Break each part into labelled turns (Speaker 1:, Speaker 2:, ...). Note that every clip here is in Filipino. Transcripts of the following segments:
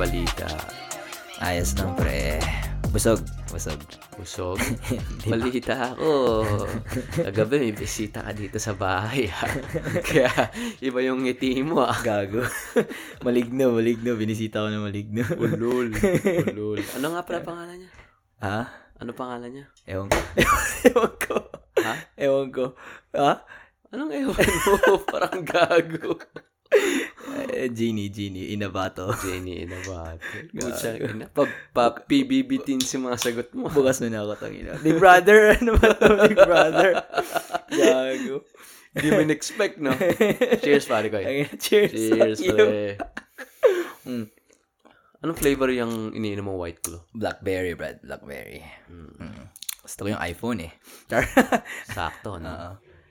Speaker 1: balita.
Speaker 2: Ayos lang, pre. Busog. Busog.
Speaker 1: Busog.
Speaker 2: Diba?
Speaker 1: balita ako. Kagabi may bisita ka dito sa bahay. ah. Kaya iba yung ngiti mo ah.
Speaker 2: Gago. maligno, maligno. Binisita ko na maligno.
Speaker 1: Ulul. Ulul. Ano nga pala pangalan niya?
Speaker 2: ha?
Speaker 1: Ano pangalan niya?
Speaker 2: Ewan ko. Ewan ko.
Speaker 1: Ha?
Speaker 2: Ewan ko. Ha?
Speaker 1: Anong ewan mo? Parang gago.
Speaker 2: Eh, Genie, Genie. Inabato.
Speaker 1: Jenny Inabato. Pucha, ina. Pag-PBBTin si mga sagot mo.
Speaker 2: Bukas na na ako tangina. Big brother. Ano ba to? Big brother. Gago.
Speaker 1: Hindi mo in-expect, no? Cheers, pare ko.
Speaker 2: Tangina, Cheers.
Speaker 1: Cheers,
Speaker 2: Fuck you.
Speaker 1: pare. Hmm.
Speaker 2: Mm.
Speaker 1: Anong flavor yung iniinom mo white claw?
Speaker 2: Blackberry, Brad. Blackberry.
Speaker 1: Mm.
Speaker 2: Mm. Gusto ko yung iPhone eh. Char.
Speaker 1: Sakto, no?
Speaker 2: Oo.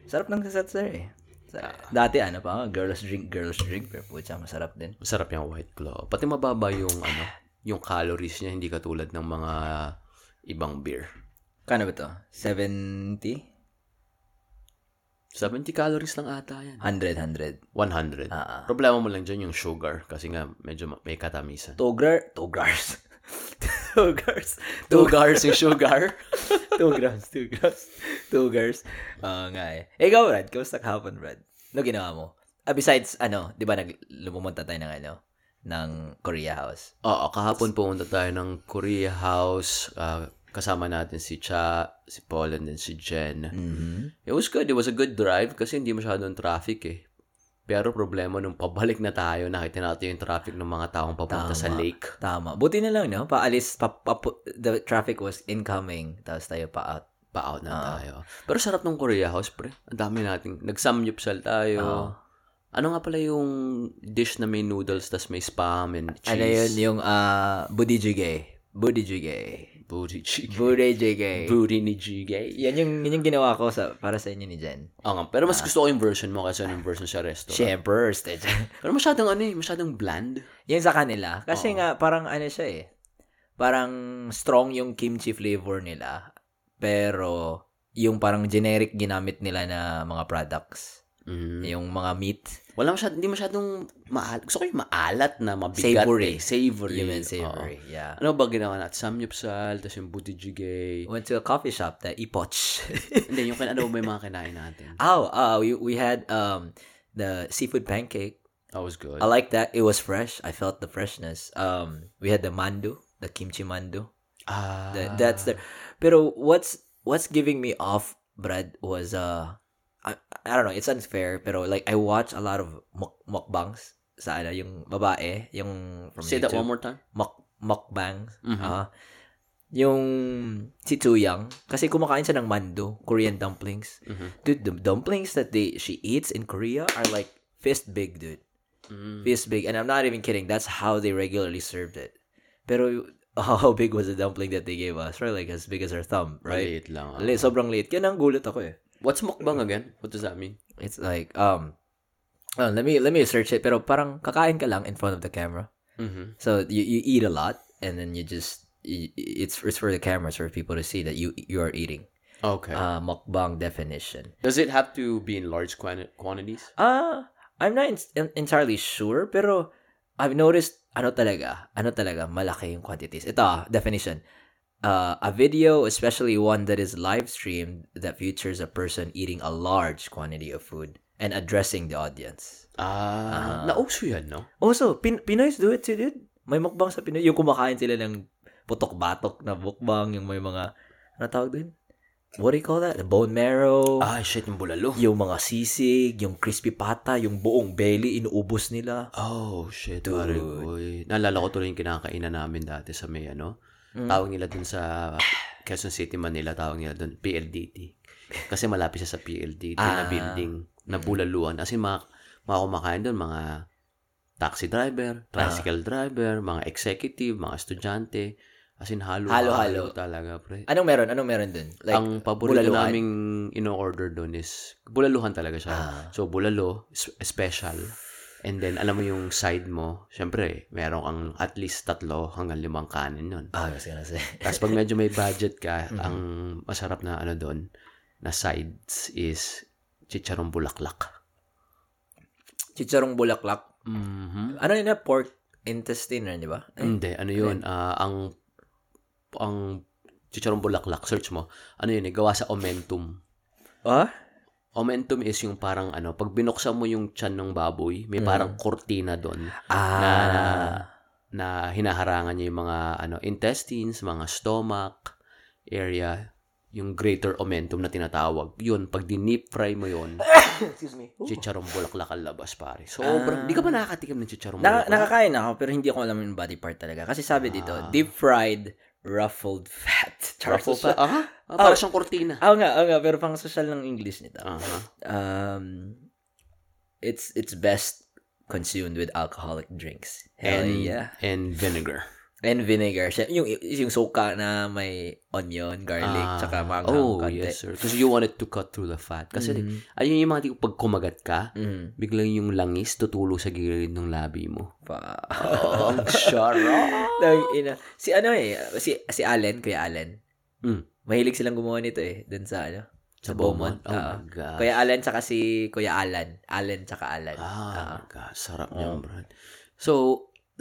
Speaker 2: Sarap ng sasatser eh. Sa- Dati ano pa, girls drink, girls drink. Pero putya, masarap din.
Speaker 1: Masarap yung white claw. Pati mababa yung, ano, yung calories niya, hindi katulad ng mga ibang beer.
Speaker 2: Kano ba to? 70?
Speaker 1: 70 calories lang ata yan.
Speaker 2: 100, 100.
Speaker 1: 100.
Speaker 2: Ah.
Speaker 1: Problema mo lang dyan yung sugar kasi nga medyo ma- may katamisan.
Speaker 2: Tograr? Togrars. Togrars.
Speaker 1: 2 grams yung sugar.
Speaker 2: 2 grams, 2 grams. 2 grams. Oo nga eh. Ikaw, Brad, kamusta kahapon, Brad? Ano ginawa mo? Ah, besides, ano, di ba nag, lumumunta tayo ng ano, ng Korea House.
Speaker 1: Oo, kahapon pumunta tayo ng Korea House. ah, kasama natin si Cha, si Paul, and then si Jen.
Speaker 2: Mm-hmm.
Speaker 1: It was good. It was a good drive kasi hindi masyadong traffic eh. Pero problema nung pabalik na tayo, nakita natin yung traffic ng mga taong papunta sa
Speaker 2: Tama.
Speaker 1: lake.
Speaker 2: Tama. Buti na lang, no? Paalis, pa, pa, the traffic was incoming, tapos tayo pa out.
Speaker 1: Pa-out na
Speaker 2: Ah.
Speaker 1: tayo. Pero sarap ng Korea House, pre. Ang dami nating. Nagsamyupsal tayo.
Speaker 2: Oo.
Speaker 1: Ano nga pala yung dish na may noodles tas may spam and cheese?
Speaker 2: Ano yun, yung uh, budijigay. Budijigay.
Speaker 1: Booty chicken.
Speaker 2: Budijigay.
Speaker 1: Booty ni Jigay.
Speaker 2: yan yung, yun yung ginawa ko sa, para sa inyo ni Jen.
Speaker 1: Oo nga. Pero
Speaker 2: Ah.
Speaker 1: mas gusto ko yung version mo kaysa yung version sa restaurant.
Speaker 2: Siyempre, stage.
Speaker 1: Pero masyadong ano eh, masyadong bland.
Speaker 2: Yun sa kanila. Kasi
Speaker 1: Oo.
Speaker 2: nga, parang ano siya eh. Parang strong yung kimchi flavor nila. Pero, yung parang generic ginamit nila na mga products.
Speaker 1: Mm.
Speaker 2: Yung mga meat.
Speaker 1: Wala masyadong, hindi masyadong maalat. Gusto ko yung maalat na mabigat.
Speaker 2: Savory.
Speaker 1: eh. Savory.
Speaker 2: Yun yung
Speaker 1: Oo.
Speaker 2: savory. Yeah.
Speaker 1: Ano ba ginawa natin? Samyupsal, tapos yung butijigay.
Speaker 2: Went to a coffee shop, the Ipoch.
Speaker 1: Hindi, yung kin- ano ba yung mga kinain natin?
Speaker 2: oh, uh, we, we had um the seafood pancake.
Speaker 1: That was good.
Speaker 2: I like that. It was fresh. I felt the freshness. Um, we had the mandu, the kimchi mandu.
Speaker 1: Ah.
Speaker 2: That, that's the. Pero what's what's giving me off, Brad, was uh, I, I don't know. It's unfair. Pero like I watch a lot of muk mukbangs sa ano yung babae yung from
Speaker 1: Say that one more time.
Speaker 2: Muk mukbang.
Speaker 1: Mhm.
Speaker 2: Ah. yung si Tuyang kasi kumakain siya ng mando, Korean dumplings.
Speaker 1: Mhm.
Speaker 2: Dude, the dumplings that they she eats in Korea are like fist big, dude.
Speaker 1: Mm.
Speaker 2: Fist big. And I'm not even kidding. That's how they regularly served it. Pero how big was the dumpling that they gave us? Probably like as big as our thumb, right?
Speaker 1: Maliit lang. ah.
Speaker 2: Li- sobrang late. Kaya nanggulat ako eh.
Speaker 1: What's mukbang again? What does that mean?
Speaker 2: It's like um oh, let me let me search it. Pero parang kakain ka lang in front of the camera.
Speaker 1: Mhm.
Speaker 2: So you, you eat a lot and then you just y- it's it's for the cameras for people to see that you you are eating.
Speaker 1: Okay.
Speaker 2: Uh, mukbang definition.
Speaker 1: does it have to be in large quan- quantities?
Speaker 2: Ah, I'm not en- en- entirely sure, pero I've noticed, ano talaga, ano talaga, malaki yung quantities. Ito, ah, definition. Uh, a video, especially one that is live streamed, that features a person eating a large quantity of food and addressing the audience.
Speaker 1: Ah.
Speaker 2: Ah.
Speaker 1: Nauso yan, no?
Speaker 2: Also, Pin Pinoys do it too, dude. May mukbang sa Pinoy. Yung kumakain sila ng putok-batok na mukbang, yung may mga, ano tawag doon? What do you call that? The bone marrow
Speaker 1: Ah, shit, yung bulalo.
Speaker 2: yung mga sisig, yung crispy pata, yung buong belly, inuubos nila.
Speaker 1: Oh, shit.
Speaker 2: Dude.
Speaker 1: pare, boy. Naalala ko tuloy yung kinakainan namin dati sa may ano.
Speaker 2: Mm.
Speaker 1: Tawag nila dun sa Quezon City, Manila. Tawag nila dun PLDT. Kasi malapit siya sa PLDT
Speaker 2: Ah.
Speaker 1: na building na bulaluan. As in, mga, mga kumakain dun, mga taxi
Speaker 2: Ah.
Speaker 1: driver, tricycle driver, mga executive, mga estudyante. As in, halo-halo
Speaker 2: Halo-halo.
Speaker 1: talaga, pre.
Speaker 2: Anong meron? Anong meron dun? Like,
Speaker 1: Ang paborito
Speaker 2: bulaluan?
Speaker 1: naming ino-order dun is, bulaluhan talaga siya.
Speaker 2: Ah.
Speaker 1: So, bulalo, s- special. And then, alam mo yung side mo, syempre, merong ang at least tatlo hanggang limang kanin nun.
Speaker 2: Ah, I was gonna say.
Speaker 1: Tapos pag medyo may budget ka,
Speaker 2: Mhm.
Speaker 1: ang masarap na ano doon, na sides is chicharong bulaklak.
Speaker 2: Chicharong bulaklak.
Speaker 1: Mhm.
Speaker 2: Mm-hmm. Ano yun na? Pork? intestine rin, di ba?
Speaker 1: Hindi, ano yun, ah, ang, ang chicharong bulaklak, search mo, ano yun, eh, gawa sa omentum.
Speaker 2: Ah?
Speaker 1: Omentum is yung parang ano, pag binuksan mo yung tiyan ng baboy, may
Speaker 2: Mm.
Speaker 1: parang kortina doon
Speaker 2: Ah.
Speaker 1: na hinaharangan niya yung mga ano, intestines, mga stomach area, yung greater omentum na tinatawag. Yun, pag dinip fry mo yun,
Speaker 2: Excuse me.
Speaker 1: chicharong bulaklak ang labas, pare.
Speaker 2: Ah.
Speaker 1: Sobrang, di ka ba nakakatikim ng chicharong
Speaker 2: Naka-
Speaker 1: bulaklak?
Speaker 2: nakakain ako, pero hindi ko alam yung body part talaga. Kasi sabi dito,
Speaker 1: Ah.
Speaker 2: deep-fried ruffled fat. Char,
Speaker 1: Ruffle
Speaker 2: social-
Speaker 1: pa- Aha, ah, parang siyang kortina.
Speaker 2: Oo nga, oo nga, pero pang social ng English nito.
Speaker 1: Aha.
Speaker 2: Um, it's it's best consumed with alcoholic drinks. Hell
Speaker 1: And,
Speaker 2: yeah.
Speaker 1: and vinegar.
Speaker 2: And vinegar. Siya- Yung, yung soka na may onion, garlic,
Speaker 1: Ah,
Speaker 2: tsaka mga
Speaker 1: Oh, yes, sir. Because you want it to cut through the fat. Kasi,
Speaker 2: mm
Speaker 1: ayun yung mga tipo, pag kumagat ka,
Speaker 2: mm
Speaker 1: biglang yung langis tutulo sa gilid ng labi mo.
Speaker 2: Pa.
Speaker 1: Oh, ang sarap.
Speaker 2: Tang ina. Si ano eh, si si Allen, Kuya Allen.
Speaker 1: Mm.
Speaker 2: Mahilig silang gumawa nito eh, dun sa ano. Sa ah,
Speaker 1: Sa Beaumont.
Speaker 2: Beaumont,
Speaker 1: Oh
Speaker 2: oo.
Speaker 1: my God.
Speaker 2: Kuya Allen tsaka si Kuya Alan. Alan tsaka Alan.
Speaker 1: ah, my God. Sarap niyan,
Speaker 2: Oo.
Speaker 1: Brad. So,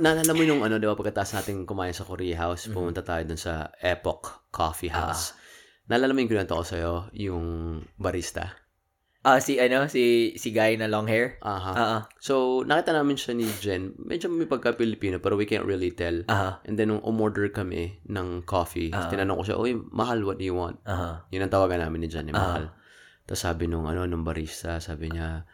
Speaker 1: naalala mo yung ano, di ba, pagkatapos natin kumain sa Korea House,
Speaker 2: Mhm.
Speaker 1: pumunta tayo dun sa Epoch Coffee
Speaker 2: Ah.
Speaker 1: House. Naalala mo yung kinanta ko sa'yo, yung barista.
Speaker 2: Ah, si ano, si si guy na long hair.
Speaker 1: Aha.
Speaker 2: Ah, ah,
Speaker 1: So, nakita namin siya ni Jen. Medyo may pagka-Pilipino, pero we can't really tell.
Speaker 2: ah,
Speaker 1: And then, nung umorder kami ng coffee,
Speaker 2: Ah.
Speaker 1: tinanong ko siya, Uy, mahal, what do you want?
Speaker 2: ah,
Speaker 1: Yun ang tawagan namin ni Johnny
Speaker 2: Ah.
Speaker 1: Mahal. Tapos sabi nung, ano, nung barista, sabi niya,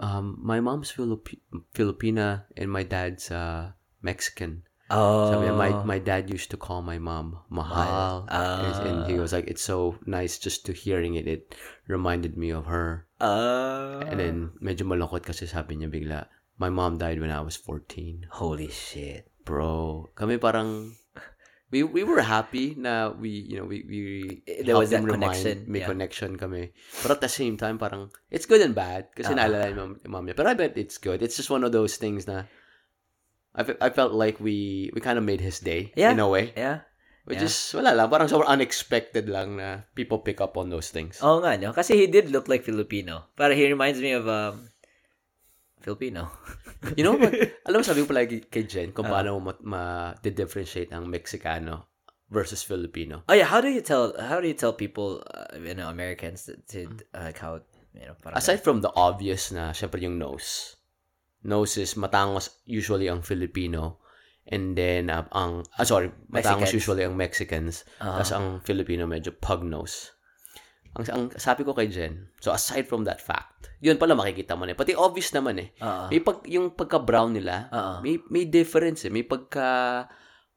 Speaker 1: um, my mom's Filipi- Filipina and my dad's uh, Mexican.
Speaker 2: oh.
Speaker 1: Sabi niya, my, my dad used to call my mom Mahal.
Speaker 2: Ah.
Speaker 1: And, and he was like, it's so nice just to hearing it. It reminded me of her.
Speaker 2: Ah.
Speaker 1: And then, medyo malungkot kasi sabi niya bigla, my mom died when I was 14.
Speaker 2: holy shit.
Speaker 1: Bro, kami parang, we, we were happy na we, you know, we, we
Speaker 2: There was
Speaker 1: helped them
Speaker 2: that connection,
Speaker 1: May
Speaker 2: yeah.
Speaker 1: connection kami. But at the same time, parang, it's good and bad. Kasi
Speaker 2: Ah.
Speaker 1: naalala yung mam- yung mom niya. Pero I bet it's good. It's just one of those things na, I, fe- I felt like we we kind of made his day
Speaker 2: Yeah.
Speaker 1: in a way.
Speaker 2: Yeah.
Speaker 1: Which
Speaker 2: Yeah.
Speaker 1: is, wala lang. Parang sobrang unexpected lang na people pick up on those things.
Speaker 2: Oo nga, no? Kasi he did look like Filipino. Pero he reminds me of, um, Filipino.
Speaker 1: You know, but, alam mo, sabi ko palagi kay Jen kung
Speaker 2: Ah.
Speaker 1: paano ma- ma-differentiate ang Mexicano versus Filipino.
Speaker 2: Oh yeah, how do you tell, how do you tell people, uh, you know, Americans to, to uh, like how, you know, parang,
Speaker 1: Aside from the obvious na, syempre yung nose. Nose is matangos usually ang Filipino. And then, uh, ang, ah, sorry, matangos
Speaker 2: Mexicans.
Speaker 1: usually ang Mexicans.
Speaker 2: Ah.
Speaker 1: Tapos ang Filipino medyo pug nose. Ang, ang sabi ko kay Jen, so aside from that fact, yun pala makikita mo na. eh. Pati obvious naman eh.
Speaker 2: Ah, ah.
Speaker 1: May pag, yung pagka-brown nila,
Speaker 2: Oo.
Speaker 1: may, may difference eh. May pagka,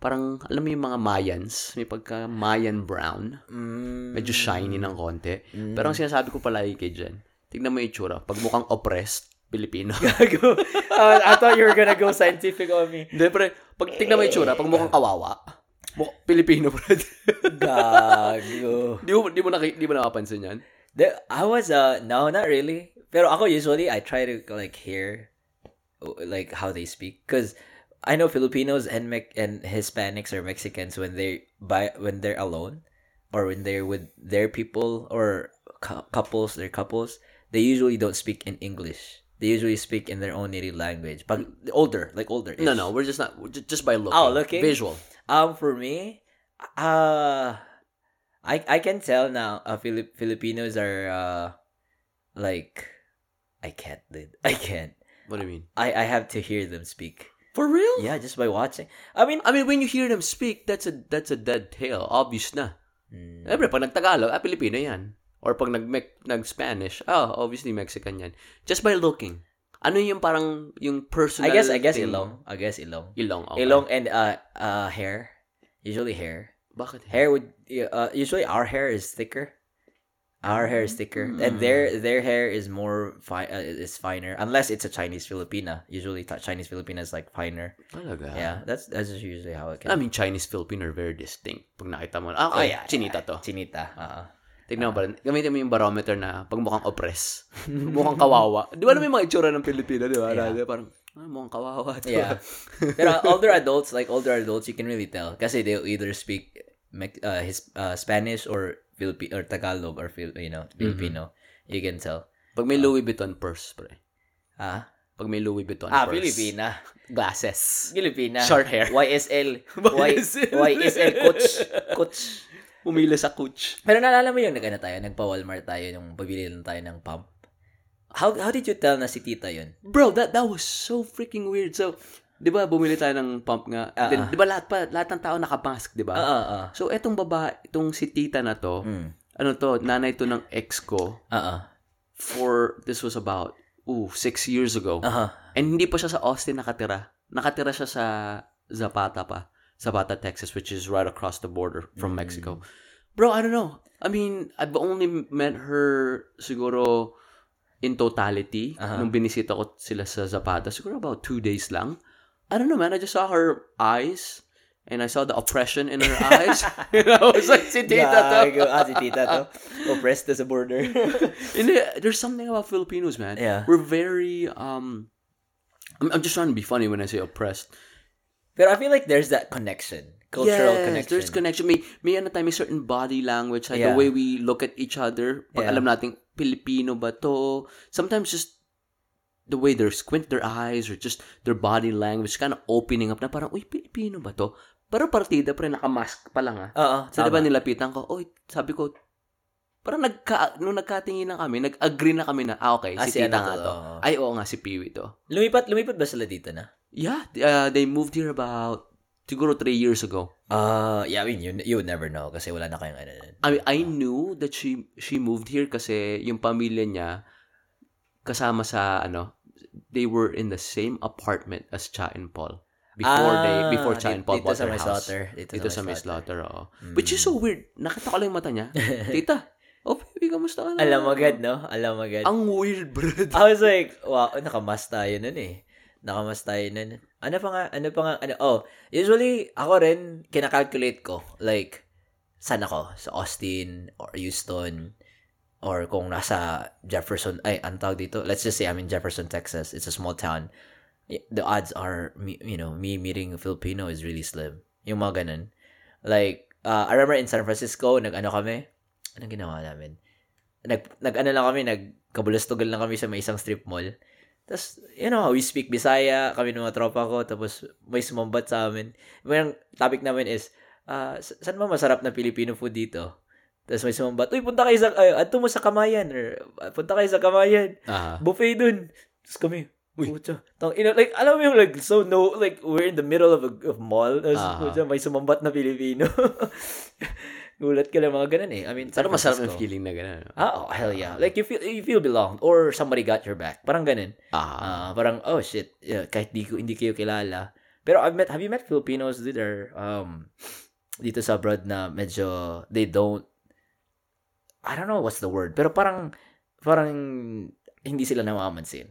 Speaker 1: parang, alam mo yung mga Mayans, may pagka Mayan brown.
Speaker 2: Mm.
Speaker 1: Medyo shiny ng konti.
Speaker 2: Mm.
Speaker 1: Pero ang sinasabi ko palagi kay Jen, tignan mo yung itsura. Pag mukhang oppressed, Pilipino.
Speaker 2: Gago. Uh, I thought you were gonna go scientific on me.
Speaker 1: Hindi, pre. Pag tignan mo yung itsura, pag mukhang kawawa, mukha, Pilipino, pre.
Speaker 2: Gago.
Speaker 1: di mo, di mo, naki, di mo napapansin yan?
Speaker 2: There, I was uh no, not really. Pero ako usually I try to like hear uh, like how they speak because I know Filipinos and Mec- and Hispanics or Mexicans when they by when they're alone or when they're with their people or cou- couples their couples they usually don't speak in English. They usually speak in their own native language. But older, like older.
Speaker 1: No, no, we're just not, we're ju- just by looking.
Speaker 2: Oh, looking?
Speaker 1: Visual.
Speaker 2: Um, for me, uh, I I can tell now. Uh, Filip- Filipinos are uh, like, I can't, dude. I can't.
Speaker 1: What do you mean?
Speaker 2: I I have to hear them speak.
Speaker 1: For real?
Speaker 2: Yeah, just by watching. I mean,
Speaker 1: I mean, when you hear them speak, that's a that's a dead tail. Obvious na.
Speaker 2: mm,
Speaker 1: Siyempre, pag nagtagalog, ah, Pilipino yan. Or pag nag, nag-Spanish, ah, obviously Mexican yan. Just by looking. Ano yung parang, yung
Speaker 2: I
Speaker 1: personal
Speaker 2: guess I guess
Speaker 1: thing?
Speaker 2: ilong. I guess ilong.
Speaker 1: Ilong, okay.
Speaker 2: Ilong and uh uh hair, usually hair.
Speaker 1: Bakit?
Speaker 2: Hair would uh usually our hair is thicker. Our hair is thicker, and their their hair is more fi- uh, is finer, unless it's a Chinese Filipina. Usually, ta- Chinese Filipina is like finer.
Speaker 1: Talaga?
Speaker 2: Yeah, that's that's just usually how it can.
Speaker 1: I mean, Chinese Filipino are very distinct. Pag nakita mo, ah,
Speaker 2: Um, Oh,
Speaker 1: okay,
Speaker 2: yeah,
Speaker 1: chinita to.
Speaker 2: Chinita. Uh-huh.
Speaker 1: Tignan mo ba, gamitin mo yung barometer na pag mukhang oppress, mukhang kawawa. Di ba na may mga itsura ng Pilipino, di ba?
Speaker 2: Yeah.
Speaker 1: Lalo, Parang, ah, mukhang kawawa. to.
Speaker 2: Yeah. Pero older adults, like older adults, you can really tell because they'll either speak Mex- uh, his uh, Spanish or Filipino or Tagalog Mm-hmm. or Fil- you know Filipino. You can tell.
Speaker 1: Pag may Louis Vuitton purse, pre.
Speaker 2: Ah,
Speaker 1: Pag may Louis Vuitton
Speaker 2: Ah,
Speaker 1: purse.
Speaker 2: Pilipina.
Speaker 1: Glasses.
Speaker 2: Pilipina.
Speaker 1: Short hair.
Speaker 2: YSL. Y- YSL coach. Coach.
Speaker 1: Umila sa coach.
Speaker 2: Pero naalala mo yung nag-ano tayo, nagpa-Walmart tayo nung pabili lang tayo ng pump. How how did you tell na si tita yun?
Speaker 1: Bro, that that was so freaking weird. So, 'di ba bumili tayo ng pump nga.
Speaker 2: Ah, ah.
Speaker 1: Then, 'Di ba lahat pa lahat ng tao naka-mask, 'di ba?
Speaker 2: Ah, ah, ah.
Speaker 1: So, etong baba, itong si tita na to,
Speaker 2: Mm.
Speaker 1: ano to, nanay to ng ex ko
Speaker 2: Ah, ah.
Speaker 1: for, this was about, ooh, six years ago.
Speaker 2: Aha.
Speaker 1: And hindi pa siya sa Austin nakatira. Nakatira siya sa Zapata pa. Zapata, Texas, which is right across the border from
Speaker 2: Mm.
Speaker 1: Mexico. Bro, I don't know. I mean, I've only met her siguro in totality
Speaker 2: Aha.
Speaker 1: nung binisita ko sila sa Zapata. Siguro about two days lang. I don't know, man. I just saw her eyes and I saw the oppression in her eyes. and I was like, si tita to.
Speaker 2: Gago. Ah, si tita to. Oppressed to sa border.
Speaker 1: Hindi, there's something about Filipinos, man.
Speaker 2: Yeah.
Speaker 1: We're very, um, I'm, I'm just trying to be funny when I say oppressed.
Speaker 2: Pero I feel like there's that connection. Cultural connection.
Speaker 1: There's connection. May, may ano tayo, may certain body language, like the
Speaker 2: Yeah.
Speaker 1: way we look at each other. Pag
Speaker 2: Yeah.
Speaker 1: alam natin, Pilipino ba to? Sometimes just the way they squint their eyes or just their body language, kind of opening up na parang, uy, Pilipino ba to? Pero partida, pre, naka-mask pa lang ah.
Speaker 2: Oo.
Speaker 1: So,
Speaker 2: tama.
Speaker 1: diba nilapitan ko, oy, sabi ko, parang nagka, nung nagkatingin na kami, nag-agree na kami na, ah, okay,
Speaker 2: Ah,
Speaker 1: si,
Speaker 2: si ano
Speaker 1: tita nga
Speaker 2: to,
Speaker 1: to.
Speaker 2: oo.
Speaker 1: Ay, oo nga, si Piwi to.
Speaker 2: Lumipat, lumipat ba sila dito na?
Speaker 1: Yeah, uh, they moved here about, siguro three years ago.
Speaker 2: Ah, yeah, I mean, you, you would never know kasi wala na kayong ano. nun.
Speaker 1: I mean, I knew that she she moved here kasi yung pamilya niya kasama sa ano, they were in the same apartment as Cha and Paul before they
Speaker 2: Ah,
Speaker 1: before Cha
Speaker 2: di-
Speaker 1: and Paul
Speaker 2: dito
Speaker 1: bought
Speaker 2: sa
Speaker 1: their
Speaker 2: may
Speaker 1: house.
Speaker 2: slaughter. Dito,
Speaker 1: Dito
Speaker 2: sa
Speaker 1: sa
Speaker 2: may
Speaker 1: may
Speaker 2: slaughter.
Speaker 1: slaughter, oo.
Speaker 2: Mm.
Speaker 1: Which is so weird. Nakita ko lang yung mata niya. Tita, oh baby, kamusta ka na?
Speaker 2: Alam agad, no? Alam agad.
Speaker 1: Ang weird, bro.
Speaker 2: I was like, wow, nakamas tayo nun eh. Nakamas tayo nun. Ano pa nga, ano pa nga, ano, oh, usually, ako rin, kinakalculate ko, like, saan ako? Sa Austin, or Houston, or kung nasa Jefferson, ay, anong tawag dito? Let's just say I'm in Jefferson, Texas. It's a small town. Y- The odds are, me- you know, me meeting a Filipino is really slim. Yung mga ganun. Like, uh, I remember in San Francisco, nag-ano kami, anong ginawa namin? nag, nag ano lang kami, nagkabulastugan lang kami sa may isang strip mall. Tapos, you know, we speak Bisaya, kami ng mga tropa ko, tapos may sumambat sa amin. Mayroong topic namin is, ah, sa- saan ba masarap na Filipino food dito? Tapos may sumambat, uy, punta kayo sa, ay, adto mo sa Kamayan, or "Ah, punta kayo sa Kamayan,
Speaker 1: Ah.
Speaker 2: buffet dun. Tapos kami,
Speaker 1: Uy.
Speaker 2: Pucha. Tang, ina, like, alam mo yung, like, so no, like, we're in the middle of a of mall. Tapos,
Speaker 1: Aha.
Speaker 2: pucha, may sumambat na Pilipino. Gulat ka lang mga ganun eh. I mean,
Speaker 1: Pero
Speaker 2: San
Speaker 1: masarap yung
Speaker 2: Francisco.
Speaker 1: feeling na gano'n. no?
Speaker 2: Ah, Oh, hell yeah. Like, you feel, you feel belonged or somebody got your back. Parang ganun.
Speaker 1: Ah.
Speaker 2: Ah, parang, oh shit, yeah, kahit di ko, hindi kayo kilala. Pero I've met, have you met Filipinos that are, um, dito sa abroad na medyo, they don't, I don't know what's the word, pero parang, parang, hindi sila namamansin.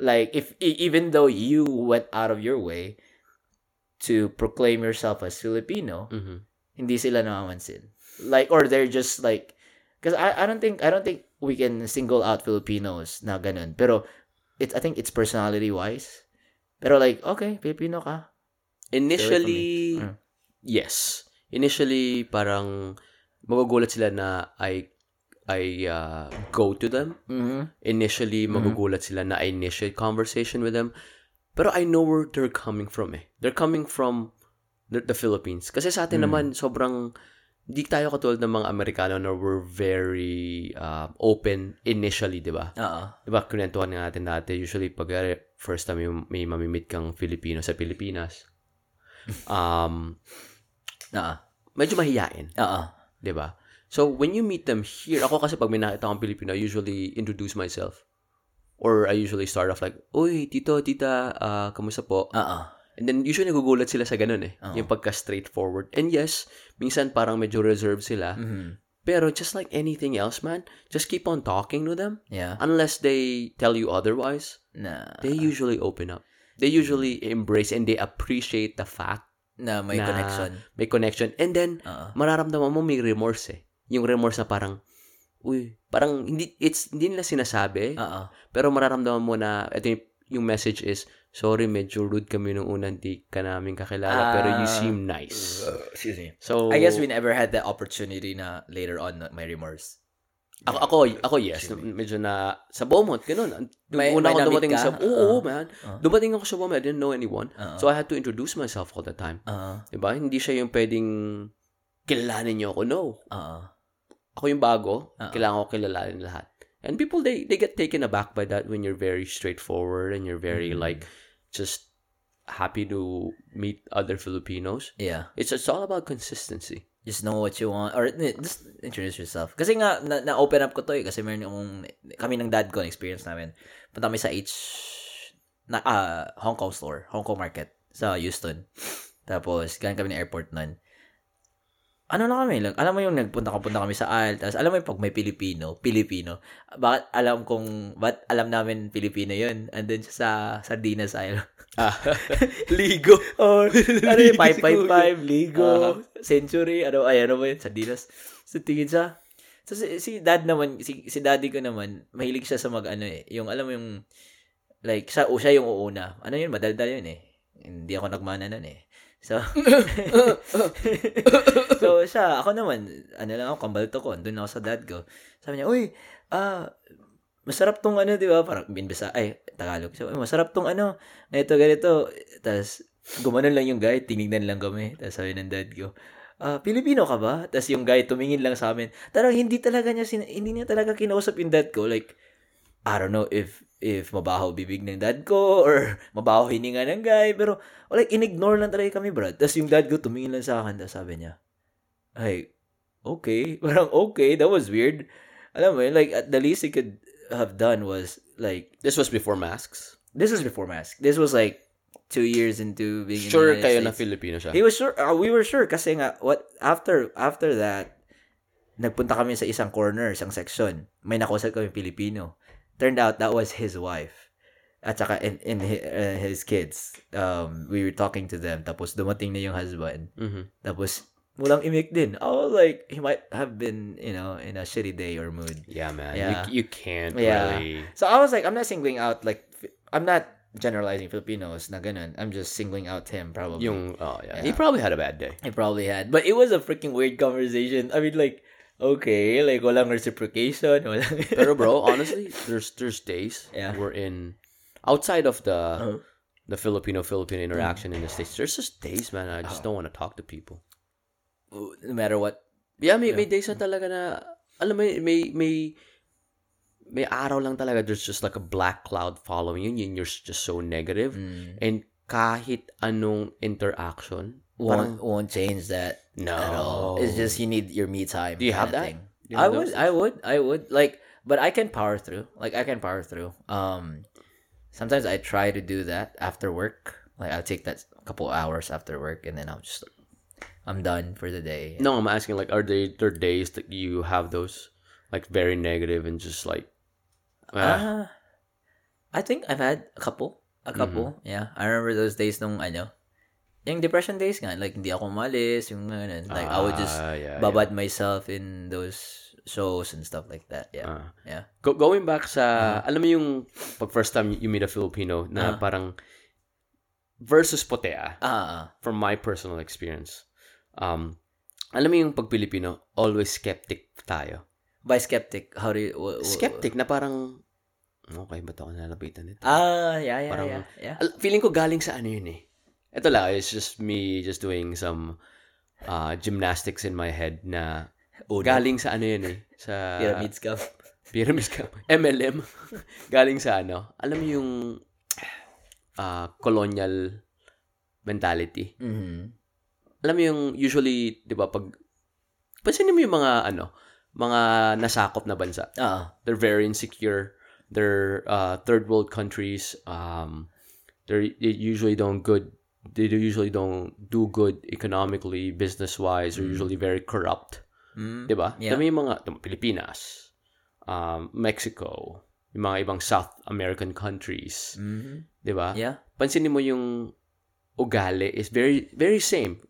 Speaker 2: Like, if, e- even though you went out of your way to proclaim yourself as Filipino,
Speaker 1: Mhm.
Speaker 2: hindi sila namamansin. Like, or they're just like, because I, I don't think, I don't think we can single out Filipinos na ganun. Pero, it, I think it's personality wise. Pero like, okay, Filipino ka.
Speaker 1: Initially,
Speaker 2: Mm.
Speaker 1: yes. Initially, parang magugulat sila na I I uh, go to them.
Speaker 2: Mm-hmm.
Speaker 1: Initially, magugulat sila na I initiate conversation with them. Pero I know where they're coming from eh. They're coming from the, the Philippines. Kasi sa atin
Speaker 2: Mm.
Speaker 1: naman, sobrang di tayo katulad ng mga Amerikano na we're very uh, open initially, di ba?
Speaker 2: Oo.
Speaker 1: Diba, kunentuhan nga natin dati, usually pag uh, first time yung- may mamimit kang Filipino sa Pilipinas, um,
Speaker 2: Oo.
Speaker 1: medyo mahiyain,
Speaker 2: Oo.
Speaker 1: 'di ba? So when you meet them here, ako kasi pag may nakita akong Pilipino, I usually introduce myself. Or I usually start off like, "Uy, tito, tita, ah, kamusta po?"
Speaker 2: Oo.
Speaker 1: And then usually nagugulat sila sa ganun eh,
Speaker 2: Oo.
Speaker 1: yung pagka straightforward. And yes, minsan parang medyo reserved sila,
Speaker 2: Mhm.
Speaker 1: pero just like anything else, man, just keep on talking to them
Speaker 2: Yeah.
Speaker 1: unless they tell you otherwise.
Speaker 2: Na,
Speaker 1: They usually open up. They usually embrace and they appreciate the fact
Speaker 2: na may
Speaker 1: na-
Speaker 2: connection.
Speaker 1: may connection. And then
Speaker 2: Oo.
Speaker 1: mararamdaman mo may remorse eh. Yung remorse na parang, uy, parang hindi, it's, hindi nila sinasabi,
Speaker 2: Oo.
Speaker 1: pero mararamdaman mo na, ito yung, yung message is, sorry, medyo rude kami nung unang di ka namin kakilala, pero you
Speaker 2: Ah.
Speaker 1: seem nice.
Speaker 2: Excuse me.
Speaker 1: So,
Speaker 2: I guess we never had the opportunity na later on na may remorse.
Speaker 1: Ako, ako, ako yes. Medyo na, sa Beaumont, ganun. Nung
Speaker 2: May-
Speaker 1: una
Speaker 2: may
Speaker 1: ako
Speaker 2: namit
Speaker 1: dumating
Speaker 2: ka?
Speaker 1: sa, oo,
Speaker 2: Uh-huh.
Speaker 1: man.
Speaker 2: Uh-huh.
Speaker 1: Dumating ako sa Beaumont, I didn't know anyone.
Speaker 2: Uh-huh.
Speaker 1: So, I had to introduce myself all the time.
Speaker 2: Ah,
Speaker 1: Diba? Hindi siya yung pwedeng, kilalanin niyo ako. No.
Speaker 2: ah.
Speaker 1: Ako yung bago.
Speaker 2: Uh-huh.
Speaker 1: Kailangan ko kilalanin lahat. And people, they they get taken aback by that when you're very straightforward and you're very,
Speaker 2: Mm.
Speaker 1: like, just happy to meet other Filipinos.
Speaker 2: Yeah.
Speaker 1: It's, it's all about consistency.
Speaker 2: just know what you want or n- just introduce yourself. Kasi nga na, open up ko to eh kasi meron akong kami ng dad ko experience namin. Punta kami sa H na ah, Hong Kong store, Hong Kong market sa Houston. Tapos galing kami ng airport nun. Ano na kami lang. Alam mo yung nagpunta punta kami sa aisle. Tapos alam mo yung pag may Pilipino, Pilipino. Bakit alam kong, ba't alam namin Pilipino yun? Andun siya sa Sardinas aisle.
Speaker 1: Ah, ligo.
Speaker 2: Or, ano yung 555,
Speaker 1: Aha.
Speaker 2: Ligo, Ah, Century, ano, ay, ano ba yun, Sardinas. So, tingin siya. So, si, si dad naman, si, si daddy ko naman, mahilig siya sa mag, ano eh, yung, alam mo yung, like, siya, o, siya yung uuna. Ano yun, madaldal yun eh. Hindi ako nagmana nun eh. So, so siya, ako naman, ano lang ako, kambalto ko, andun ako sa dad ko. Sabi niya, uy, ah, masarap tong ano, di ba? Parang binbisa, ay, Tagalog. So, "Uy, masarap tong ano, ito, ganito. Tapos, gumanon lang yung guy, tinignan lang kami. Tapos sabi ng dad ko, ah, Pilipino ka ba? Tapos yung guy tumingin lang sa amin. Tarang hindi talaga niya, sin- hindi niya talaga kinausap yung dad ko. Like, I don't know if if mabaho bibig ng dad ko or mabaho hininga ng guy. Pero, oh, like, in-ignore lang talaga kami, bro. Tapos yung dad ko tumingin lang sa akin. Tapos sabi niya, ay, okay. Parang okay, that was weird. Alam mo yun, like, at the least he could have done was, like,
Speaker 1: This was before masks.
Speaker 2: this was before mask. This was like two years into being in the
Speaker 1: Sure
Speaker 2: United
Speaker 1: kayo na
Speaker 2: States.
Speaker 1: Filipino siya.
Speaker 2: He was sure. uh, we were sure kasi nga what after after that nagpunta kami sa isang corner, isang section. May nakausap kami Pilipino. Turned out that was his wife. At saka in, in hi- uh, his kids. Um, we were talking to them. Tapos dumating na yung husband.
Speaker 1: Mhm.
Speaker 2: Tapos walang imik din. I was like, he might have been, you know, in a shitty day or mood.
Speaker 1: Yeah, man.
Speaker 2: Yeah.
Speaker 1: You, you can't
Speaker 2: Yeah.
Speaker 1: really.
Speaker 2: So I was like, I'm not singling out like Fi- I'm not generalizing Filipinos na ganun. I'm just singling out him probably.
Speaker 1: Yung, oh, yeah.
Speaker 2: Yeah.
Speaker 1: He probably had a bad day.
Speaker 2: I probably had, but it was a freaking weird conversation. I mean, like okay, like walang reciprocation, walang.
Speaker 1: Pero bro, honestly, there's there's days
Speaker 2: Yeah.
Speaker 1: we're in outside of the
Speaker 2: Uh-huh. Mm-hmm.
Speaker 1: the Filipino Filipino interaction in the States. There's just days, man, I just don't want to talk to people.
Speaker 2: Oh. no matter what.
Speaker 1: Yeah, may, may days na talaga na alam mo yun, may may may araw lang talaga there's just like a black cloud following you and you're just so negative
Speaker 2: Mm,
Speaker 1: and kahit anong interaction
Speaker 2: won't
Speaker 1: parang,
Speaker 2: won't change that
Speaker 1: no
Speaker 2: at all. It's just you need your me time.
Speaker 1: Do you have
Speaker 2: kinda
Speaker 1: that?
Speaker 2: thing.
Speaker 1: You
Speaker 2: I
Speaker 1: know
Speaker 2: would,
Speaker 1: those?
Speaker 2: I would, I would. Like, but I can power through. Like, I can power through. Um, sometimes I try to do that after work. Like, I'll take that couple hours after work, and then I'll just, I'm done for the day.
Speaker 1: No, I'm asking like, are there there days that you have those like very negative and just like,
Speaker 2: Uh,
Speaker 1: ah,
Speaker 2: I think I've had a couple.
Speaker 1: Mm-hmm.
Speaker 2: A couple, yeah. I remember those days nung ano, yung depression days nga, like hindi ako umalis, yung ganun. Like, I would just
Speaker 1: ah, yeah, yeah.
Speaker 2: babad myself in those shows and stuff like that. Yeah.
Speaker 1: Ah.
Speaker 2: yeah. Uh-huh.
Speaker 1: Go- going back sa, alam mo yung pag first time you meet a Filipino na
Speaker 2: Ah.
Speaker 1: parang versus potea
Speaker 2: Ah, ah.
Speaker 1: from my personal experience. Um, alam mo yung pag Pilipino, always skeptic tayo.
Speaker 2: By skeptic, how do you... wha- wha-
Speaker 1: Skeptic na parang, okay, ba't ako nalapitan nito?
Speaker 2: Ah, yeah, yeah,
Speaker 1: Parang-
Speaker 2: yeah. yeah.
Speaker 1: Al- feeling ko galing sa ano yun eh. Ito lang, it's just me just doing some uh, gymnastics in my head na galing sa ano yun eh. Sa
Speaker 2: Pyramid scam.
Speaker 1: Pyramids ka. MLM. galing sa ano. Alam mo yung uh, colonial mentality.
Speaker 2: Mm-hmm.
Speaker 1: Alam mo yung usually, di ba, pag pansinin mo yung mga ano, mga nasakop na bansa.
Speaker 2: Ah,
Speaker 1: they're very insecure they're uh, third world countries um, they're, they usually don't good they do- usually don't do good economically business wise they're usually very corrupt
Speaker 2: mm,
Speaker 1: diba
Speaker 2: Yeah.
Speaker 1: Dami yung mga tum- Pilipinas um, Mexico yung mga ibang South American countries
Speaker 2: mhm.
Speaker 1: diba
Speaker 2: Yeah.
Speaker 1: pansinin mo yung ugali is very very same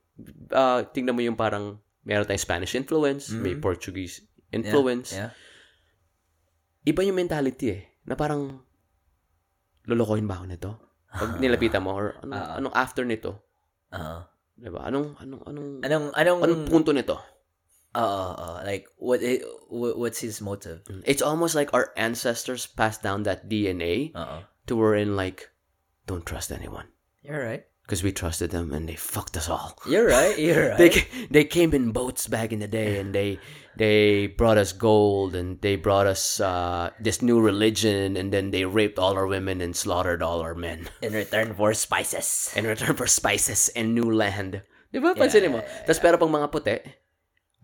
Speaker 1: uh, tingnan mo yung parang meron tayong Spanish influence may
Speaker 2: Mhm.
Speaker 1: Portuguese influence
Speaker 2: Yeah.
Speaker 1: iba yung mentality eh. Na parang, lolokohin ba ako nito? Pag nilapitan mo, or anong,
Speaker 2: Ah.
Speaker 1: anong after nito?
Speaker 2: Ah.
Speaker 1: Diba? Anong, anong, anong,
Speaker 2: Anong, anong,
Speaker 1: anong punto nito?
Speaker 2: uh, uh, like what it, wh- what's his motive?
Speaker 1: It's almost like our ancestors passed down that DNA
Speaker 2: Uh-uh.
Speaker 1: to wherein like, don't trust anyone
Speaker 2: You're right.
Speaker 1: because we trusted them and they fucked us all.
Speaker 2: You're right. You're
Speaker 1: They
Speaker 2: right.
Speaker 1: ca- they came in boats back in the day and they they brought us gold and they brought us uh, this new religion and then they raped all our women and slaughtered all our men
Speaker 2: In return for spices.
Speaker 1: in return for spices and new land. Di ba? Pansinin mo.
Speaker 2: Yeah.
Speaker 1: Tapos pero pang mga puti,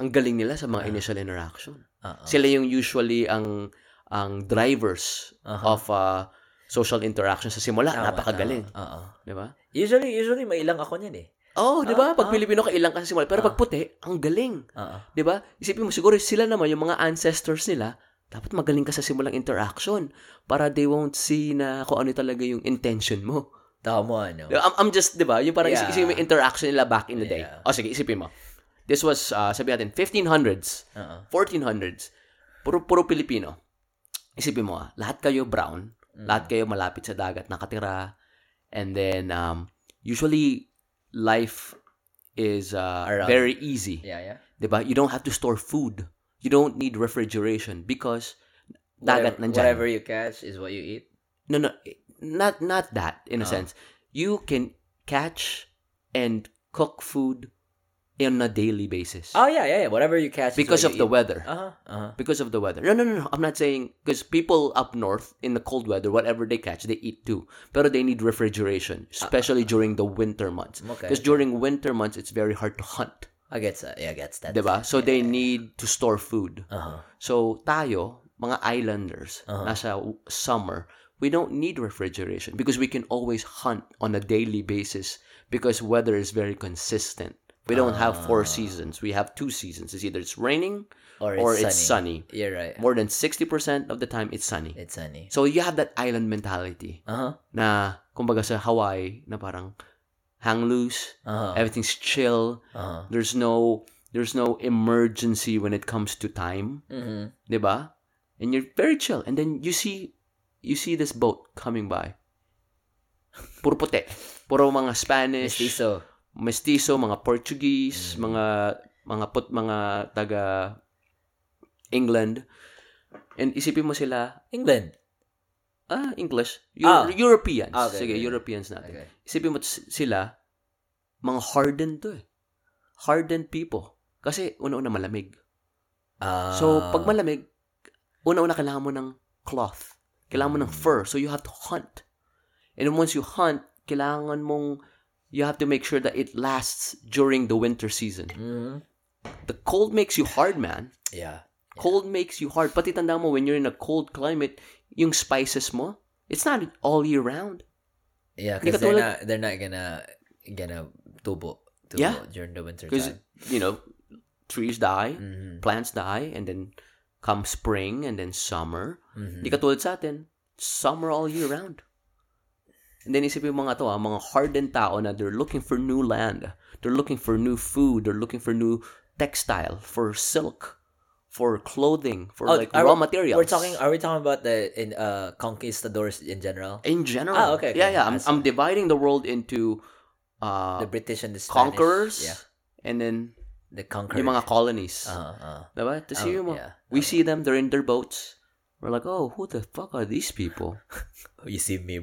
Speaker 1: ang galing nila sa mga initial interaction.
Speaker 2: Uh-uh.
Speaker 1: Sila yung usually ang ang drivers
Speaker 2: Uh-huh.
Speaker 1: of uh, social interaction sa simula.
Speaker 2: Tama,
Speaker 1: Napakagaling.
Speaker 2: tama. Oo.
Speaker 1: Di ba?
Speaker 2: Uh-uh, Usually, usually may ilang ako niyan eh.
Speaker 1: Oh, di
Speaker 2: Ah,
Speaker 1: ba?
Speaker 2: ah.
Speaker 1: Pag Pilipino ka, ilang ka sa simula. Pero
Speaker 2: Ah.
Speaker 1: pag puti, ang galing.
Speaker 2: Oo.
Speaker 1: Di ba? Isipin mo, siguro sila naman, yung mga ancestors nila, dapat magaling ka sa simulang interaction para they won't see na kung ano talaga yung intention mo.
Speaker 2: Tama, ano?
Speaker 1: I'm, I'm just, di ba? Yung parang
Speaker 2: Yeah.
Speaker 1: isi- isipin mo yung interaction nila back in the day.
Speaker 2: Yeah.
Speaker 1: O sige, isipin mo. This was, uh, sabi natin, 1500s,
Speaker 2: Oo.
Speaker 1: 1400s. Puro, puro Pilipino. Isipin mo ah, lahat kayo brown,
Speaker 2: Mm.
Speaker 1: lahat kayo malapit sa dagat nakatira, and then, um, usually, life is uh,
Speaker 2: Around.
Speaker 1: very easy.
Speaker 2: Yeah, yeah.
Speaker 1: 'di ba? You don't have to store food. You don't need refrigeration because
Speaker 2: Whatever-
Speaker 1: dagat nandyan.
Speaker 2: Whatever you catch is what you eat.
Speaker 1: No, no, not not that in
Speaker 2: Ah.
Speaker 1: a sense. You can catch and cook food on a daily basis
Speaker 2: Oh, yeah, yeah, yeah. Whatever you catch
Speaker 1: because of the weather.
Speaker 2: Uh-huh, uh-huh.
Speaker 1: Because of the weather. No, no, no, no. I'm not saying because people up north in the cold weather, whatever they catch, they eat too. But they need refrigeration, especially during the winter months.
Speaker 2: Ah, Okay.
Speaker 1: Because during winter months, it's very hard to hunt,
Speaker 2: I get that. Yeah, I get that.
Speaker 1: 'di ba? So they need to store food.
Speaker 2: Uh-huh.
Speaker 1: So tayo, mga islanders,
Speaker 2: Uh-huh.
Speaker 1: nasa w- summer, we don't need refrigeration because we can always hunt on a daily basis because weather is very consistent. We don't have four seasons. We have two seasons. It's either it's raining
Speaker 2: Ah. Or
Speaker 1: or,
Speaker 2: it's
Speaker 1: it's sunny.
Speaker 2: You're right.
Speaker 1: More than 60% of the time it's sunny.
Speaker 2: It's sunny.
Speaker 1: So you have that island mentality
Speaker 2: Uh-huh.
Speaker 1: na kumbaga sa Hawaii na parang hang loose,
Speaker 2: Uh-huh.
Speaker 1: everything's chill.
Speaker 2: Uh-huh.
Speaker 1: There's no there's no emergency when it comes to time.
Speaker 2: Mm-hmm.
Speaker 1: 'di ba? Diba? And you're very chill. And then you see you see this boat coming by. Puro puti. Puro mga Spanish, mestizo,
Speaker 2: Mestizo.
Speaker 1: mga Portuguese,
Speaker 2: Mm.
Speaker 1: mga mga put mga taga England. And isipin mo sila,
Speaker 2: England.
Speaker 1: ah, English,
Speaker 2: Ah.
Speaker 1: Eu- Europeans.
Speaker 2: Okay,
Speaker 1: Sige,
Speaker 2: okay.
Speaker 1: Europeans natin.
Speaker 2: Okay.
Speaker 1: Isipin mo s- sila, mga hardened to eh. Hardened people. Kasi una-una malamig.
Speaker 2: Uh,
Speaker 1: So, pag malamig, una-una kailangan mo ng cloth. Kailangan mo ng fur. So, you have to hunt. And then once you hunt, kailangan mong, you have to make sure that it lasts during the winter season.
Speaker 2: Mhm.
Speaker 1: The cold makes you hard, man.
Speaker 2: Yeah.
Speaker 1: Cold makes you hard. Pati tanda mo, when you're in a cold climate, yung spices mo, it's not all year round.
Speaker 2: Yeah,
Speaker 1: Hindi
Speaker 2: because they're
Speaker 1: katulad-
Speaker 2: not, they're not gonna, gonna tubo, tubo
Speaker 1: Yeah.
Speaker 2: during the winter
Speaker 1: Because,
Speaker 2: time.
Speaker 1: you know, trees die,
Speaker 2: Mm-hmm.
Speaker 1: plants die, and then come spring and then summer.
Speaker 2: Mm-hmm.
Speaker 1: Hindi katulad sa atin, summer all year round. And then isipin mo mga to, ah, mga hardened tao na they're looking for new land. They're looking for new food. They're looking for new textile, for silk, for clothing, for like raw materials.
Speaker 2: Oh, We're talking, are we talking about the in uh, conquistadors in general?
Speaker 1: in general.
Speaker 2: Ah, okay, okay.
Speaker 1: Yeah, yeah. I'm,
Speaker 2: I see.
Speaker 1: I'm dividing the world into uh,
Speaker 2: the British and the Spanish.
Speaker 1: conquerors
Speaker 2: Yeah.
Speaker 1: and then
Speaker 2: The conquerors.
Speaker 1: yung mga colonies.
Speaker 2: Uh-huh, uh-huh.
Speaker 1: Diba? Tapos
Speaker 2: Oh,
Speaker 1: yun mo,
Speaker 2: yeah.
Speaker 1: we see them, they're in their boats. We're like, oh, who the fuck are these people?
Speaker 2: You see me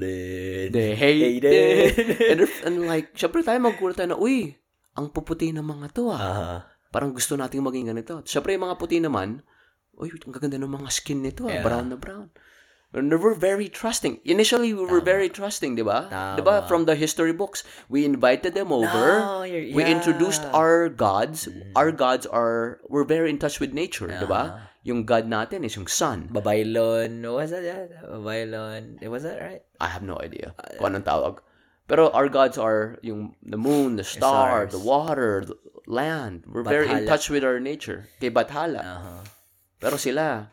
Speaker 2: rolling.
Speaker 1: They hate
Speaker 2: Hated.
Speaker 1: it. and, if- and like, syempre tayo magkura tayo na, uy, ang puputi ng mga to ah.
Speaker 2: Uh-huh.
Speaker 1: Parang gusto nating maging ganito. Syempre yung mga puti naman, uy, ang gaganda ng mga skin nito ah.
Speaker 2: Yeah.
Speaker 1: Brown na brown. And we were very trusting. Initially, we were very trusting, di ba?
Speaker 2: Tama.
Speaker 1: Di ba? From the history books, we invited them over.
Speaker 2: No, you're-
Speaker 1: We
Speaker 2: yeah. Mm.
Speaker 1: introduced our gods. Our gods are, we're very in touch with nature, di ba?
Speaker 2: Uh-huh.
Speaker 1: Yung god natin is yung sun.
Speaker 2: Babaylon. What was that? Yeah? Babaylon. Was that right?
Speaker 1: I have no idea
Speaker 2: Uh,
Speaker 1: kung anong tawag. Pero our gods are yung the moon, the star,
Speaker 2: stars.
Speaker 1: the water, the land. We're very in
Speaker 2: Bathala.
Speaker 1: touch with our nature. Kay Bathala.
Speaker 2: Uh-huh.
Speaker 1: Pero sila,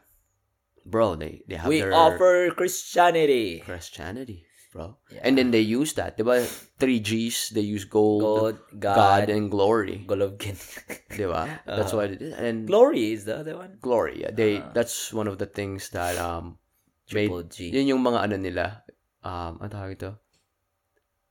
Speaker 1: bro, they they have
Speaker 2: We
Speaker 1: their
Speaker 2: offer Christianity.
Speaker 1: Christianity, bro.
Speaker 2: Yeah.
Speaker 1: And then they use that. Diba? Three Gs, they use gold,
Speaker 2: God, God,
Speaker 1: and glory.
Speaker 2: Golovkin.
Speaker 1: Diba? That's
Speaker 2: Uh-huh.
Speaker 1: what it is. And
Speaker 2: Glory is the other one.
Speaker 1: glory. yeah, They,
Speaker 2: Uh-huh.
Speaker 1: that's one of the things that um, made
Speaker 2: Triple G.
Speaker 1: Yun yung mga ano nila. Um, ang tawag ito?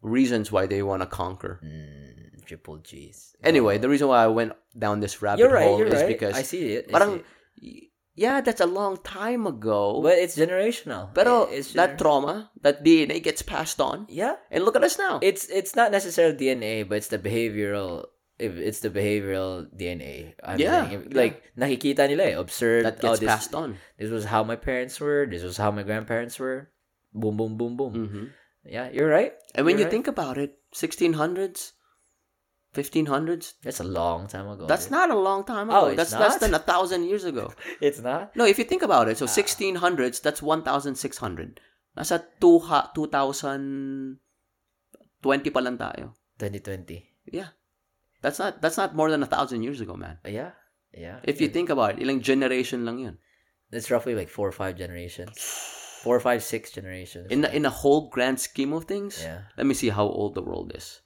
Speaker 1: reasons why they want to conquer.
Speaker 2: Mm, triple G's.
Speaker 1: Anyway, the reason why I went down this rabbit
Speaker 2: you're right.
Speaker 1: hole
Speaker 2: You're
Speaker 1: is
Speaker 2: right.
Speaker 1: because
Speaker 2: I see it. I see
Speaker 1: parang
Speaker 2: it.
Speaker 1: y- yeah, that's a long time ago.
Speaker 2: but it's generational.
Speaker 1: Pero
Speaker 2: It- it's
Speaker 1: that
Speaker 2: gener-
Speaker 1: trauma, that DNA gets passed on.
Speaker 2: yeah,
Speaker 1: And look at us now.
Speaker 2: it's it's not necessarily DNA, but it's the behavioral. if It's the behavioral DNA. I'm
Speaker 1: Yeah,
Speaker 2: saying.
Speaker 1: yeah.
Speaker 2: like nakikita nila eh. Observed.
Speaker 1: that
Speaker 2: oh,
Speaker 1: gets
Speaker 2: this,
Speaker 1: passed on.
Speaker 2: this was how my parents were. This was how my grandparents were. Boom, boom, boom, boom.
Speaker 1: hmm
Speaker 2: Yeah, you're right.
Speaker 1: And when
Speaker 2: Mm-hmm. You're
Speaker 1: you
Speaker 2: right.
Speaker 1: think about it, 1600s, 1500s,
Speaker 2: That's a long time ago.
Speaker 1: that's
Speaker 2: dude.
Speaker 1: not a long time
Speaker 2: Oh,
Speaker 1: ago.
Speaker 2: it's
Speaker 1: that's less
Speaker 2: not?
Speaker 1: than a thousand years ago.
Speaker 2: It's not.
Speaker 1: No, if you think about
Speaker 2: Ah.
Speaker 1: it, so 1600s, that's 1,600. Nasa 2,000, 2020 pa lang tayo.
Speaker 2: 2020.
Speaker 1: Yeah. That's not that's not more than a thousand years ago, man.
Speaker 2: Oh, Yeah, yeah.
Speaker 1: If you
Speaker 2: It-
Speaker 1: think about it, ilang generation lang yun.
Speaker 2: it's roughly like four or five generations, four or five six generations.
Speaker 1: In a, in a whole grand scheme of things,
Speaker 2: yeah,
Speaker 1: let me see how old the world is.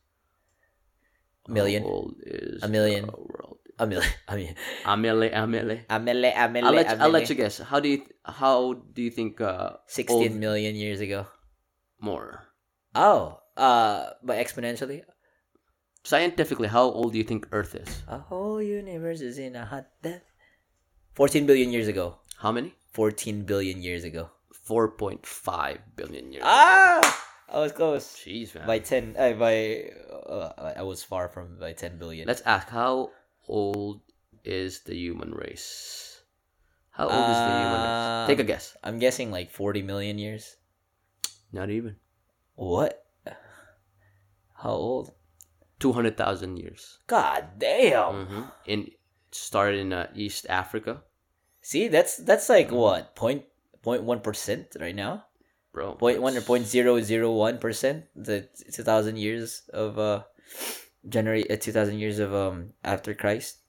Speaker 2: Million.
Speaker 1: How old is
Speaker 2: A million.
Speaker 1: the world?
Speaker 2: a million. I mean,
Speaker 1: Amele, amele.
Speaker 2: amele, amele,
Speaker 1: I'll let, I'll
Speaker 2: amele.
Speaker 1: let you guess. How do you how do you think uh,
Speaker 2: 16 million years ago.
Speaker 1: more
Speaker 2: Oh, uh, but exponentially,
Speaker 1: scientifically? How old do you think Earth is?
Speaker 2: a whole universe is in a hot death. 14 billion years ago.
Speaker 1: How many?
Speaker 2: 14 billion years ago.
Speaker 1: Four point five billion years.
Speaker 2: Ah, I was close.
Speaker 1: jeez, man.
Speaker 2: By 10, uh, by, uh, I was far from by 10 billion.
Speaker 1: Let's ask how old is the human race? How old is the human race? Take a
Speaker 2: Um,
Speaker 1: guess.
Speaker 2: I'm guessing like 40 million years.
Speaker 1: Not even
Speaker 2: What? How old?
Speaker 1: two hundred thousand years.
Speaker 2: God damn.
Speaker 1: hmm In started in uh, East Africa,
Speaker 2: See, that's that's like what point point one percent right now.
Speaker 1: bro.
Speaker 2: Point one or
Speaker 1: that's-
Speaker 2: point zero zero one percent. The two thousand years of uh, generate uh, two thousand years of um after Christ.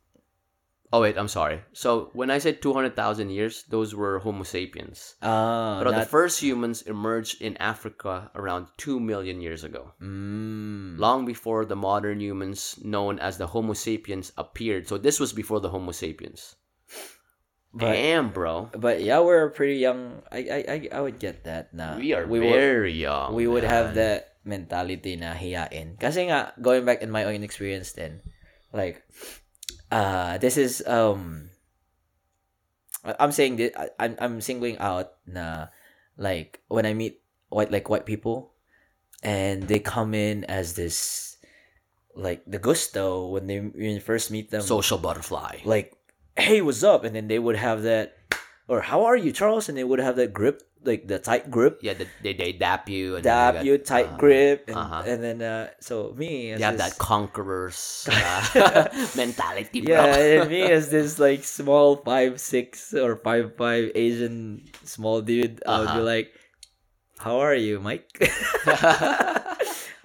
Speaker 1: Oh wait, I'm sorry. So when I said two hundred thousand years, those were Homo sapiens.
Speaker 2: Ah,
Speaker 1: But the
Speaker 2: not,
Speaker 1: first humans emerged in Africa around 2 million years ago,
Speaker 2: mm,
Speaker 1: long before the modern humans known as the Homo sapiens appeared. So this was before the Homo sapiens.
Speaker 2: But-
Speaker 1: Damn, bro.
Speaker 2: but yeah, we're pretty young. I I I, I would get that now.
Speaker 1: We are
Speaker 2: were-
Speaker 1: very
Speaker 2: uh,
Speaker 1: young.
Speaker 2: we would have
Speaker 1: Oh, man.
Speaker 2: that mentality na hiyain. Kasi nga, going back in my own experience then like, uh, this is, um, I- I'm saying, this, I, I'm, I'm singling out na, like, when I meet white, like, white people, and they come in as this, like, the gusto when they when you first meet them.
Speaker 1: social butterfly.
Speaker 2: um, like, hey, what's up? And then they would have that, or how are you, Charles? And they would have that grip, like, the tight grip
Speaker 1: yeah, they, they, they dap you. And then
Speaker 2: dab you
Speaker 1: got,
Speaker 2: tight
Speaker 1: uh,
Speaker 2: grip and,
Speaker 1: uh-huh.
Speaker 2: and then uh so me as
Speaker 1: You have
Speaker 2: this,
Speaker 1: that conqueror's uh, mentality, bro.
Speaker 2: yeah and me as this like small five six or five five asian small dude i would be
Speaker 1: Uh-huh.
Speaker 2: like how are you mike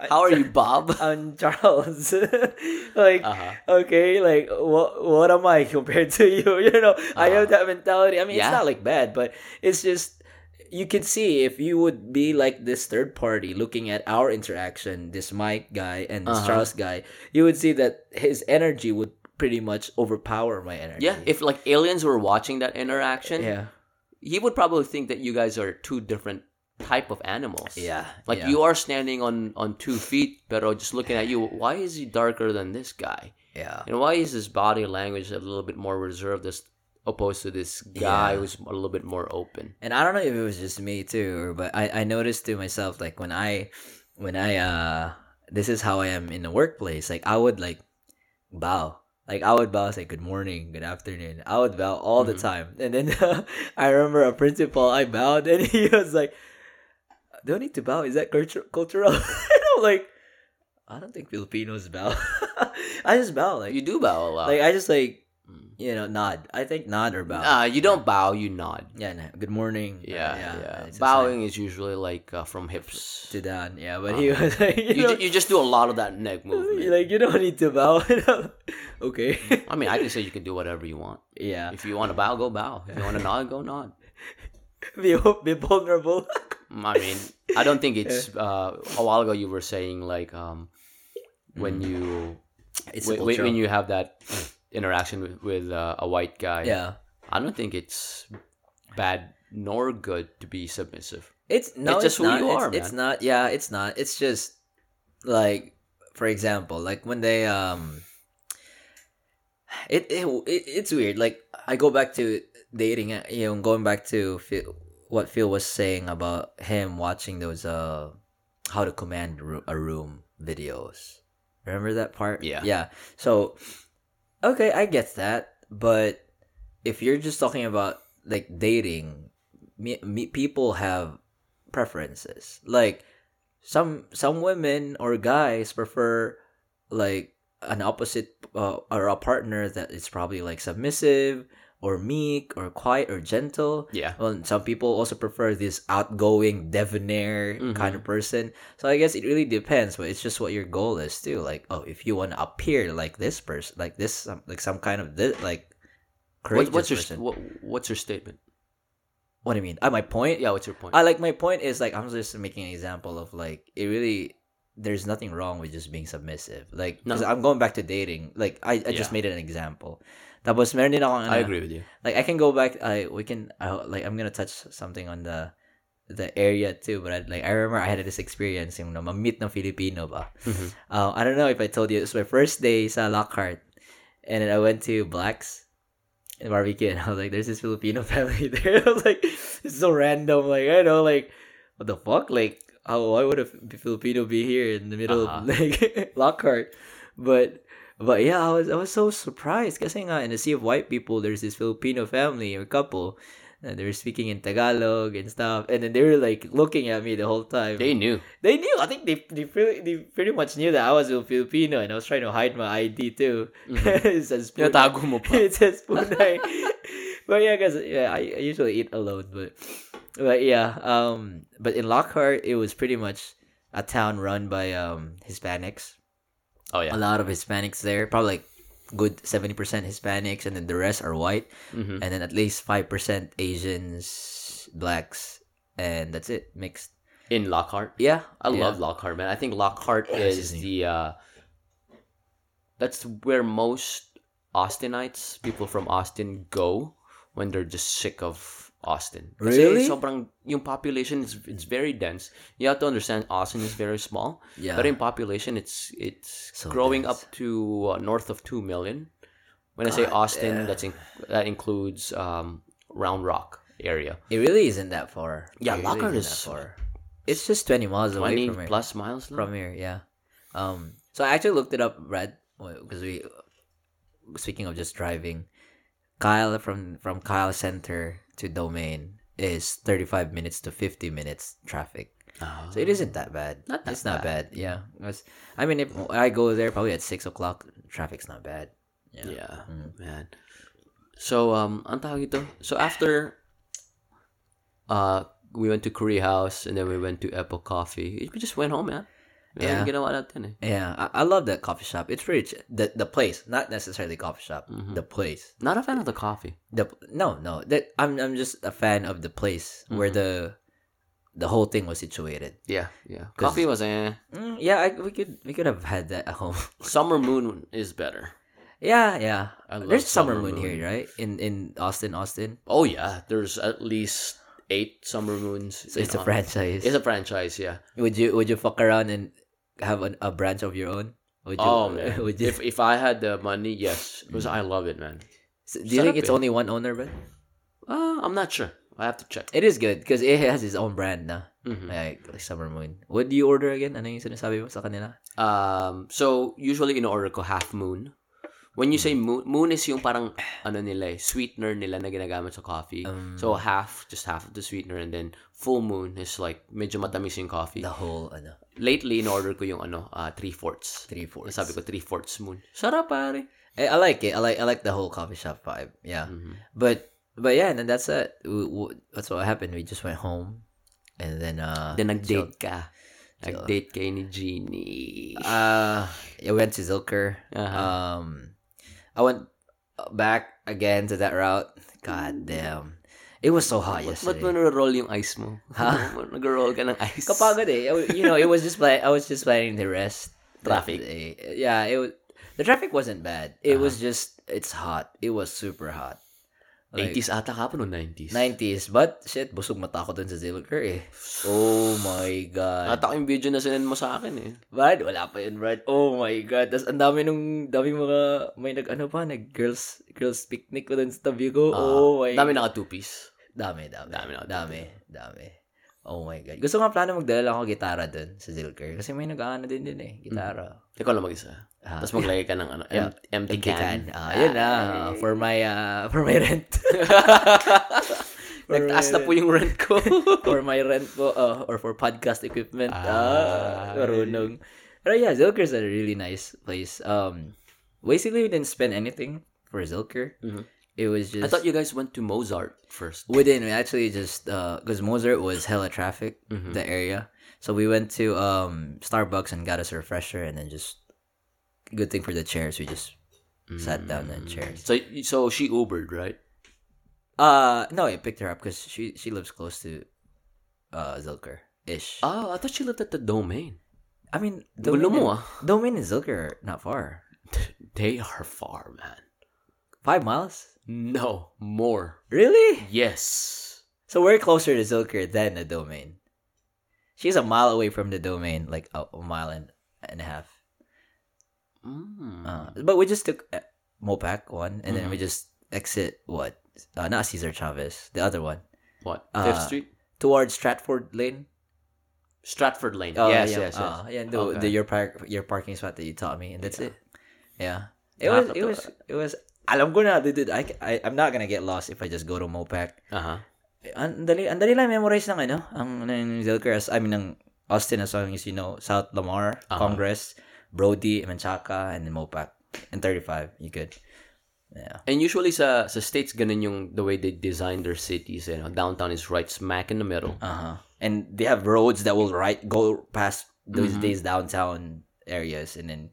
Speaker 1: How are you, Bob?
Speaker 2: i'm charles like
Speaker 1: Uh-huh.
Speaker 2: okay like what what am i compared to you you know i have that mentality i mean it's
Speaker 1: Uh-huh. Yeah.
Speaker 2: not like bad but it's just you can see if you would be like this third party looking at our interaction this mike guy and this
Speaker 1: Uh-huh.
Speaker 2: charles guy you would see that his energy would pretty much overpower my energy
Speaker 1: Yeah, if like aliens were watching that interaction,
Speaker 2: yeah
Speaker 1: he would probably think that you guys are two different type of animals.
Speaker 2: yeah
Speaker 1: Like
Speaker 2: yeah,
Speaker 1: you are standing on on two feet, pero just looking at you, why is he darker than this guy?
Speaker 2: yeah
Speaker 1: And why is his body language a little bit more reserved as opposed to this guy
Speaker 2: Yeah.
Speaker 1: who's a little bit more open?
Speaker 2: and I don't know if it was just me too, or but I, I noticed to myself like when I when I uh this is how I am in the workplace. Like I would like bow. Like I would bow, say good morning, good afternoon. I would bow all the
Speaker 1: Mhm.
Speaker 2: time. And then I remember a principal, I bowed and he was like, "Don't need to bow. Is that cultu- cultural?" and I'm like, "I don't think Filipinos bow. I just bow like
Speaker 1: You do bow a lot.
Speaker 2: like I just like
Speaker 1: Mm.
Speaker 2: you know nod. I think nod or bow.
Speaker 1: Ah, you don't bow, you nod.
Speaker 2: Yeah, no. good morning. Uh,
Speaker 1: Yeah,
Speaker 2: it's
Speaker 1: yeah.
Speaker 2: just like-
Speaker 1: Bowing is usually like uh, from hips.
Speaker 2: to Dan, yeah, but he was like, you,
Speaker 1: Ah. You,
Speaker 2: know,
Speaker 1: ju- you just do a lot of that neck movement.
Speaker 2: like you don't need to bow. And I'm, okay.
Speaker 1: I mean, I can say you can do whatever you want.
Speaker 2: yeah,
Speaker 1: If you want to bow, go bow. If you want to nod, go nod.
Speaker 2: be be vulnerable.
Speaker 1: Mm, I mean, I don't think it's uh, a while ago you were saying like um, when you
Speaker 2: Mm. It's
Speaker 1: when, when- when you have that interaction with, with uh, a white guy.
Speaker 2: yeah,
Speaker 1: I don't think it's bad nor good to be submissive.
Speaker 2: it's no, it's
Speaker 1: It's just who
Speaker 2: not.
Speaker 1: you
Speaker 2: it's,
Speaker 1: are,
Speaker 2: it's not. Yeah, it's not. It's just like for example like when they um it, it, it it's weird like i go back to dating uh, you know going back to phil, what phil was saying about him watching those uh how to command ro- a room videos remember that part
Speaker 1: Yeah.
Speaker 2: yeah so okay i get that but if you're just talking about like dating me, me people have preferences like some some women or guys prefer like an opposite uh, or a partner that is probably like submissive or meek or quiet or gentle.
Speaker 1: Yeah.
Speaker 2: Well, and some people also prefer this outgoing, debonair
Speaker 1: Mhm.
Speaker 2: kind of person. So I guess it really depends, but it's just what your goal is too. Like, oh, if you want to appear like this person, like this, um, like some kind of this, like
Speaker 1: What,
Speaker 2: courageous
Speaker 1: what's your
Speaker 2: person. What,
Speaker 1: what, what's your statement?
Speaker 2: do you mean? Ah, my point.
Speaker 1: Yeah, what's your point?
Speaker 2: I like my point is like I'm just making an example of like it really there's nothing wrong with just being submissive. Like 'cause
Speaker 1: No.
Speaker 2: I'm going back to dating. Like I, I just
Speaker 1: Yeah.
Speaker 2: made it an example. Tapos meron din akong ano,
Speaker 1: I agree with you.
Speaker 2: Like I can go back I we can I, like I'm going to touch something on the the area too but I, like I remember I had this experience yung na meet ng Filipino ba.
Speaker 1: Mhm.
Speaker 2: Uh, I don't know if I told you it's my first day sa Lockhart and then I went to Black's and barbecue and I was like, there's this Filipino family there. I was like, it's so random. Like, I know, like, what the fuck? Like, how, why would a Fi- Filipino be here in the middle
Speaker 1: Uh-huh.
Speaker 2: of like Lockhart? But, but yeah, I was I was so surprised. Kasi nga, in a sea of white people, there's this Filipino family or couple. And they were speaking in Tagalog and stuff. And then they were like looking at me the whole time.
Speaker 1: They knew.
Speaker 2: They knew. I think they they pretty, they pretty much knew that I was a Filipino and I was trying to hide my ID too.
Speaker 1: Mm-hmm.
Speaker 2: it says Punay.
Speaker 1: Tinatago mo pa.
Speaker 2: it says Punay. but yeah, guys, yeah, I, I usually eat alone, but but yeah, um, but in Lockhart, it was pretty much a town run by um Hispanics.
Speaker 1: Oh
Speaker 2: A
Speaker 1: yeah.
Speaker 2: lot of Hispanics there, probably like good seventy percent Hispanics, and then the rest are white,
Speaker 1: Mhm.
Speaker 2: and then at least five percent Asians, blacks, and that's it, mixed.
Speaker 1: In Lockhart.
Speaker 2: Yeah,
Speaker 1: I
Speaker 2: yeah.
Speaker 1: love Lockhart, man. I think Lockhart
Speaker 2: Yes,
Speaker 1: is
Speaker 2: isn't
Speaker 1: the uh that's where most Austinites, people from Austin go when they're just sick of Austin.
Speaker 2: Really?
Speaker 1: Kasi sobrang yung population is it's very dense. You have to understand Austin is very small.
Speaker 2: Yeah.
Speaker 1: But in population it's it's
Speaker 2: So
Speaker 1: growing
Speaker 2: dense.
Speaker 1: up to uh, north of 2 million. When I say Austin, that's in, that includes um, Round Rock area.
Speaker 2: It really isn't that far.
Speaker 1: Yeah,
Speaker 2: It
Speaker 1: Lockhart
Speaker 2: really
Speaker 1: is
Speaker 2: isn't that far. It's just twenty miles away
Speaker 1: 20
Speaker 2: from here.
Speaker 1: plus miles lang.
Speaker 2: From here, yeah. Um, so I actually looked it up, Brad, because we. Speaking of just driving, Kyle from from Kyle Center to Domain is thirty five minutes to fifty minutes traffic.
Speaker 1: Ah.
Speaker 2: So it isn't that bad.
Speaker 1: Not that
Speaker 2: it's not bad. Yeah. It's- I mean, if I go there probably at six o'clock, traffic's not bad. Yeah.
Speaker 1: Yeah,
Speaker 2: Mm.
Speaker 1: man. So um ang tawag ito. So after uh we went to Curry House and then we went to Apple Coffee. We just went home, man.
Speaker 2: Yeah.
Speaker 1: Yeah. Ginawa natin eh.
Speaker 2: Yeah, I, I love that coffee shop. It's rich. The the place, not necessarily coffee shop.
Speaker 1: Mm-hmm.
Speaker 2: The place.
Speaker 1: Not a fan of the coffee.
Speaker 2: the no no that I'm I'm just a fan of the place where the
Speaker 1: Mm-hmm.
Speaker 2: the whole thing was situated.
Speaker 1: Yeah, yeah.
Speaker 2: 'Cause-
Speaker 1: Coffee was eh.
Speaker 2: Mm, yeah, I, we could we could have had that at home.
Speaker 1: Summer Moon is better.
Speaker 2: yeah, yeah.
Speaker 1: I love
Speaker 2: There's summer,
Speaker 1: Summer
Speaker 2: moon,
Speaker 1: Moon.
Speaker 2: here, right? In in Austin, Austin.
Speaker 1: Oh yeah, there's at least eight Summer Moons.
Speaker 2: So it's a
Speaker 1: in Au-
Speaker 2: franchise.
Speaker 1: It's a franchise, yeah.
Speaker 2: would you would you fuck around and have an, a branch of your own? Would you,
Speaker 1: Oh man,
Speaker 2: Would you, Mm.
Speaker 1: if if I had the money, yes, because I love it, man.
Speaker 2: do you think
Speaker 1: sarap
Speaker 2: it's
Speaker 1: eh.
Speaker 2: only one owner, but
Speaker 1: Uh, I'm not sure. I have to check.
Speaker 2: it is good because it has its own brand na.
Speaker 1: Mhm.
Speaker 2: Like, like summer moon. What do you order again? Ano yung sinasabi mo sa kanila?
Speaker 1: Um, so usually in order ko half moon. When you
Speaker 2: Mm.
Speaker 1: say moon, moon is yung parang ano nila eh, sweetener nila na ginagamit sa coffee.
Speaker 2: Um,
Speaker 1: so half, just half of the sweetener and then full moon is like medyo matamis yung coffee.
Speaker 2: The whole ano
Speaker 1: Lately in order ko yung ano, uh, three fourths.
Speaker 2: three four.
Speaker 1: Sabi ko three fourths moon. Sarap pare.
Speaker 2: I, I like it. I like I like the whole coffee shop vibe. Yeah,
Speaker 1: Mhm.
Speaker 2: but but yeah, and then that's it. We, we- that's what happened. We just went home, and then uh,
Speaker 1: Then nag-date ka.
Speaker 2: Chill.
Speaker 1: Nag-date kay ni Jeannie.
Speaker 2: uh, yeah, we went to Zilker.
Speaker 1: Uh-huh.
Speaker 2: Um, I went back again to that route. God damn, it was so hot
Speaker 1: Ba't- Ba't
Speaker 2: yesterday.
Speaker 1: mo nag-roll yung ice mo?
Speaker 2: eh. Ha?
Speaker 1: nag-roll ka ng ice.
Speaker 2: Kapagod eh. You know, it was just like I was just planning the rest.
Speaker 1: Traffic.
Speaker 2: That day. Uh-huh. Yeah, it was. The traffic wasn't bad. It was just it's hot. It was super hot. Like,
Speaker 1: 80s ata ka pa no, 90s.
Speaker 2: 90s. But, shit, busog mata ko dun sa Zilker eh. Oh my God.
Speaker 1: Ata ko yung video na sinend mo sa akin eh.
Speaker 2: Brad, wala pa yun, Brad. Oh my God. Tapos, ang dami nung, dami mga, may nag, ano pa, nag girls, girls picnic ko dun sa tabi ko. oh my
Speaker 1: Ah, Dami naka two-piece.
Speaker 2: Dami, dami.
Speaker 1: Dami
Speaker 2: Dami,
Speaker 1: na-
Speaker 2: dami, Oh my God. Gusto ko nga plano magdala lang ako gitara dun sa Zilker. Kasi may nag-ano din din eh, gitara.
Speaker 1: Ikaw lang mag-isa.
Speaker 2: Ah,
Speaker 1: Tapos maglagay ka ng ano, em-
Speaker 2: empty
Speaker 1: empty, can.
Speaker 2: can. Ah, yun na. ah, for my, ah, for my rent. For
Speaker 1: Nagtaas na
Speaker 2: my
Speaker 1: po yung rent ko.
Speaker 2: for my rent po, ah, or for podcast equipment. Ah,
Speaker 1: Ah.
Speaker 2: marunong. Pero yeah, Zilker's a really nice place. Um, basically, we didn't spend anything for Zilker.
Speaker 1: Mhm.
Speaker 2: It was
Speaker 1: I
Speaker 2: just...
Speaker 1: thought you guys went to Mozart first.
Speaker 2: We didn't. We actually just because Mozart was hella traffic
Speaker 1: Mm-hmm.
Speaker 2: the area, so we went to um Starbucks and got us a refresher, and then just good thing for the chairs. We just sat down in chairs.
Speaker 1: So, so she Ubered, right?
Speaker 2: Uh, no, I picked her up because she she lives close to uh Zilker ish.
Speaker 1: Oh, I thought she lived at the Domain.
Speaker 2: I mean,
Speaker 1: Gulo
Speaker 2: and,
Speaker 1: mo, ah.
Speaker 2: Domain and Zilker are not far,
Speaker 1: They are far, man.
Speaker 2: five miles.
Speaker 1: No, more.
Speaker 2: Really?
Speaker 1: Yes.
Speaker 2: So we're closer to Zilker than the Domain. She's a mile away from the Domain, like a, a mile and, and a half.
Speaker 1: Mm.
Speaker 2: Uh, but we just took uh, Mopac one, and then we
Speaker 1: Mm-hmm.
Speaker 2: just exit what? Uh, not Cesar Chavez, the other one
Speaker 1: what?
Speaker 2: uh,
Speaker 1: Fifth Street?
Speaker 2: towards Stratford Lane.
Speaker 1: Stratford Lane.
Speaker 2: Oh,
Speaker 1: yes,
Speaker 2: yeah.
Speaker 1: yes, yes.
Speaker 2: Uh, yeah, the,
Speaker 1: Okay.
Speaker 2: the your park your parking spot that you taught me, and that's it. Yeah, it was
Speaker 1: Nakakatawa.
Speaker 2: it was it was. Alam ko na, dude, dude, I, I, I'm not gonna get lost if I just go to Mopac.
Speaker 1: uh-huh.
Speaker 2: Ang dali, ang dali lang memorize ng ano, ang ng Zilker, as, I mean, ng Austin as long as you know, South Lamar,
Speaker 1: Uh-huh.
Speaker 2: Congress, Brody, Manchaca, and then Mopac. And 35, you good. Yeah.
Speaker 1: And usually sa sa states ganun yung the way they design their cities, you know, downtown is right smack in the middle.
Speaker 2: Uh-huh. And they have roads that will right go past those
Speaker 1: Mm-hmm.
Speaker 2: days downtown areas and then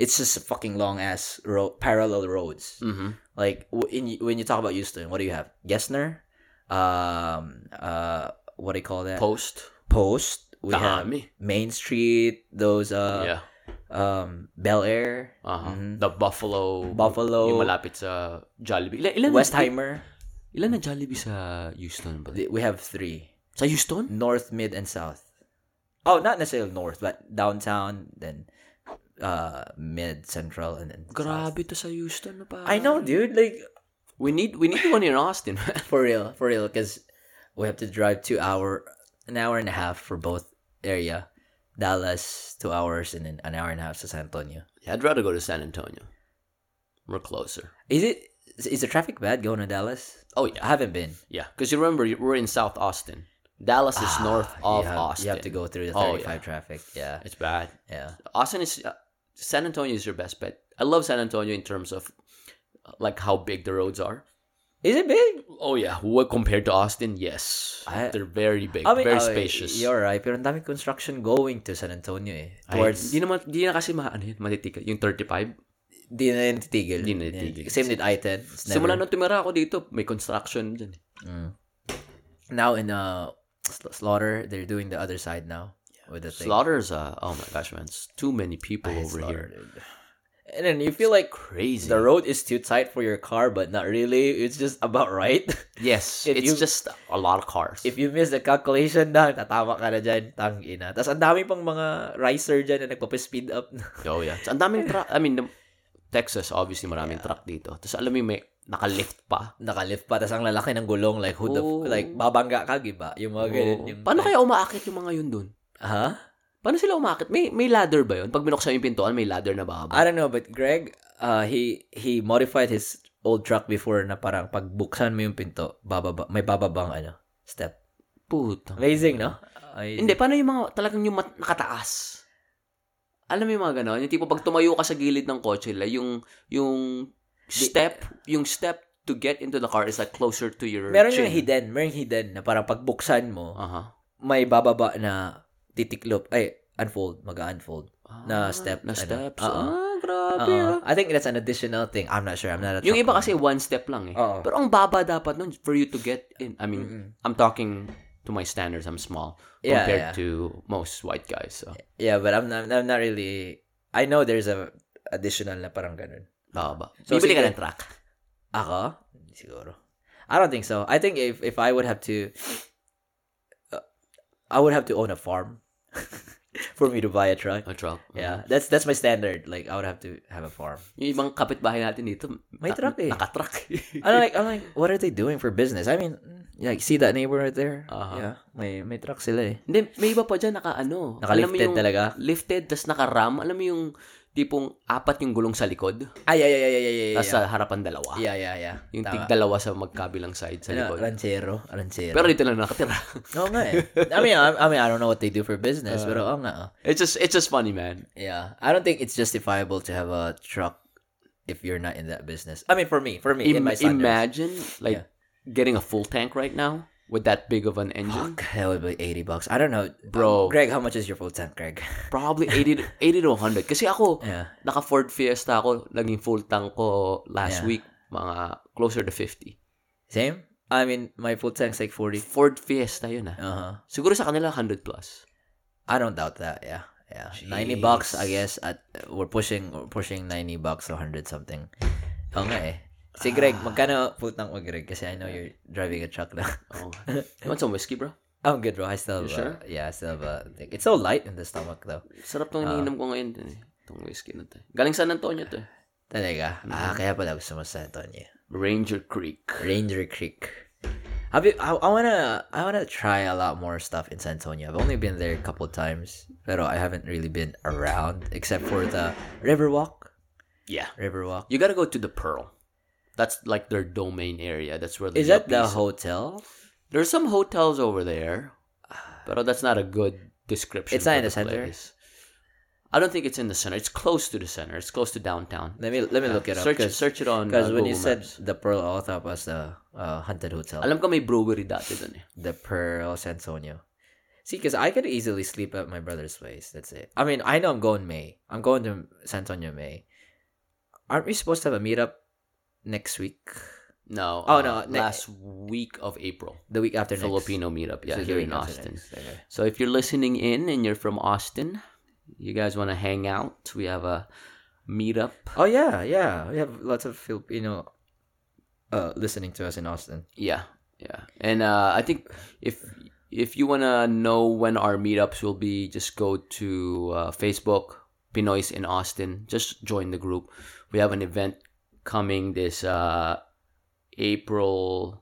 Speaker 2: it's just a fucking long ass road parallel roads.
Speaker 1: Mhm.
Speaker 2: Like w- in, when you talk about Houston, what do you have? Gessner, um uh what do you call that?
Speaker 1: Post.
Speaker 2: Post. We have
Speaker 1: Dami.
Speaker 2: Main Street, those uh
Speaker 1: yeah.
Speaker 2: um Bel Air,
Speaker 1: Uh-huh.
Speaker 2: mhm.
Speaker 1: The Buffalo
Speaker 2: Buffalo,
Speaker 1: yung malapit sa Jollibee. Ilan, ilan
Speaker 2: Westheimer.
Speaker 1: Ilan na Jollibee sa Houston ba?
Speaker 2: We have 3.
Speaker 1: Sa Houston?
Speaker 2: north, mid, and south. Oh, not necessarily north, but downtown, then uh mid, central, and then south.
Speaker 1: Grabe to sa Houston na pa.
Speaker 2: Mm-hmm. I know, dude. Like
Speaker 1: We need we need one in Austin.
Speaker 2: for real, for real, because we have to drive two hour, an hour and a half for both area, Dallas two hours, and then an hour and a half to San Antonio.
Speaker 1: yeah, I'd rather go to San Antonio. We're closer.
Speaker 2: Is it? Is the traffic bad going to Dallas?
Speaker 1: Oh yeah.
Speaker 2: I haven't been.
Speaker 1: Yeah, because you remember you- we're in South Austin. Dallas is north
Speaker 2: you
Speaker 1: of
Speaker 2: have, Ah,
Speaker 1: Austin.
Speaker 2: You have to go through the
Speaker 1: Oh,
Speaker 2: thirty-five traffic. Yeah,
Speaker 1: It's bad.
Speaker 2: yeah.
Speaker 1: Austin is uh, San Antonio is your best bet. I love San Antonio in terms of uh, like how big the roads are.
Speaker 2: Is it big?
Speaker 1: Oh yeah, what compared to Austin? Yes,
Speaker 2: I-
Speaker 1: they're very big,
Speaker 2: I mean,
Speaker 1: very
Speaker 2: oh,
Speaker 1: spacious.
Speaker 2: You're right, pero ang dami construction going to San Antonio eh.
Speaker 1: Ay,
Speaker 2: Towards
Speaker 1: di naman di na kasi ma ano yun, matitigil yung 35.
Speaker 2: Di na yun titigil.
Speaker 1: Di na titigil.
Speaker 2: Same with I-10. It's never-
Speaker 1: Simula nung tumira ako dito, may construction dyan.
Speaker 2: Mm. Now in uh, Sla- Slaughter, they're doing the other side now. With the thing.
Speaker 1: Slaughters, uh, oh my gosh, man, it's too many people
Speaker 2: Ay,
Speaker 1: over
Speaker 2: Slaughter,
Speaker 1: here.
Speaker 2: dude. And then you feel like
Speaker 1: Crazy.
Speaker 2: the road is too tight for your car, but not really. It's just about right.
Speaker 1: yes,
Speaker 2: If you-
Speaker 1: it's just a lot of cars.
Speaker 2: If you miss the calculation na, tatama ka na dyan, tang ina. Tapos ang dami pang mga riser dyan na nagpa-speed up.
Speaker 1: Oh yeah. Ang daming truck. I mean, the- Texas, obviously, maraming truck dito. Tapos alam mo yung may nakalift pa.
Speaker 2: Nakalift pa, tapos ang lalaki ng gulong, like, who the, f-
Speaker 1: Oo.
Speaker 2: like, babangga ka, giba? Yung mga ganun. Yung,
Speaker 1: Oo. Oh. Paano kaya umaakit yung mga yun dun?
Speaker 2: Ha?
Speaker 1: Paano sila umaakit? May may ladder ba yun? Pag binuksan yung pintuan, may ladder na bababa.
Speaker 2: I don't know, but Greg, uh, he he modified his old truck before na parang pag buksan mo yung pinto, bababa, may bababang ano, step.
Speaker 1: Puta.
Speaker 2: Amazing, no? Amazing.
Speaker 1: Hindi, paano yung mga talagang yung mat- nakataas? Alam mo yung mga ganon? Yung tipo pag tumayo ka sa gilid ng kotse, la, yung yung step, yung step to get into the car is like closer to your
Speaker 2: Meron
Speaker 1: chin.
Speaker 2: yung hidden, meron yung hidden na parang pag buksan mo,
Speaker 1: Aha.
Speaker 2: may bababa na titiklop, ay, unfold, mag-unfold.
Speaker 1: Ah,
Speaker 2: Na step, ano.
Speaker 1: Na steps.
Speaker 2: Oo.
Speaker 1: Ah, grabe ah.
Speaker 2: Uh-uh. I think that's an additional thing. I'm not sure. I'm not a
Speaker 1: Yung
Speaker 2: truck
Speaker 1: iba
Speaker 2: owner.
Speaker 1: kasi one step lang eh.
Speaker 2: Oo.
Speaker 1: Pero ang baba dapat nun for you to get in. I mean,
Speaker 2: Mm-mm.
Speaker 1: I'm talking to my standards. I'm small
Speaker 2: Yeah,
Speaker 1: compared
Speaker 2: yeah.
Speaker 1: to most white guys. So,
Speaker 2: Yeah, but I'm not, I'm not really, I know there's a additional na parang ganun.
Speaker 1: baba.
Speaker 2: So,
Speaker 1: Bibili ka
Speaker 2: sige.
Speaker 1: ng truck.
Speaker 2: Ako? Siguro. I don't think so. I think if if I would have to, uh, I would have to own a farm for me to buy a Oh, truck.
Speaker 1: A truck.
Speaker 2: Yeah, that's that's my standard. Like I would have to have a farm.
Speaker 1: Mm. Yung ibang kapitbahay natin dito,
Speaker 2: May
Speaker 1: na-
Speaker 2: truck eh.
Speaker 1: Nakatruck.
Speaker 2: I'm like I'm like, what are they doing for business? I mean, like see that neighbor right there?
Speaker 1: Uh-huh.
Speaker 2: Yeah, may may truck sila eh.
Speaker 1: Hindi, may iba pa dyan, naka ano. alam mo
Speaker 2: Nakalifted
Speaker 1: yung,
Speaker 2: talaga.
Speaker 1: Lifted, tas naka-ram. Alam mo yung tipong apat yung gulong sa likod,
Speaker 2: Ay, ay, ay, ay, ay, ay, ay.
Speaker 1: tas sa harapan dalawa.
Speaker 2: Yeah, yeah, yeah.
Speaker 1: Yung
Speaker 2: Tama.
Speaker 1: tig-dalawa sa magkabilang side sa
Speaker 2: Ano,
Speaker 1: likod.
Speaker 2: ranchero, ranchero.
Speaker 1: Pero dito lang nakatira.
Speaker 2: Oo nga eh. I mean, I, I mean, I don't know what they do for
Speaker 1: Uh.
Speaker 2: business, pero oo nga. oh.
Speaker 1: It's just, it's just funny, man.
Speaker 2: Yeah. I don't think it's justifiable to have a truck if you're not in that business. I mean, for me, for me, in
Speaker 1: Im-
Speaker 2: my standards.
Speaker 1: imagine, like, getting a full tank right now with that big of an engine.
Speaker 2: Fuck, that would be 80 bucks. I don't know. Um,
Speaker 1: Bro.
Speaker 2: Greg, how much is your full tank, Greg?
Speaker 1: Probably 80 to, 80 to 100. Kasi ako,
Speaker 2: Yeah.
Speaker 1: naka Ford Fiesta ako, naging full tank ko
Speaker 2: Yeah.
Speaker 1: last week, mga closer to 50.
Speaker 2: Same? I mean, my full tank's like 40.
Speaker 1: Ford Fiesta yun ah.
Speaker 2: Uh-huh.
Speaker 1: Siguro sa kanila 100 plus.
Speaker 2: I don't doubt that. Yeah, yeah. Ninety
Speaker 1: Jeez.
Speaker 2: bucks, I guess. At we're pushing, we're pushing ninety bucks or hundred something. Oo nga eh. Si Greg,
Speaker 1: Ah.
Speaker 2: magkano putang mo Greg? Kasi I know you're driving a truck na.
Speaker 1: Oh. you want some whiskey, bro?
Speaker 2: I'm good, bro. I still have,
Speaker 1: You sure?
Speaker 2: uh, yeah, I still have a thing. It's so light in the stomach though. Ah.
Speaker 1: Sarap tong iniinom ko ngayon. eh. Itong whiskey na to. Galing San Antonio to. eh.
Speaker 2: Talaga.
Speaker 1: Mm-hmm.
Speaker 2: Ah, kaya pala gusto mo San Antonio.
Speaker 1: Ranger Creek.
Speaker 2: Ranger Creek. Have you, I, I wanna I wanna try a lot more stuff in San Antonio. I've only been there a couple times, pero I haven't really been around except for the Riverwalk.
Speaker 1: Yeah.
Speaker 2: Riverwalk.
Speaker 1: You gotta go to the Pearl. That's like their domain area. That's where the
Speaker 2: Is that the
Speaker 1: yuppies-
Speaker 2: hotel?
Speaker 1: There's some hotels over there, but uh, that's not a good description.
Speaker 2: It's not
Speaker 1: for
Speaker 2: in the center?
Speaker 1: place. I don't think it's in the center. It's close to the center. It's close to downtown.
Speaker 2: Let me let me look it up
Speaker 1: Search
Speaker 2: because
Speaker 1: search it on uh,
Speaker 2: when you
Speaker 1: Google
Speaker 2: said
Speaker 1: Maps.
Speaker 2: the Pearl, all I thought was the uh, haunted hotel,
Speaker 1: alam ko may brewery dati dun eh.
Speaker 2: the Pearl San Antonio. See, because I could easily sleep at my brother's place. That's it. I mean, I know I'm going May. I'm going to San Antonio May. Aren't we supposed to have a meetup next week?
Speaker 1: No.
Speaker 2: Oh,
Speaker 1: uh,
Speaker 2: no, ne-
Speaker 1: Last week of April.
Speaker 2: The week after next.
Speaker 1: Filipino meetup. Yeah,
Speaker 2: So the
Speaker 1: here
Speaker 2: week
Speaker 1: in
Speaker 2: after
Speaker 1: Austin.
Speaker 2: next, okay.
Speaker 1: So if you're listening in and you're from Austin, you guys want to hang out, we have a meetup.
Speaker 2: Oh yeah, yeah. We have lots of Filipino uh, listening to us in Austin.
Speaker 1: Yeah, yeah. And uh, I think if if you want to know when our meetups will be, just go to uh, Facebook Pinoy's in Austin. Just join the group. We have an event coming this uh, April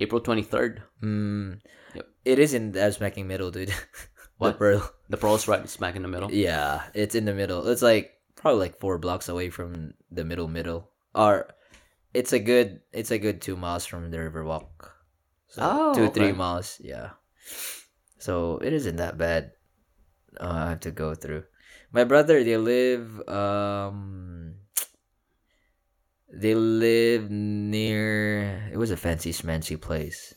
Speaker 1: April 23rd.
Speaker 2: Mm.
Speaker 1: Yep.
Speaker 2: It is in the smacking middle, dude. the
Speaker 1: What?
Speaker 2: Pearl.
Speaker 1: The Pearl's right smack in the middle.
Speaker 2: Yeah, it's in the middle. It's like probably like four blocks away from the middle middle. Or it's a good it's a good two miles from the Riverwalk. So
Speaker 1: Oh,
Speaker 2: two three
Speaker 1: okay.
Speaker 2: miles, yeah. So it isn't that bad. Uh, I have to go through. My brother, they live um they live near it was a fancy smancy place.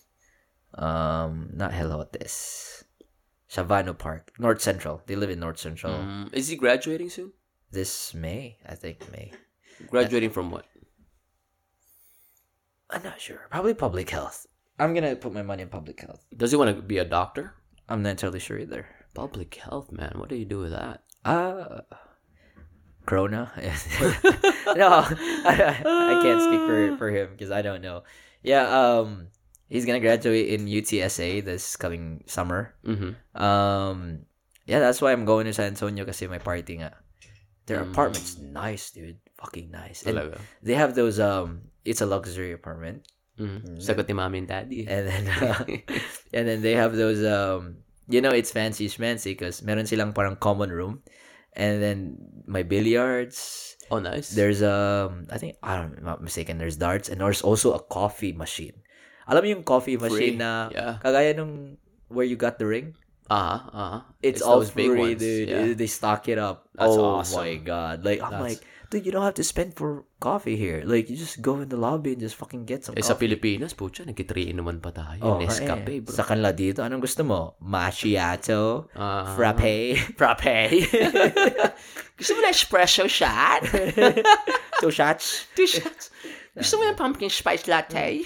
Speaker 2: Um not Helotes. Shavano Park, North Central. They live in North Central
Speaker 1: Mm, is he graduating soon?
Speaker 2: this May, I think May.
Speaker 1: Graduating from what?
Speaker 2: I'm not sure. Probably public health. I'm gonna put my money in public health.
Speaker 1: Does he want to be a doctor?
Speaker 2: I'm not entirely sure either.
Speaker 1: Public health, man. What do you do with that?
Speaker 2: Uh, Corona. no, I, I can't speak for for him because I don't know. Yeah, um, he's gonna graduate in UTSA this coming summer.
Speaker 1: Mm-hmm.
Speaker 2: Um, yeah, that's why I'm going to San Antonio kasi my party nga. Their
Speaker 1: Mm.
Speaker 2: apartment's nice, dude. Fucking nice. And
Speaker 1: Talaga.
Speaker 2: they have those um, it's a luxury apartment.
Speaker 1: Mm-hmm. Sagot ni mami and daddy. eh.
Speaker 2: And then uh, and then they have those um you know it's fancy schmancy because meron silang parang common room and then my billiards
Speaker 1: oh, nice.
Speaker 2: there's um I think I don't, I'm not mistaken there's darts and there's also a coffee machine. Alam mo yung coffee machine na
Speaker 1: Yeah.
Speaker 2: kagaya nung where you got the ring?
Speaker 1: Uh-huh, uh-huh.
Speaker 2: It's, all
Speaker 1: those big
Speaker 2: free,
Speaker 1: ones,
Speaker 2: dude.
Speaker 1: yeah.
Speaker 2: They stock it up.
Speaker 1: That's
Speaker 2: oh
Speaker 1: awesome.
Speaker 2: my god! Like I'm like,
Speaker 1: That's-
Speaker 2: dude, you don't have to spend for coffee here. Like you just go in the lobby and just fucking get some.
Speaker 1: Eh, sa
Speaker 2: coffee.
Speaker 1: Pilipinas, pucha, nagkitriin naman pa
Speaker 2: Oh,
Speaker 1: tayo. Nescafe,
Speaker 2: Nescafe,
Speaker 1: bro.
Speaker 2: Sa kanila dito, anong gusto mo? Macchiato?
Speaker 1: Ah.
Speaker 2: frappe?
Speaker 1: Frappe. Gusto mo na espresso shot?
Speaker 2: Two shots?
Speaker 1: Two shots. Gusto mo yung pumpkin spice latte?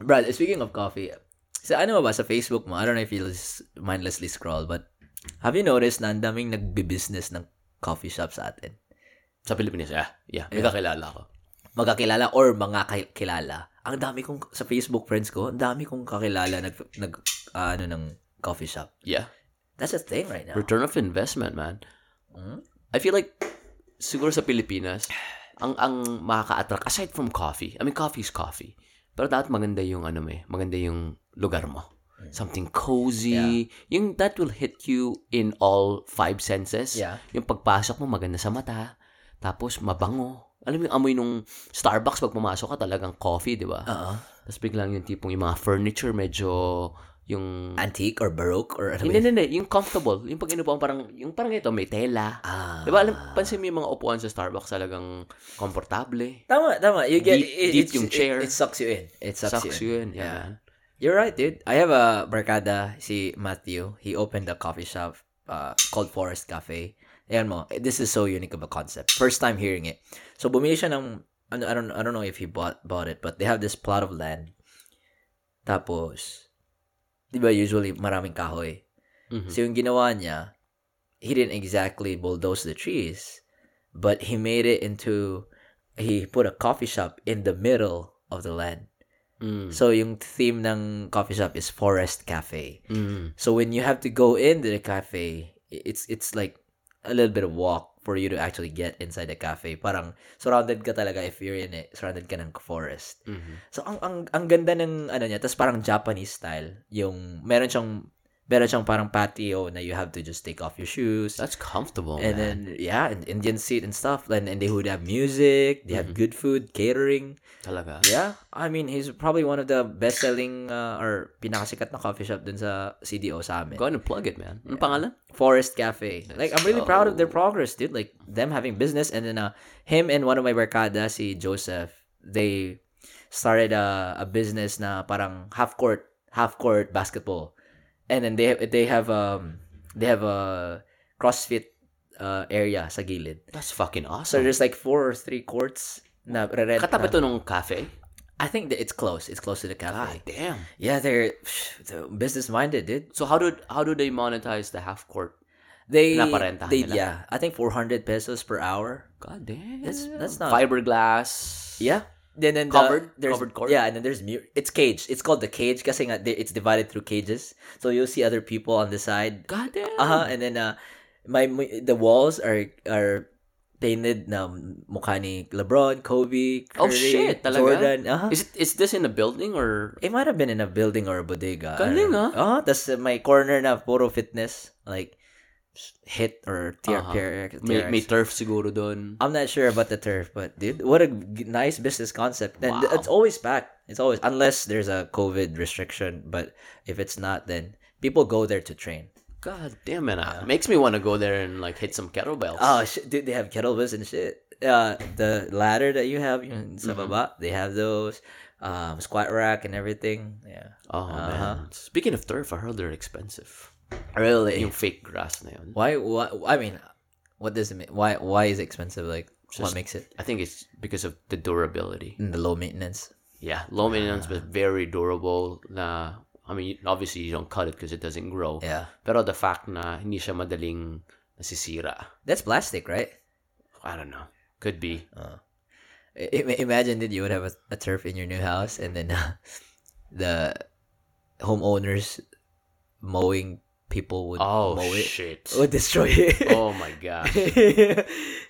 Speaker 2: Brad, speaking of coffee, sa ano ba, sa Facebook mo, I don't know if you just mindlessly scroll, but have you noticed na ang daming nagbi-business ng coffee shop sa atin?
Speaker 1: Sa Pilipinas, yeah. Yeah, may kakilala ko.
Speaker 2: magkakilala or mga ki- kilala. Ang dami kong, sa Facebook friends ko, ang dami kong kakilala nag, nag ah, ano, ng coffee shop.
Speaker 1: Yeah.
Speaker 2: That's a thing right now.
Speaker 1: Return of investment, man.
Speaker 2: Hmm?
Speaker 1: I feel like siguro sa Pilipinas, ang ang makaka-attract aside from coffee. I mean, coffee is coffee. Pero dapat maganda yung ano mo eh, maganda yung lugar mo.
Speaker 2: Hmm.
Speaker 1: Something cozy, yung that will hit you in all five senses.
Speaker 2: Yeah.
Speaker 1: Yung pagpasok mo maganda sa mata, tapos mabango. Alam mo yung amoy nung Starbucks pag pumasok ka talagang coffee, 'di ba?
Speaker 2: Oo.
Speaker 1: Tapos biglang yung tipong yung mga furniture medyo yung
Speaker 2: Antique or baroque or ano ba
Speaker 1: hindi,
Speaker 2: yun?
Speaker 1: hindi, hindi. Yung comfortable. Yung pag inupuan, parang, yung parang ito, may tela.
Speaker 2: Ah.
Speaker 1: Di ba, alam, pansin mo yung mga upuan sa Starbucks talagang komportable.
Speaker 2: Tama, tama. You get,
Speaker 1: Deep-
Speaker 2: it,
Speaker 1: deep
Speaker 2: it's-
Speaker 1: yung
Speaker 2: it-
Speaker 1: chair.
Speaker 2: It, sucks you in. It sucks,
Speaker 1: Sucks
Speaker 2: you in.
Speaker 1: yun. Yeah. man.
Speaker 2: You're right, dude. I have a barkada, si Matthew. He opened a coffee shop uh, called Forest Cafe. Ayan mo, this is so unique of a concept. First time hearing it. So bumili siya ng, I don't- I don't, I don't know if he bought, bought it, but they have this plot of land. Tapos, di ba usually maraming kahoy.
Speaker 1: Mhm.
Speaker 2: So yung ginawa niya, he didn't exactly bulldoze the trees, but he made it into, he put a coffee shop in the middle of the land.
Speaker 1: Mm.
Speaker 2: So yung theme ng coffee shop is forest cafe.
Speaker 1: Mm.
Speaker 2: So when you have to go into the cafe, i- it's it's like a little bit of walk for you to actually get inside the cafe. Parang surrounded ka talaga if you're in it, surrounded ka ng forest.
Speaker 1: Mhm.
Speaker 2: So ang ang ang ganda ng ano niya, tapos parang Japanese style, yung meron siyang meron siyang parang patio na you have to just take off your shoes.
Speaker 1: That's comfortable,
Speaker 2: and
Speaker 1: man.
Speaker 2: then yeah, and Indian seat and stuff. And, and they would have music, they
Speaker 1: Mm-hmm.
Speaker 2: have good food, catering.
Speaker 1: Talaga.
Speaker 2: Yeah, I mean, he's probably one of the best-selling uh, or pinakasikat na coffee shop dun sa CDO sa amin.
Speaker 1: Go ahead and plug it, man. Ano pangalan?
Speaker 2: Forest Cafe. like, I'm really proud of their
Speaker 1: go.
Speaker 2: progress, dude. Like, them having business. And then, uh, him and one of my barkada, si Joseph, they started uh, a, a business na parang half-court, half-court basketball. And then they they have um they have a CrossFit uh, area sa gilid.
Speaker 1: That's fucking
Speaker 2: So
Speaker 1: awesome.
Speaker 2: there's like four or three courts na red.
Speaker 1: Katabi to nung cafe?
Speaker 2: I think that it's close. It's close to the
Speaker 1: God
Speaker 2: cafe.
Speaker 1: damn.
Speaker 2: Yeah, they're business minded, dude.
Speaker 1: So how do how do they monetize the half court?
Speaker 2: They,
Speaker 1: Pinaparentahan
Speaker 2: they
Speaker 1: nila.
Speaker 2: yeah, I think 400 pesos per hour.
Speaker 1: God damn.
Speaker 2: That's- that's not-
Speaker 1: Fiberglass.
Speaker 2: Yeah. Then then the-
Speaker 1: Covered?
Speaker 2: there's
Speaker 1: Covered court?
Speaker 2: yeah, and then there's mu- it's cage. It's called the cage kasi nga they- it's divided through cages. So you'll see other people on the side.
Speaker 1: God damn.
Speaker 2: Uh-huh, and then uh my my- the walls are are painted na mukha ni LeBron, Kobe, Curry,
Speaker 1: Oh, shit, talaga?
Speaker 2: Jordan. Uh-huh.
Speaker 1: Is it is this in a building or
Speaker 2: It might have been in a building or a bodega.
Speaker 1: Galing, ah.
Speaker 2: Oh, that's my corner na puro fitness like hit or tier
Speaker 1: Aha.
Speaker 2: tier-
Speaker 1: Uh-huh. may,
Speaker 2: tier-
Speaker 1: may turf siguro doon?
Speaker 2: I'm not sure about the turf, but dude, what a g- nice business concept. And
Speaker 1: Wow.
Speaker 2: it's always back. It's always unless there's a COVID restriction, but if it's not then people go there to train.
Speaker 1: God damn it.
Speaker 2: Uh-huh.
Speaker 1: ah. Makes me want to go there and like hit some kettlebells.
Speaker 2: Oh, shit, dude, they have kettlebells and shit. Uh, the ladder that you have yun sa
Speaker 1: Mm-hmm.
Speaker 2: baba, they have those um squat rack and everything. Yeah.
Speaker 1: Oh
Speaker 2: uh-huh.
Speaker 1: man. Speaking of turf, I heard they're expensive.
Speaker 2: Really?
Speaker 1: Yung fake grass na yun.
Speaker 2: Why, why? I mean, what does it mean? Why? Why is it expensive? Like, what
Speaker 1: Just-
Speaker 2: makes it
Speaker 1: I think it's because of the durability.
Speaker 2: the low maintenance?
Speaker 1: Yeah, low maintenance but very durable. Na I mean, obviously you don't cut it because it doesn't grow.
Speaker 2: Yeah,
Speaker 1: Pero the fact na hindi siya madaling nasisira.
Speaker 2: that's plastic, right?
Speaker 1: I don't know. Could be.
Speaker 2: I- I- imagine that you would have a, a turf in your new house, and then uh, the homeowners mowing people would
Speaker 1: Oh
Speaker 2: mow it,
Speaker 1: shit.
Speaker 2: would destroy it.
Speaker 1: Oh my god.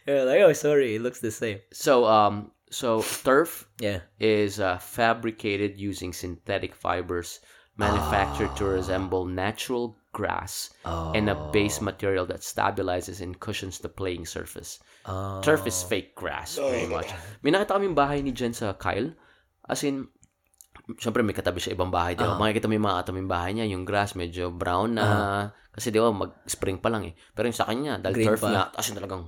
Speaker 2: You're like, oh, sorry, it looks the same.
Speaker 1: So um so turf
Speaker 2: Yeah,
Speaker 1: is uh, fabricated using synthetic fibers manufactured to resemble
Speaker 2: Ah.
Speaker 1: natural grass and Oh. a base material that stabilizes and cushions the playing surface.
Speaker 2: oh,
Speaker 1: Turf is fake grass, pretty much. May nakita kaming bahay ni Jen sa Kyle. As in, syempre may katabi siya ibang bahay.
Speaker 2: Ah.
Speaker 1: Diba? Makikita mo yung mga katabing bahay niya, yung grass medyo brown na. Kasi di ba, mag-spring pa lang eh. Pero yung sa kanya, dahil
Speaker 2: Ah. Green
Speaker 1: turf
Speaker 2: pa.
Speaker 1: nga, as in talagang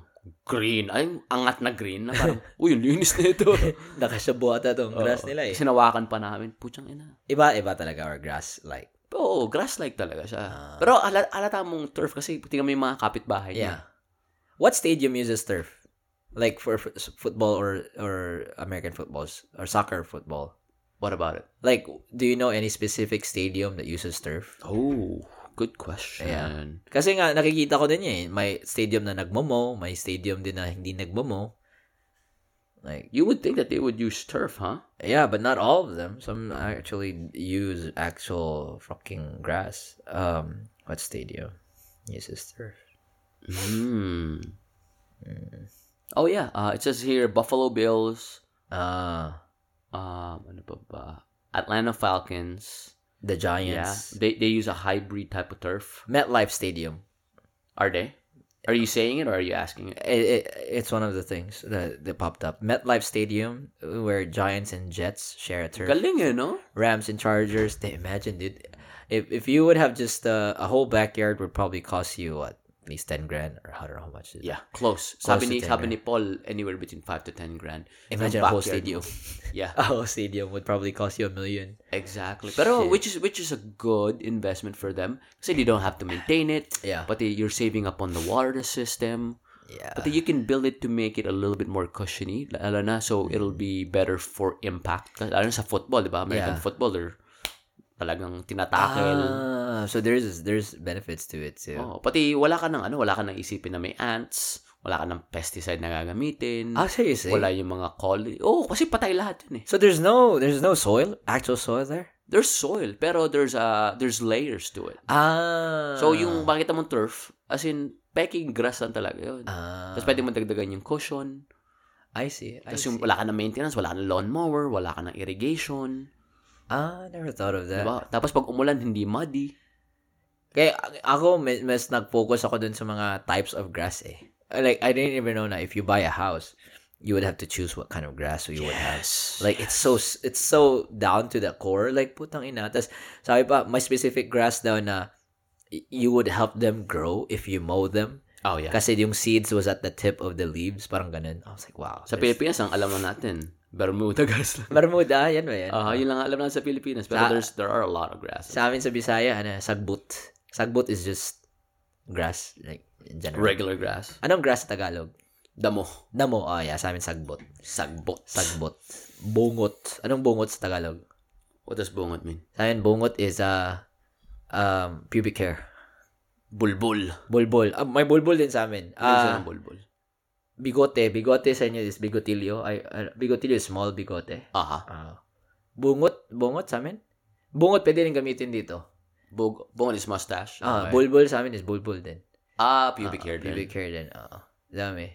Speaker 1: green. Ay, angat na green na parang, uy, yung linis na ito.
Speaker 2: nakasyabu ata tong
Speaker 1: Oh.
Speaker 2: grass nila eh.
Speaker 1: Sinawakan pa namin. Putsang ina.
Speaker 2: Iba, iba talaga our grass like.
Speaker 1: Oo, grass-like talaga siya.
Speaker 2: Ah.
Speaker 1: Pero ala alata mong turf kasi tingnan mo yung mga kapitbahay niya.
Speaker 2: Yeah. What stadium uses turf? Like for f- football or or American footballs or soccer football.
Speaker 1: What about it?
Speaker 2: Like, do you know any specific stadium that uses turf?
Speaker 1: Oh, good question.
Speaker 2: Kasi nga nakikita ko din yun eh, may stadium na nagmomo, may stadium din na hindi nagmomo. Like
Speaker 1: You would think that they would use turf, huh?
Speaker 2: yeah, but not all of them. Some actually use actual fucking grass. Um, what stadium uses turf?
Speaker 1: Hmm. Oh yeah, uh, it says here Buffalo Bills,
Speaker 2: Ah,
Speaker 1: um, ano pa ba? Atlanta Falcons.
Speaker 2: the
Speaker 1: Yeah,
Speaker 2: Giants.
Speaker 1: they they use a hybrid type of turf.
Speaker 2: MetLife Stadium.
Speaker 1: Are they? Are you saying it or are you asking it?
Speaker 2: It, it, it's one of the things that, that popped up. MetLife Stadium, where Giants and Jets share a turf.
Speaker 1: Galing eh, no?
Speaker 2: Rams and Chargers. They imagine, dude. If if you would have just uh, a whole backyard would probably cost you what at least ten grand or I don't know how much. It is.
Speaker 1: Yeah, Diba? close.
Speaker 2: Close
Speaker 1: sabi
Speaker 2: to
Speaker 1: ni,
Speaker 2: 10
Speaker 1: sabi ni Paul, anywhere between 5 to 10 grand.
Speaker 2: imagine a
Speaker 1: Yung
Speaker 2: whole
Speaker 1: backyard
Speaker 2: stadium.
Speaker 1: mo. Yeah,
Speaker 2: a whole stadium would probably cost you a million.
Speaker 1: exactly. Pero
Speaker 2: Shit.
Speaker 1: which is which is a good investment for them kasi they don't have to maintain it.
Speaker 2: Yeah.
Speaker 1: But you're saving up on the water system.
Speaker 2: Yeah.
Speaker 1: But you can build it to make it a little bit more cushiony, lalo na, so it'll be better for impact. Kasi Lalo na sa football, di ba?
Speaker 2: Yeah.
Speaker 1: American football, they're talagang tinatakil.
Speaker 2: Ah, so there's there's benefits to it too.
Speaker 1: Oo. Oh, pati wala ka ng ano, wala ka ng isipin na may ants, wala ka ng pesticide na gagamitin,
Speaker 2: Ah, seriously?
Speaker 1: wala yung mga colony. Oh, kasi patay lahat yun eh.
Speaker 2: So there's no there's no soil, actual soil there.
Speaker 1: There's soil, pero there's uh, there's layers to it.
Speaker 2: Ah.
Speaker 1: So yung makita mong turf, as in, peking grass lang talaga yun.
Speaker 2: Ah.
Speaker 1: Tapos pwede mo dagdagan yung cushion,
Speaker 2: I see. I
Speaker 1: Tapos
Speaker 2: see.
Speaker 1: yung wala ka ng maintenance, wala ka ng lawnmower, wala ka ng irrigation.
Speaker 2: Ah, never thought of that.
Speaker 1: Diba? Tapos pag umulan, hindi muddy.
Speaker 2: Kaya a- ako, mas, mas nag-focus ako dun sa mga types of grass eh. Like, I didn't even know na if you buy a house, you would have to choose what kind of grass you would have.
Speaker 1: Yes.
Speaker 2: Like, it's so, s- it's so down to the core. Like, putang ina. Tapos, sabi pa, may specific grass daw na y- you would help them grow if you mow them.
Speaker 1: oh yeah.
Speaker 2: Kasi yung seeds was at the tip of the leaves. Parang ganun. I was like, wow.
Speaker 1: sa Pilipinas, ang alam na natin, Bermuda grass lang.
Speaker 2: Marmuda, yan ba yan?
Speaker 1: Ah, yun lang ang alam natin sa Pilipinas. Pero
Speaker 2: Sa-
Speaker 1: there's, there are a lot of grass.
Speaker 2: Sa amin sa Bisaya, ano, sagbut. Sagbut is just grass. Like, in general.
Speaker 1: Regular grass.
Speaker 2: Anong grass sa Tagalog?
Speaker 1: Damo.
Speaker 2: Damo. Ah, yeah. Sa amin, sagbot.
Speaker 1: Sagbot.
Speaker 2: Sagbot. Bungot. Anong bungot sa Tagalog?
Speaker 1: What does bungot mean?
Speaker 2: Sa amin, bungot is uh, um, pubic hair.
Speaker 1: Bulbul.
Speaker 2: Bulbul. Ah, may bulbul din sa amin.
Speaker 1: Ano siya
Speaker 2: Ah,
Speaker 1: ng bulbul?
Speaker 2: bigote. Bigote sa inyo is bigotilyo. Ay, ah, bigotilyo is small bigote.
Speaker 1: Aha.
Speaker 2: Ah. bungot. Bungot sa amin? Bungot pwede rin gamitin dito.
Speaker 1: Bug, bungot is mustache.
Speaker 2: Ah,
Speaker 1: Okay.
Speaker 2: bulbul sa amin is bulbul din.
Speaker 1: Ah, pubic hair
Speaker 2: din.
Speaker 1: din.
Speaker 2: Pubic hair din. Oo. Dami.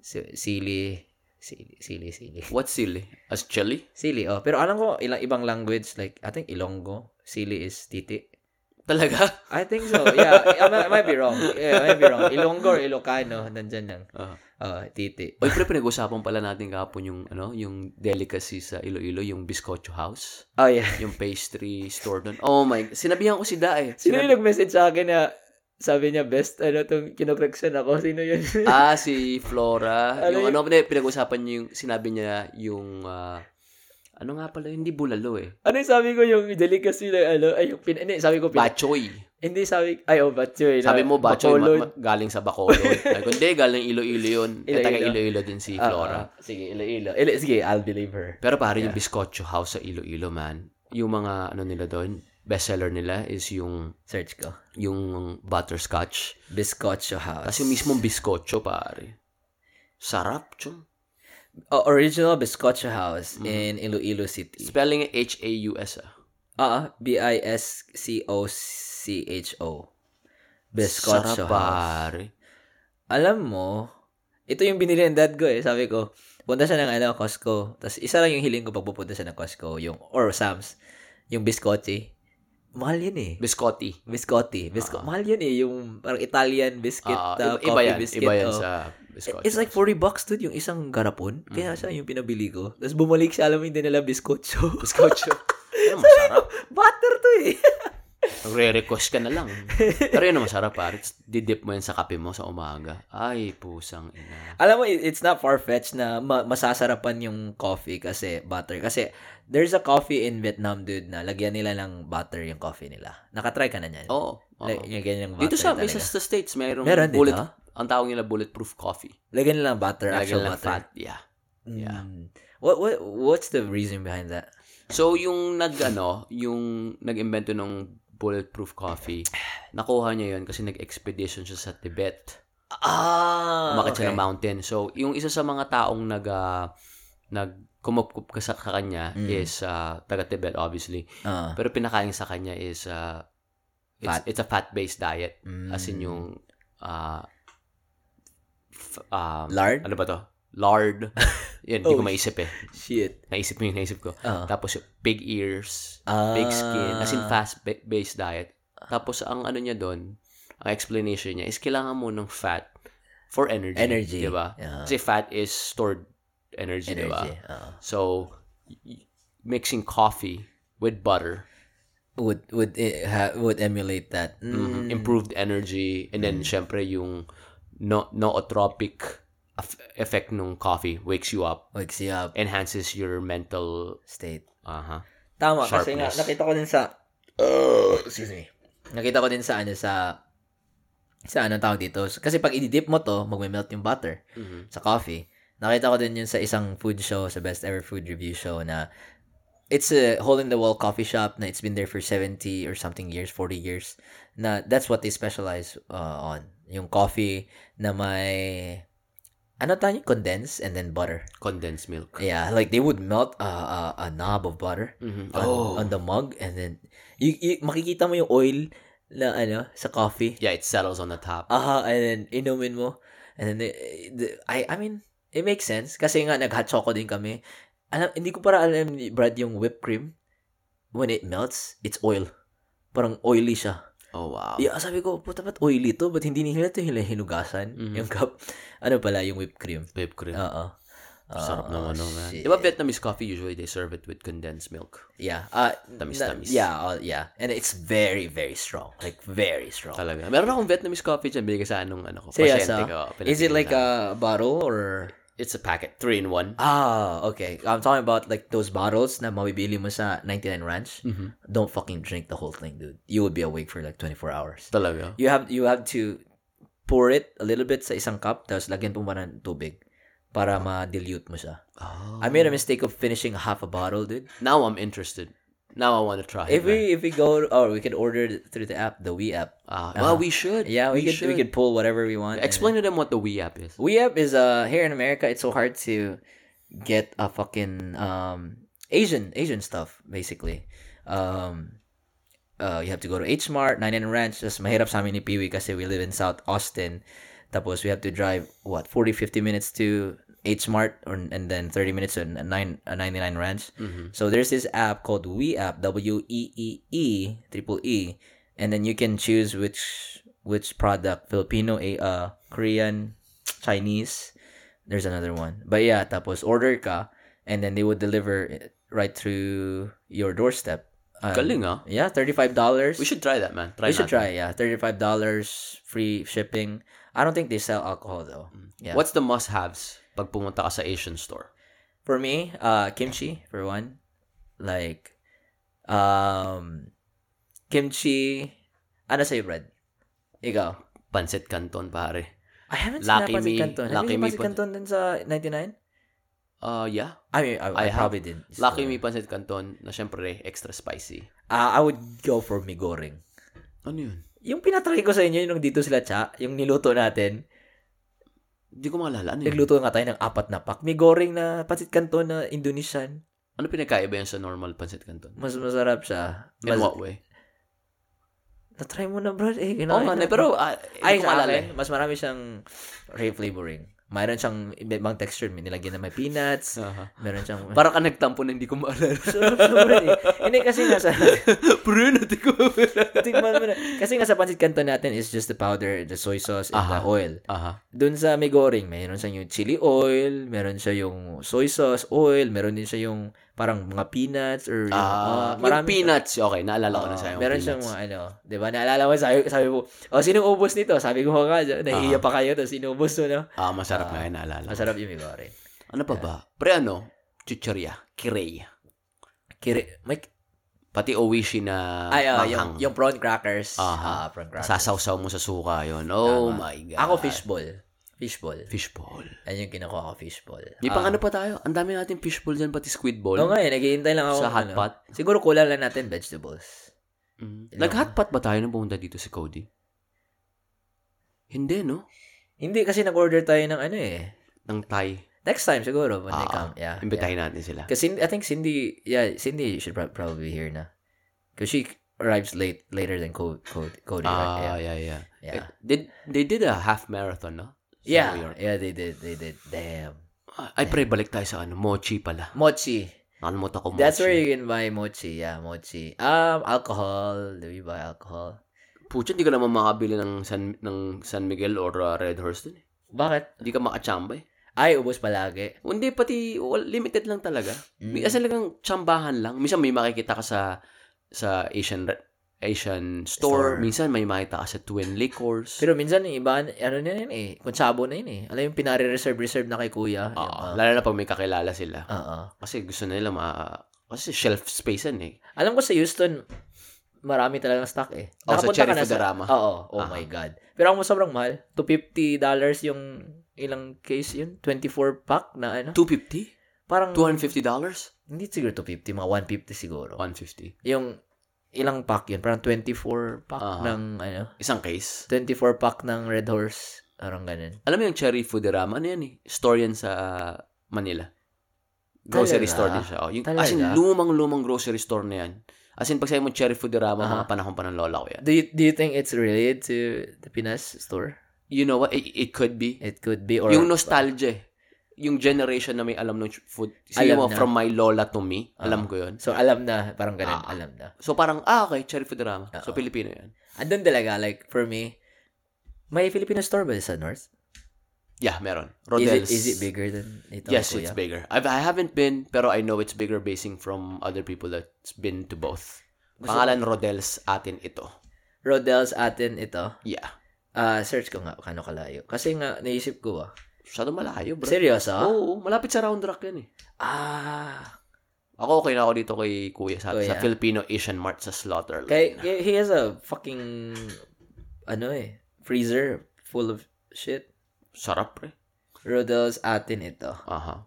Speaker 2: Si- Sili. Sili, sili, sili.
Speaker 1: What's sili? As chili?
Speaker 2: Sili, oh. Pero alam ko, ilang ibang language, like, I think Ilonggo, Sili is titi.
Speaker 1: Talaga?
Speaker 2: I think so, yeah. I, I might be wrong. Yeah, I might be wrong. Ilonggo or Ilocano, nandyan lang.
Speaker 1: Ah.
Speaker 2: Oh, titi.
Speaker 1: Oy, pre, pinag-usapan pala natin kahapon yung, ano, yung delicacy sa Iloilo, yung Biscocho House.
Speaker 2: Oh, yeah.
Speaker 1: yung pastry store doon. Oh my, sinabihan ko si Da eh.
Speaker 2: Sino yung
Speaker 1: Sinabi-
Speaker 2: nag-message sa akin na, sabi niya, best, ano, itong kinokreksyon ako, sino yun?
Speaker 1: ah, si Flora.
Speaker 2: Ano yun?
Speaker 1: yung ano, hindi, pinag-usapan niyo yung, sinabi niya yung, ah, ano nga pala, hindi bulalo eh.
Speaker 2: ano yung sabi ko, yung delicacy na, ano, ay, yung, pin, hindi, sabi ko, pin,
Speaker 1: Bachoy.
Speaker 2: hindi, sabi, ay, oh, bachoy. na-
Speaker 1: Sabi mo, bachoy, ma-
Speaker 2: bacolod.
Speaker 1: ma- galing sa Bacolod. Ay, kundi, galing Iloilo yun. Eh, taga
Speaker 2: Iloilo.
Speaker 1: Iloilo din si
Speaker 2: Ah, ah,
Speaker 1: Flora.
Speaker 2: sige, ilo-ilo. Ilo, sige, I'll believe her.
Speaker 1: Pero pare, yung Biscocho House sa Iloilo, man, yung mga, ano nila doon, bestseller nila is yung,
Speaker 2: Search ko.
Speaker 1: yung butterscotch.
Speaker 2: Biscocho House.
Speaker 1: Tapos yung mismong biscocho, pare. Sarap, chum.
Speaker 2: O- original Biscocho House in
Speaker 1: Mm-hmm.
Speaker 2: Iloilo City.
Speaker 1: Spelling it H-A-U-S, ah.
Speaker 2: Ah, B-I-S-C-O-C-H-O. Biscocho
Speaker 1: Sarap, ah.
Speaker 2: House.
Speaker 1: pare.
Speaker 2: Alam mo, ito yung binili ng dad ko eh. Sabi ko, punta siya ng ano, Costco. Tapos isa lang yung hiling ko pag pupunta siya ng Costco, yung, or Sam's, yung biscotti. Mahal yun eh.
Speaker 1: Biscotti.
Speaker 2: Biscotti. Bisco- Mahal yun eh. Yung parang Italian biscuit,
Speaker 1: Ah,
Speaker 2: uh,
Speaker 1: iba, iba
Speaker 2: coffee
Speaker 1: yan.
Speaker 2: biscuit.
Speaker 1: iba yan
Speaker 2: oh.
Speaker 1: sa biscotti.
Speaker 2: It's like 40 bucks, dude, yung isang garapon. Kaya siya yung pinabili ko. Tapos bumalik siya, alam mo, hindi nila bizcocho.
Speaker 1: Biscocho. Ano, masarap.
Speaker 2: Butter to eh.
Speaker 1: Nagre-request ka na lang. Pero yun, masarap, pare. Tapos Didip mo yan sa kape mo sa umaga. Ay, pusang ina.
Speaker 2: alam mo, it- it's not far-fetched na ma- masasarapan yung coffee kasi butter. Kasi there's a coffee in Vietnam, dude, na lagyan nila ng butter yung coffee nila. Nakatry ka na niyan?
Speaker 1: Oo. oo.
Speaker 2: Like, yung ganyan yung butter
Speaker 1: Dito sa,
Speaker 2: talaga.
Speaker 1: isa sa States, mayroong
Speaker 2: Meron dito?
Speaker 1: bullet, ang tawag nila bulletproof coffee.
Speaker 2: Lagyan nila ng butter, actual
Speaker 1: Lagyan lang
Speaker 2: butter.
Speaker 1: fat. Yeah.
Speaker 2: Yeah. What, what, what's the reason behind that?
Speaker 1: So, yung nag, ano, yung nag-invento ng bulletproof coffee, nakuha niya yun kasi nag-expedition siya sa Tibet.
Speaker 2: Ah,
Speaker 1: umakyat siya
Speaker 2: okay.
Speaker 1: ng mountain. So, yung isa sa mga taong nag ah, nag kumupkup ka sa ka kanya
Speaker 2: Mm.
Speaker 1: is ah, taga Tibet obviously.
Speaker 2: Ah.
Speaker 1: Pero pinakain sa kanya is ah, it's,
Speaker 2: Fat.
Speaker 1: it's a fat-based diet
Speaker 2: Mm.
Speaker 1: as in yung ah, f- ah,
Speaker 2: lard?
Speaker 1: ano ba to? Lard. Yan, hindi
Speaker 2: Oh,
Speaker 1: ko maisip eh.
Speaker 2: Shit.
Speaker 1: Naisip mo yung naisip ko.
Speaker 2: Ah.
Speaker 1: Tapos yung pig ears, pig skin, as
Speaker 2: uh,
Speaker 1: in fast-based diet. Tapos ang ano niya doon, ang explanation niya is kailangan mo ng fat for energy.
Speaker 2: Energy.
Speaker 1: Di ba?
Speaker 2: Ah,
Speaker 1: Kasi fat is stored energy, di ba?
Speaker 2: energy. Ah.
Speaker 1: So, y- y- mixing coffee with butter
Speaker 2: Would would eh, ha, would emulate that. Mm.
Speaker 1: mhm, improved energy and then syempre yung no nootropic eff- effect ng coffee wakes you up
Speaker 2: Wakes you
Speaker 1: Eh.
Speaker 2: up
Speaker 1: enhances your mental uh-huh,
Speaker 2: state.
Speaker 1: aha
Speaker 2: Tama, kasi nga,
Speaker 1: Sharpness.
Speaker 2: nakita ko din sa, Oh, excuse me, nakita ko din sa ano, sa, sa anong tawag dito. Kasi pag i-dip mo to, magme-melt yung butter
Speaker 1: mhm
Speaker 2: sa coffee. Nakita ko din yun sa isang food show, sa Best Ever Food Review show na it's a hole-in-the-wall coffee shop na it's been there for 70 or something years, 40 years, na that's what they specialize uh, on. Yung coffee na may, ano tayo, condense and then butter.
Speaker 1: condensed milk
Speaker 2: Yeah, like they would melt a, a, a knob of butter
Speaker 1: Mhm.
Speaker 2: on, on the mug and then you, you makikita mo yung oil na ano sa coffee.
Speaker 1: yeah it settles on the top
Speaker 2: Aha, and then inumin mo. And then eh, the- I I mean, it makes sense kasi nga nag-hot choco din kami. Alam hindi ko para alam ni Brad yung whipped cream when it melts, it's oil. Parang oily siya.
Speaker 1: oh wow
Speaker 2: Yeah, sabi ko, puta ba't oily to? Ba't hindi nila to hila hinugasan?
Speaker 1: Mhm.
Speaker 2: Yung cup. Ano pala, yung whipped cream.
Speaker 1: whipped cream
Speaker 2: Oo. Oo,
Speaker 1: sarap naman no man
Speaker 2: Uh, shit.
Speaker 1: di ba Vietnamese coffee usually they serve it with condensed milk
Speaker 2: Yeah. Uh,
Speaker 1: Tamis,
Speaker 2: na-
Speaker 1: tamis.
Speaker 2: Yeah, uh, yeah. And it's very, very strong. Like, very strong.
Speaker 1: talaga meron akong Vietnamese coffee dyan binigay sa anong ano ko
Speaker 2: Seryoso?
Speaker 1: pasyente ko
Speaker 2: ah. Is it
Speaker 1: Pinatikim
Speaker 2: like uh,
Speaker 1: na.
Speaker 2: a bottle or...
Speaker 1: it's a packet 3 in 1
Speaker 2: Ah, okay. I'm talking about like those bottles na mabibili mo sa 99 Ranch.
Speaker 1: Mhm.
Speaker 2: Don't fucking drink the whole thing, dude. You would be awake for like 24 hours.
Speaker 1: talaga
Speaker 2: You have you have to pour it a little bit sa isang cup tapos lagyan po mo ng tubig para ma-dilute mo siya.
Speaker 1: oh.
Speaker 2: I made a mistake of finishing half a bottle, dude.
Speaker 1: now I'm interested now I want to try it
Speaker 2: If
Speaker 1: man.
Speaker 2: we if we go or we could order it through the app, the We app.
Speaker 1: Ah, well, we should.
Speaker 2: Uh-huh. Yeah, we, could we could pull whatever we want. and-
Speaker 1: explain to them what the Wii app is.
Speaker 2: We up is uh here in America it's so hard to get a fucking um Asian Asian stuff basically. Um uh you have to go to H Mart, 99 Ranch, just mahirap sa amin ni Piwi kasi we live in South Austin. Tapos we have to drive what 40 50 minutes to H Mart or and then 30 minutes to 9 uh, 99 Ranch.
Speaker 1: Mhm.
Speaker 2: So there's this app called We App, W E E E triple E, and then you can choose which which product Filipino, eh, uh, Korean, Chinese. There's another one, but yeah, tapos order ka, and then they would deliver it right through your doorstep. Um,
Speaker 1: Galing, ah.
Speaker 2: Yeah, thirty five dollars.
Speaker 1: We should try that, man.
Speaker 2: We
Speaker 1: Try
Speaker 2: should
Speaker 1: natin.
Speaker 2: try. Yeah, thirty five dollars free shipping. I don't think they sell alcohol though. Yeah.
Speaker 1: What's the must-haves pag pumunta ka sa Asian store?
Speaker 2: for me, uh, kimchi for one, like, um, kimchi. Ano sa'yo, bread? Ikaw.
Speaker 1: Pancit Canton, pare.
Speaker 2: I haven't seen
Speaker 1: Lucky
Speaker 2: Napansin
Speaker 1: me.
Speaker 2: Canton. Have
Speaker 1: Lucky
Speaker 2: you seen
Speaker 1: me
Speaker 2: Napansin
Speaker 1: po-
Speaker 2: Canton dun sa 99?
Speaker 1: Uh, yeah.
Speaker 2: I mean, I, I,
Speaker 1: I have.
Speaker 2: probably did.
Speaker 1: Lucky me Pancit Canton na syempre extra spicy.
Speaker 2: Uh, I would go for migoring.
Speaker 1: Ano yun?
Speaker 2: Yung pinatry ko sa inyo, yung dito sila cha, yung niluto natin,
Speaker 1: Hindi ko maalala. Ano yun?
Speaker 2: nagluto nga tayo ng apat na pack. Migoring na pancit canton na Indonesian.
Speaker 1: Ano pinagkaiba yan sa normal Pancit Canton?
Speaker 2: Mas masarap siya. Mas,
Speaker 1: In what way?
Speaker 2: Natry mo na, bro. Eh,
Speaker 1: Oo
Speaker 2: kinain
Speaker 1: nga,
Speaker 2: na.
Speaker 1: eh, pero ah,
Speaker 2: Ay,
Speaker 1: hindi ko
Speaker 2: sa
Speaker 1: maalala.
Speaker 2: akin, mas marami siyang rare flavoring. Mayroon siyang ibang texture. May nilagyan na may peanuts.
Speaker 1: Aha.
Speaker 2: Meron siyang...
Speaker 1: Para eh. ka nagtampo na hindi ko maalala.
Speaker 2: Sobrang eh. Hindi kasi nga sa...
Speaker 1: Pero yun, hindi ko maalala.
Speaker 2: Tingnan mo na. Kasi nga sa pancit canton natin is just the powder, the soy sauce, and the
Speaker 1: Aha.
Speaker 2: oil.
Speaker 1: Aha.
Speaker 2: Doon sa may goring, meron siya yung chili oil, meron siya yung soy sauce oil, meron din siya yung parang mga peanuts or yung, ah,
Speaker 1: Ah, yung
Speaker 2: marami-
Speaker 1: peanuts. Okay, naalala ko na
Speaker 2: Oo,
Speaker 1: sa'yo. yung
Speaker 2: Meron
Speaker 1: peanuts.
Speaker 2: siyang mga ano, 'di ba? Naalala mo sabi, sabi mo, "Oh, sinong ubos nito?" Sabi ko nga, nahihiya pa kayo tapos inubos mo na.
Speaker 1: Ah, masarap nga yun, naalala. ko.
Speaker 2: Masarap yung migoring.
Speaker 1: Ano pa ba? Pre ano? Chicheria. Kirey.
Speaker 2: Kiri, may,
Speaker 1: Pati owishi na
Speaker 2: ay, ah,
Speaker 1: manghang.
Speaker 2: yung, yung prawn crackers. Ah,
Speaker 1: Aha.
Speaker 2: prawn crackers.
Speaker 1: Sasawsaw mo sa suka yon. Oh
Speaker 2: Tama.
Speaker 1: my God.
Speaker 2: Ako fishball. Fishball.
Speaker 1: Fishball.
Speaker 2: Yan yung kinukuha ko, fishball.
Speaker 1: May pang ano pa tayo? Ang dami natin fishball dyan, pati
Speaker 2: Ah. Oo
Speaker 1: squid ball.
Speaker 2: nga eh, naghihintay lang ako.
Speaker 1: Sa
Speaker 2: ng
Speaker 1: hot
Speaker 2: ano.
Speaker 1: pot.
Speaker 2: Siguro kulang lang natin vegetables.
Speaker 1: Mm. Nag-hot pot ba tayo nung pumunta dito si Cody? Hindi, no?
Speaker 2: Hindi kasi nag-order tayo ng ano eh.
Speaker 1: ng Thai.
Speaker 2: Next time siguro when they
Speaker 1: Ah,
Speaker 2: come. Yeah.
Speaker 1: Imbitahin natin sila.
Speaker 2: Because I think Cindy, yeah, Cindy should prob- probably be here now. Because she arrives late later than Cody, Cody right? Yeah.
Speaker 1: Ah, yeah, yeah.
Speaker 2: Yeah.
Speaker 1: They, they did a half marathon, no? Sa
Speaker 2: yeah.
Speaker 1: New York.
Speaker 2: Yeah, they did. They did. Damn.
Speaker 1: Ay, pre, balik tayo sa ano, mochi pala.
Speaker 2: Mochi.
Speaker 1: Nakalimutan ko mochi.
Speaker 2: That's where you can buy mochi. Yeah, mochi. Um, alcohol. Do we buy alcohol?
Speaker 1: Pucha, hindi ka naman makabili ng San, ng San Miguel or uh, Red Horse dun. eh.
Speaker 2: Bakit?
Speaker 1: Hindi ka makachamba eh.
Speaker 2: Ay, ubos palagi.
Speaker 1: Hindi, pati well, limited lang talaga. Mm. Kasi talagang tsambahan lang. Minsan may makikita ka sa sa Asian re- Asian store.
Speaker 2: Store.
Speaker 1: Minsan may makita ka sa Twin Liquors.
Speaker 2: Pero minsan yung iba, ano na yun eh, kunsabo na yun eh. Alam yung pinare-reserve-reserve na kay kuya.
Speaker 1: Oo,
Speaker 2: Yung, ah,
Speaker 1: lalo na pag may kakilala sila.
Speaker 2: oo.
Speaker 1: Kasi gusto na nila ma... Kasi shelf space yan eh.
Speaker 2: Alam ko sa Houston, marami talagang stock eh.
Speaker 1: Oh, sa
Speaker 2: Nakapunta
Speaker 1: Cherry
Speaker 2: ka na
Speaker 1: Fudorama.
Speaker 2: Oo, oh
Speaker 1: Ah.
Speaker 2: my God. Pero ang sobrang mahal, $250 yung ilang case yun, 24 pack na ano.
Speaker 1: 250
Speaker 2: Parang,
Speaker 1: 250 dollars?
Speaker 2: hindi siguro 250, mga 150 siguro.
Speaker 1: 150.
Speaker 2: Yung ilang pack yun, parang 24 pack
Speaker 1: Ah.
Speaker 2: ng ano,
Speaker 1: Isang case.
Speaker 2: 24 pack ng Red Horse. Parang ganun.
Speaker 1: Alam mo yung Cherry Fudorama? Ano yan eh? Store yan sa Manila. Grocery
Speaker 2: Talaga?
Speaker 1: store din siya. Oh. Yung,
Speaker 2: Talaga?
Speaker 1: as in, lumang-lumang grocery store na yan. As in, pag sa'yo mo Cherry Fudorama,
Speaker 2: Aha.
Speaker 1: mga panahon pa ng lola ko yan.
Speaker 2: Do you, do you think it's related to the Pinas store?
Speaker 1: You know what? It, it could be.
Speaker 2: It could be or
Speaker 1: yung nostalgia eh. Yung generation na may alam ng food. Sige
Speaker 2: Alam
Speaker 1: mo,
Speaker 2: na. Ah.
Speaker 1: from my lola to me. Alam ko yun.
Speaker 2: So alam na, parang ganun,
Speaker 1: Ah.
Speaker 2: alam na.
Speaker 1: So parang, ah, okay, Cherry Fudorama. So
Speaker 2: Oo.
Speaker 1: Pilipino yan.
Speaker 2: Andun talaga like for me, may Filipino store ba sa North?
Speaker 1: Yeah, meron.
Speaker 2: Is it,
Speaker 1: Rodel's.
Speaker 2: is it bigger than ito?
Speaker 1: Yes,
Speaker 2: kuya?
Speaker 1: it's bigger. I've, I haven't been, pero I know it's bigger basing from other people that's been to both.
Speaker 2: Gusto-
Speaker 1: Pangalan Rodel's atin ito.
Speaker 2: Rodel's atin ito.
Speaker 1: Yeah.
Speaker 2: Ah, search ko nga kano kalayo. Kasi nga naisip ko ah.
Speaker 1: Masyado malayo, bro. Ah?
Speaker 2: Seryoso?
Speaker 1: Oo, malapit sa round rock yan eh.
Speaker 2: Ah.
Speaker 1: Ako okay na ako dito kay Kuya sa,
Speaker 2: Kuya.
Speaker 1: sa Filipino Asian Mart sa Slaughter
Speaker 2: Kay,
Speaker 1: Lane.
Speaker 2: kay- he has a fucking ano eh, freezer full of shit.
Speaker 1: Sarap, pre.
Speaker 2: Rodel's atin ito.
Speaker 1: Aha.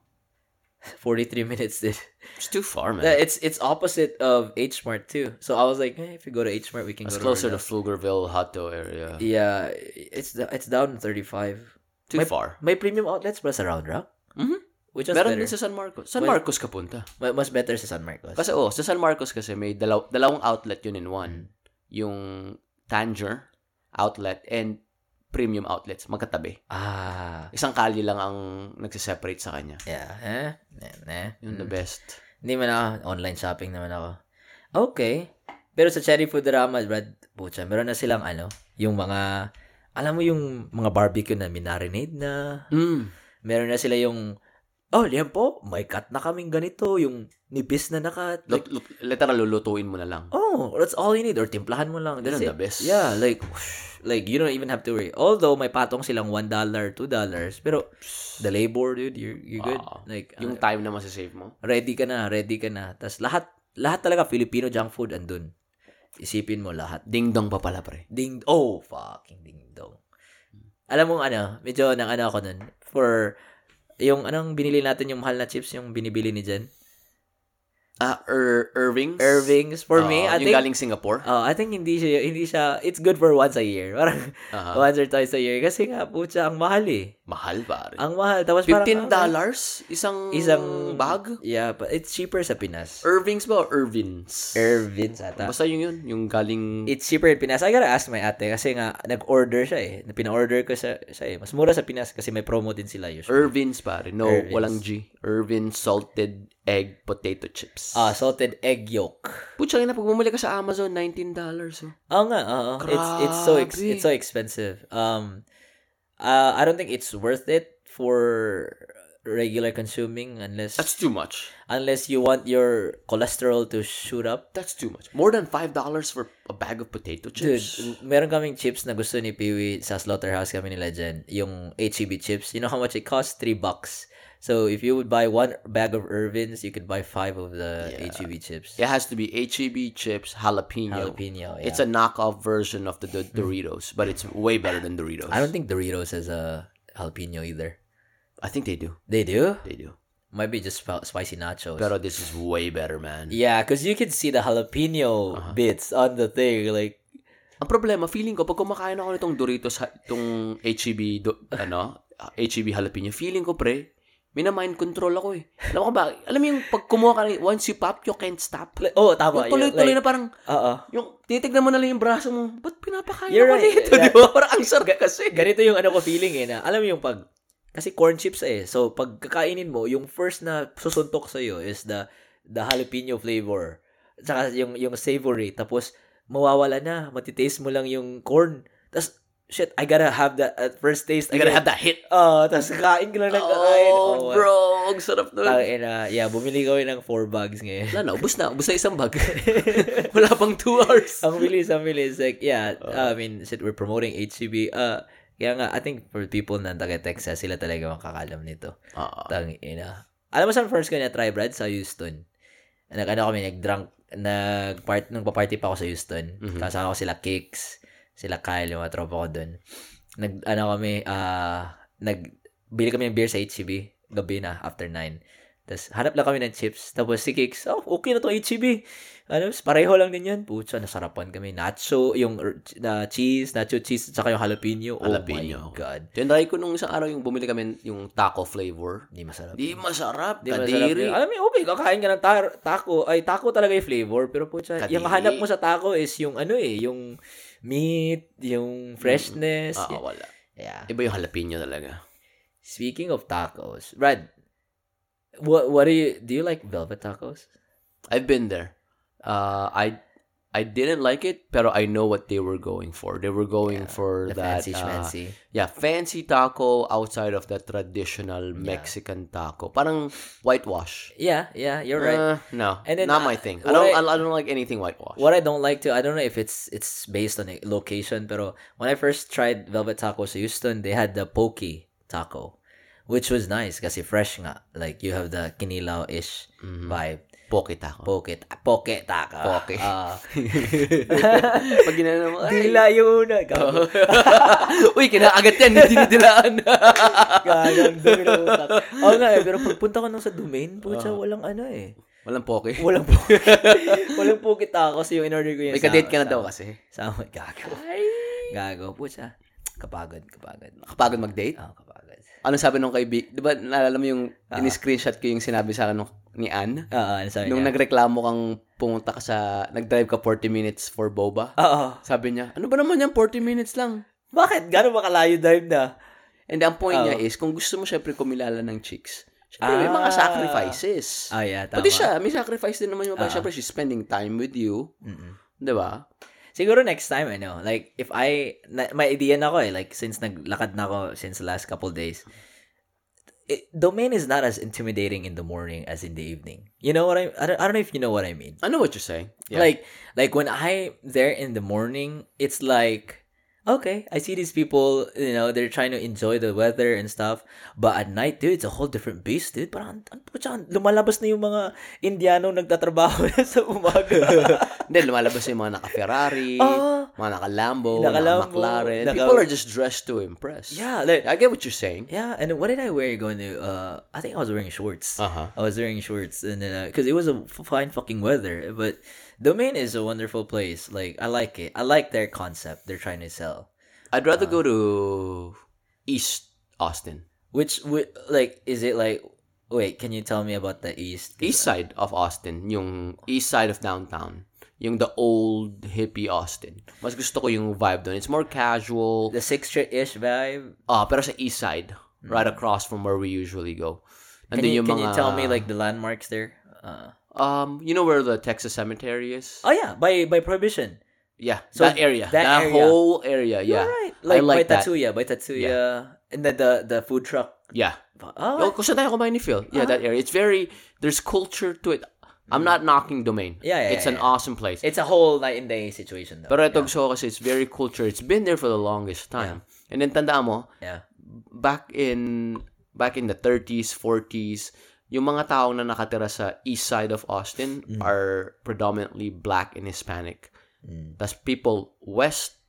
Speaker 2: 43 minutes din.
Speaker 1: It's too far, man.
Speaker 2: Uh, It's it's opposite of H Mart too. So I was like, eh, if we go to H Mart, we can
Speaker 1: It's
Speaker 2: go
Speaker 1: closer to
Speaker 2: Rodel's.
Speaker 1: Pflugerville, Hato area.
Speaker 2: Yeah, it's it's down to 35.
Speaker 1: Too
Speaker 2: May-
Speaker 1: far.
Speaker 2: May premium outlets ba sa Round Rock?
Speaker 1: Mhm.
Speaker 2: Which is
Speaker 1: Meron
Speaker 2: better?
Speaker 1: din sa San Marcos. San
Speaker 2: Well-
Speaker 1: Marcos ka punta.
Speaker 2: Ma- Mas better sa San Marcos.
Speaker 1: Kasi oh, sa San Marcos kasi may dalaw- dalawang outlet yun in one. Yung Tanger outlet and premium outlets magkatabi.
Speaker 2: ah,
Speaker 1: Isang kali lang ang nagsiseparate sa kanya.
Speaker 2: yeah. Eh? Eh, eh.
Speaker 1: Yun the
Speaker 2: Mm.
Speaker 1: best.
Speaker 2: Hindi man ako. Online shopping naman ako. Okay. Pero sa Cherry Foodorama, Brad, pucha, meron na silang ano, yung mga, alam mo yung mga barbecue na minarinade na, Hmm.
Speaker 1: Mm.
Speaker 2: meron na sila yung, oh, liyan po, may cut na kaming ganito, yung nipis na nakat. Like,
Speaker 1: Lut- lut- literal, lulutuin mo na lang.
Speaker 2: oh, that's all you need. Or timplahan mo lang. That's it.
Speaker 1: Yun ang the best.
Speaker 2: Yeah, like, like, you don't even have to worry. Although, may patong silang $1, $2, pero, the labor, dude, you're, you're good.
Speaker 1: Oo.
Speaker 2: Like,
Speaker 1: Ah. Yung
Speaker 2: uh,
Speaker 1: time na masasave mo.
Speaker 2: ready ka na, ready ka na. Tapos, lahat, lahat talaga Filipino junk food andun. Isipin mo lahat.
Speaker 1: Ding-dong pa pala, pre.
Speaker 2: Ding, oh, fucking ding dong. Alam mo, ano, medyo nang ano ako nun. For, yung anong binili natin yung mahal na chips, yung binibili ni Jen.
Speaker 1: Ah, Ir- Irving's?
Speaker 2: Irving's, for
Speaker 1: Ah,
Speaker 2: me, I
Speaker 1: yung
Speaker 2: think,
Speaker 1: galing Singapore.
Speaker 2: oh, I think hindi siya, hindi siya, it's good for once a year. Parang,
Speaker 1: Aha.
Speaker 2: once or twice a year. Kasi nga, putya, ang mahal eh.
Speaker 1: Mahal, pare.
Speaker 2: Ang mahal. Tapos parang,
Speaker 1: $15
Speaker 2: ah,
Speaker 1: isang
Speaker 2: isang
Speaker 1: bag?
Speaker 2: Yeah, but it's cheaper sa Pinas.
Speaker 1: Irving's ba o Irvin's?
Speaker 2: Irvin's ata.
Speaker 1: Basta yun yun. Yung galing...
Speaker 2: It's cheaper in Pinas. I gotta ask my ate kasi nga, nag-order siya eh. Pina-order ko sa, siya eh. Mas mura sa Pinas kasi may promo din sila usually.
Speaker 1: Irvin's, pare. No,
Speaker 2: Irvin's.
Speaker 1: walang G. Irvin salted egg potato chips.
Speaker 2: Ah, salted egg yolk.
Speaker 1: Putsa na, pag bumili ka sa Amazon, $19. Oh.
Speaker 2: Oo nga, oo. It's, it's so ex-
Speaker 1: Grabe.
Speaker 2: it's so expensive. Um, uh, I don't think it's worth it for regular consuming unless
Speaker 1: That's too much.
Speaker 2: unless you want your cholesterol to shoot up.
Speaker 1: That's too much. More than $5 for a bag of potato chips?
Speaker 2: Dude, meron kaming chips na gusto ni Piwi sa slaughterhouse kami nila dyan. Yung HEB chips. You know how much it costs? 3 bucks. So, if you would buy one bag of Irvin's, you could buy five of the
Speaker 1: Yeah.
Speaker 2: HEB chips.
Speaker 1: It has to be HEB chips jalapeno.
Speaker 2: Jalapeno, yeah. Mm.
Speaker 1: It's a knockoff version of the, Dor- Doritos, but it's way better than Doritos.
Speaker 2: I don't think Doritos has a jalapeno either.
Speaker 1: I think they do.
Speaker 2: They do?
Speaker 1: They do.
Speaker 2: Might be just sp- spicy nachos.
Speaker 1: Pero this is way better, man. Uh-huh.
Speaker 2: yeah, because you can see the jalapeno bits on the thing. Like,
Speaker 1: Ang problema, feeling ko, pag kumakain ako nitong Doritos, ha- itong HEB, do, ano, ah, HEB jalapeno, feeling ko, pre, minamind control ako eh. Alam ko ba, alam mo yung pag kumuha ka, ng- once you pop, you can't stop.
Speaker 2: Like, uh-uh. oh, tama.
Speaker 1: Yung tuloy-tuloy na parang,
Speaker 2: Oo.
Speaker 1: yung titignan mo na lang yung braso mo, ba't pinapakain
Speaker 2: You're
Speaker 1: ako
Speaker 2: right.
Speaker 1: nito,
Speaker 2: Yeah.
Speaker 1: di ba? Parang ang sarap kasi.
Speaker 2: Ganito yung ano ko feeling eh, na alam mo yung pag, kasi corn chips eh, so pag kakainin mo, yung first na susuntok sa'yo is the, the jalapeno flavor. Tsaka yung, yung savory, tapos mawawala na, matitaste mo lang yung corn. Tapos, shit, I gotta have that at first taste.
Speaker 1: I gotta have that hit.
Speaker 2: Oh, tapos kakain ka lang ng kakain.
Speaker 1: Oh, bro, ang sarap nun.
Speaker 2: Tangina. yeah, bumili kami ng four bags ngayon.
Speaker 1: Wala na, ubus na. Ubus na isang bag. Wala pang two hours.
Speaker 2: ang bilis, ang bilis. Like, yeah, uh, I mean, shit, we're promoting HCB. Uh, kaya nga, I think for people na taga-Texas, sila talaga makakalam nito.
Speaker 1: Ah,
Speaker 2: Tang ina. Alam mo saan first ko na try, Brad? Sa Houston. Nag, ano kami, nag-drunk, nag-part, nung pa-party pa ako sa Houston.
Speaker 1: Mhm.
Speaker 2: Kasama ko sila Kicks, sila Kyle, yung mga tropa ko dun. Nag, ano kami, ah, nag, bili kami ng beer sa HCB, gabi na, after 9. Tapos, hanap lang kami ng chips. Tapos, si Kicks, oh, okay na to HCB. Ano, pareho lang din yan. Putsa, nasarapan kami. Nacho, yung er, ch- na cheese, nacho cheese, at saka yung jalapeno. Oh
Speaker 1: Jalapeno.
Speaker 2: my God.
Speaker 1: Tinry ko nung isang araw yung bumili kami yung taco flavor.
Speaker 2: Hindi masarap.
Speaker 1: Di masarap.
Speaker 2: Di ba sarap
Speaker 1: Kadiri.
Speaker 2: yun? Alam mo, okay, kakain ka ng tar- taco. Ay, taco talaga yung flavor. Pero po, siya,
Speaker 1: Kadiri.
Speaker 2: yung hanap mo sa taco is yung ano eh, yung meat,
Speaker 1: Mm.
Speaker 2: yung freshness.
Speaker 1: Ah, wala.
Speaker 2: yeah.
Speaker 1: Iba yung jalapeno talaga.
Speaker 2: Speaking of tacos, Brad, what what do you, do you like velvet tacos?
Speaker 1: I've been there. Uh, I I didn't like it, pero I know what they were going for. They were going for
Speaker 2: The
Speaker 1: that
Speaker 2: fancy
Speaker 1: uh,
Speaker 2: schmancy.
Speaker 1: yeah, fancy taco outside of the traditional Mexican taco. Parang whitewash.
Speaker 2: yeah, yeah, you're right.
Speaker 1: Uh, no,
Speaker 2: And then,
Speaker 1: not
Speaker 2: uh,
Speaker 1: my thing. I
Speaker 2: what
Speaker 1: don't. I,
Speaker 2: I-
Speaker 1: don't like anything whitewash.
Speaker 2: What I don't like to, I don't know if it's it's based on a location, pero when I first tried Velvet Tacos sa Houston, they had the pokey taco, which was nice kasi fresh nga. Like you have the kinilaw-ish vibe.
Speaker 1: Poke taco.
Speaker 2: Poke, ta- poke taco.
Speaker 1: Mm-hmm. Poke.
Speaker 2: Ah.
Speaker 1: Pag ginano mo, ay,
Speaker 2: dila yun. Gago.
Speaker 1: Uy, kinaagat yan. Hindi nidilaan.
Speaker 2: Gagang dumi ng utak. Oo nga eh, pero pagpunta ko nung sa domain, putya,
Speaker 1: Ah.
Speaker 2: walang ano eh.
Speaker 1: Walang poke.
Speaker 2: Walang poke. walang poke tacos yung in-order ko yun.
Speaker 1: May
Speaker 2: sa-
Speaker 1: kadate ka na
Speaker 2: sa-
Speaker 1: daw kasi.
Speaker 2: Sa gago. Gago, putya. Kapagod, kapagod.
Speaker 1: Kapagod mag-date?
Speaker 2: Ah, kapagod.
Speaker 1: Ano sabi nung kaibig? Di ba, naalala mo yung
Speaker 2: Ah.
Speaker 1: in-screenshot ko yung sinabi sa akin nung- ni Ann?
Speaker 2: Oo, ano sabi
Speaker 1: Nung
Speaker 2: niya?
Speaker 1: nagreklamo kang pumunta ka sa, nag-drive ka 40 minutes for boba.
Speaker 2: Oo.
Speaker 1: Sabi niya, ano ba naman yan, 40 minutes lang.
Speaker 2: Bakit? Gano'n ba kalayo dive na?
Speaker 1: And ang point
Speaker 2: Oo.
Speaker 1: niya is, kung gusto mo syempre kumilala ng chicks, syempre may
Speaker 2: Oh. Ah.
Speaker 1: mga sacrifices.
Speaker 2: Ah, yeah, tama.
Speaker 1: Pati siya, may sacrifice din naman yung babae.
Speaker 2: Ah.
Speaker 1: Syempre, she's spending time with you.
Speaker 2: Mm-mm.
Speaker 1: Di ba?
Speaker 2: Siguro next time, ano, like, if I, na, may idea na ako eh, like, since naglakad na ako since last couple days, it, domain is not as intimidating in the morning as in the evening. You know what I, I don't, I don't know if you know what I mean.
Speaker 1: I know Ano what you're saying. Yeah.
Speaker 2: Like, like when I there in the morning, it's like, okay, I see these people, you know, they're trying to enjoy the weather and stuff. But at night, dude, it's a whole different beast, dude. Parang, ang putya, lumalabas na yung mga Indiano nagtatrabaho na sa umaga.
Speaker 1: Hindi, lumalabas yung mga naka-Ferrari,
Speaker 2: Ah.
Speaker 1: mga naka-Lambo,
Speaker 2: Naka-Lambo,
Speaker 1: naka-McLaren.
Speaker 2: naka-
Speaker 1: People are just dressed to impress.
Speaker 2: yeah, like,
Speaker 1: I get what you're saying.
Speaker 2: yeah. And what did I wear going to? Uh, I think I was wearing shorts.
Speaker 1: Uh-huh.
Speaker 2: I was wearing shorts, and then because it was a f- fine fucking weather. But Domain is a wonderful place. Like I like it. I like their concept they're trying to sell.
Speaker 1: I'd rather
Speaker 2: Uh-huh.
Speaker 1: go to East Austin.
Speaker 2: Which would like is it like wait, can you tell me about the east?
Speaker 1: East side of Austin, yung east side of downtown. Yung the old hippie Austin. Mas gusto ko yung vibe doon. It's more casual.
Speaker 2: the six street ish vibe.
Speaker 1: Ah, pero sa east side, right across from where we usually go.
Speaker 2: Hmm. Can,
Speaker 1: Nandun
Speaker 2: you,
Speaker 1: yung
Speaker 2: can you
Speaker 1: mga-
Speaker 2: tell me like the landmarks there? Uh,
Speaker 1: um you know where the Texas cemetery is?
Speaker 2: oh yeah, by by prohibition.
Speaker 1: Yeah,
Speaker 2: So,
Speaker 1: that area, that,
Speaker 2: that area.
Speaker 1: whole area. Yeah,
Speaker 2: All right. Like,
Speaker 1: I like
Speaker 2: by
Speaker 1: that.
Speaker 2: Tatsuya, by Tatsuya and the, the the food truck.
Speaker 1: Yeah,
Speaker 2: Oh,
Speaker 1: oh, kasi tayo kumain ni Phil.
Speaker 2: Uh-huh.
Speaker 1: Yeah, that area. It's very there's culture to it. I'm not knocking Domain.
Speaker 2: Hmm. Yeah, yeah,
Speaker 1: it's an
Speaker 2: yeah.
Speaker 1: awesome place.
Speaker 2: it's a whole night and day situation though.
Speaker 1: Pero ito gusto ko kasi it's very culture. It's been there for the longest time. And then tandaan mo,
Speaker 2: yeah.
Speaker 1: back in back in the 30s, 40s, yung mga tao na nakatira sa east side of Austin are predominantly black and Hispanic.
Speaker 2: Mm.
Speaker 1: Tapos people west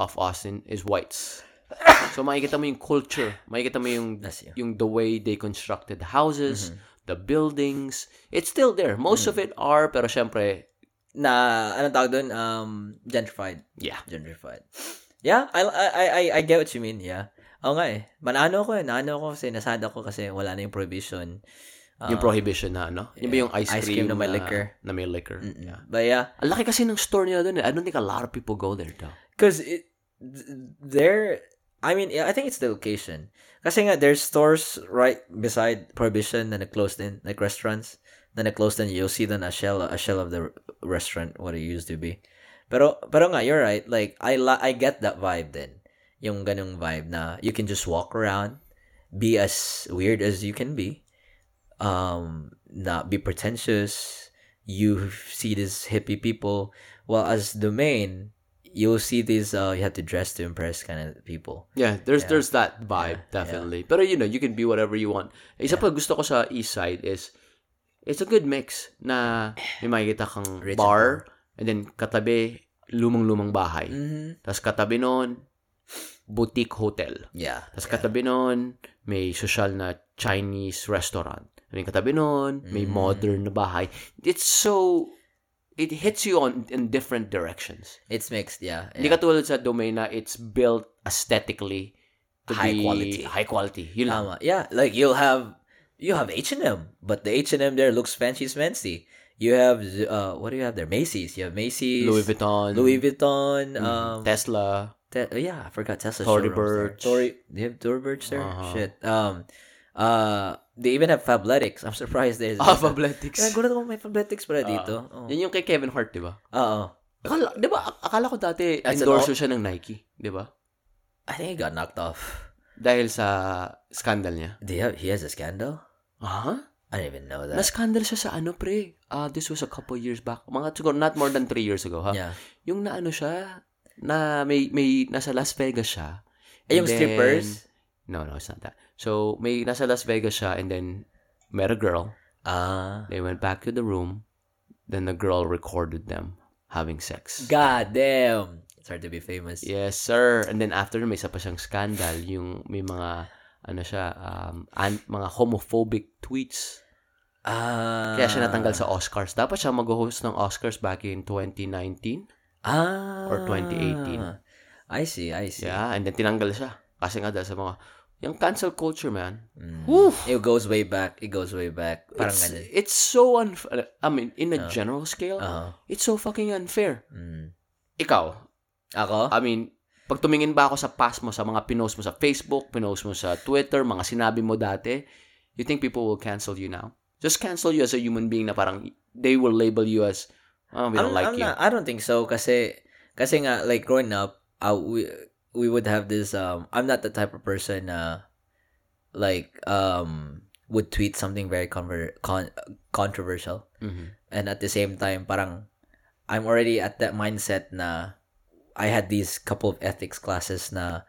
Speaker 1: of Austin is whites. so makikita mo yung culture, makikita mo yung
Speaker 2: That's you.
Speaker 1: yung the way they constructed the houses, the buildings. It's still there. Most of it are pero syempre
Speaker 2: na anong tawag doon um gentrified
Speaker 1: Yeah.
Speaker 2: gentrified yeah I I I- I, I get what you mean yeah Oo nga eh. Manano ko eh. Naano ko kasi nasad ako kasi wala na yung prohibition. Um,
Speaker 1: yung prohibition na, ano? Yung ba yung ice
Speaker 2: Ice
Speaker 1: cream,
Speaker 2: cream na may liquor.
Speaker 1: Na may liquor.
Speaker 2: Mm-mm.
Speaker 1: Yeah.
Speaker 2: But yeah,
Speaker 1: Ang laki kasi ng store nila doon eh. I don't think a lot of people go there though.
Speaker 2: Because it, th- there, I mean, I think it's the location. Kasi nga, there's stores right beside Prohibition na closed in, like restaurants na closed in. You'll see then a shell, a shell of the r- restaurant, what it used to be. Pero, pero nga, you're right. Like, I, la- I get that vibe then. Yung ganung vibe na you can just walk around, be as weird as you can be, um, not be pretentious. You see these hippie people. Well, as the main, you'll see these uh, you have to dress to impress kind of people.
Speaker 1: Yeah, there's
Speaker 2: Yeah.
Speaker 1: there's that vibe definitely. Pero you know, you can be whatever you want. Isa pa gusto ko sa East Side is it's a good mix na may makikita kang
Speaker 2: Rich and
Speaker 1: bar and then katabi lumang-lumang bahay.
Speaker 2: Mm-hmm.
Speaker 1: Tapos katabi noon boutique hotel.
Speaker 2: Yeah.
Speaker 1: Tapos katabi noon may social na Chinese restaurant. I mean, katabi noon may
Speaker 2: Mm.
Speaker 1: modern na bahay. It's so it hits you on in different directions.
Speaker 2: It's mixed, yeah.
Speaker 1: Hindi
Speaker 2: yeah.
Speaker 1: katulad sa domain na it's built aesthetically to
Speaker 2: High
Speaker 1: be
Speaker 2: quality.
Speaker 1: High quality. Yun lang.
Speaker 2: Tama. Um, Yeah, like you'll have you have H and M, but the H and M there looks fancy fancy. You have uh, what do you have there? Macy's. You have Macy's.
Speaker 1: Louis Vuitton.
Speaker 2: Louis Vuitton.
Speaker 1: mm,
Speaker 2: Um,
Speaker 1: Tesla.
Speaker 2: Te- oh, yeah, I forgot Tesla.
Speaker 1: Tory
Speaker 2: showrooms there.
Speaker 1: Burch.
Speaker 2: Tory, they have Tory Burch there.
Speaker 1: Uh-huh.
Speaker 2: Shit. Um, uh, they even have Fabletics. I'm surprised there's.
Speaker 1: Ah, Fabletics.
Speaker 2: Yeah, gulat ako may Fabletics pala dito. Oo.
Speaker 1: Yan yung kay Kevin Hart, di ba?
Speaker 2: Oo.
Speaker 1: Akala, di ba, ak- akala ko dati
Speaker 2: As an
Speaker 1: endorser siya ng Nike, di ba?
Speaker 2: I think he got knocked off.
Speaker 1: Dahil sa scandal niya.
Speaker 2: Do you have, he has a scandal?
Speaker 1: Aha?
Speaker 2: I didn't even know that.
Speaker 1: Na-scandal siya sa ano, pre? Ah, this was a couple years back. Mga siguro not more than three years ago, ha?
Speaker 2: yeah.
Speaker 1: Yung na ano siya, na may, may, nasa Las Vegas siya.
Speaker 2: Eh, yung
Speaker 1: And then-
Speaker 2: strippers?
Speaker 1: No, no, it's not that. So, may nasa Las Vegas siya and then met a girl.
Speaker 2: Ah.
Speaker 1: They went back to the room. Then the girl recorded them having sex.
Speaker 2: God damn. It's hard to be famous.
Speaker 1: Yes, sir. And then after nun, may isa pa siyang scandal. Yung may mga, ano siya, um, an- mga homophobic tweets.
Speaker 2: Ah.
Speaker 1: Kaya siya natanggal sa Oscars. Dapat siya mag-host ng Oscars back in 2019.
Speaker 2: Ah.
Speaker 1: or 2018.
Speaker 2: I see, I see.
Speaker 1: Yeah, and then tinanggal siya. Kasi nga dahil sa mga, yung cancel culture, man.
Speaker 2: Mm.
Speaker 1: Whew.
Speaker 2: It goes way back. It goes way back. Parang
Speaker 1: It's,
Speaker 2: ganun. Ah.
Speaker 1: it's so unfair. I mean, in a general scale,
Speaker 2: Uh-huh.
Speaker 1: it's so fucking unfair.
Speaker 2: Mm.
Speaker 1: Ikaw,
Speaker 2: Ako?
Speaker 1: I mean, pag tumingin ba ako sa past mo, sa mga pinost mo sa Facebook, pinost mo sa Twitter, mga sinabi mo dati, you think people will cancel you now? Just cancel you as a human being na parang they will label you as, oh, we don't
Speaker 2: I'm-
Speaker 1: like
Speaker 2: I'm
Speaker 1: you.
Speaker 2: not- I don't think so kasi kasi nga like growing up, uh, we we would have this um I'm not the type of person na like um would tweet something very conver- con- controversial
Speaker 1: Mhm.
Speaker 2: and at the same time parang I'm already at that mindset na I had these couple of ethics classes na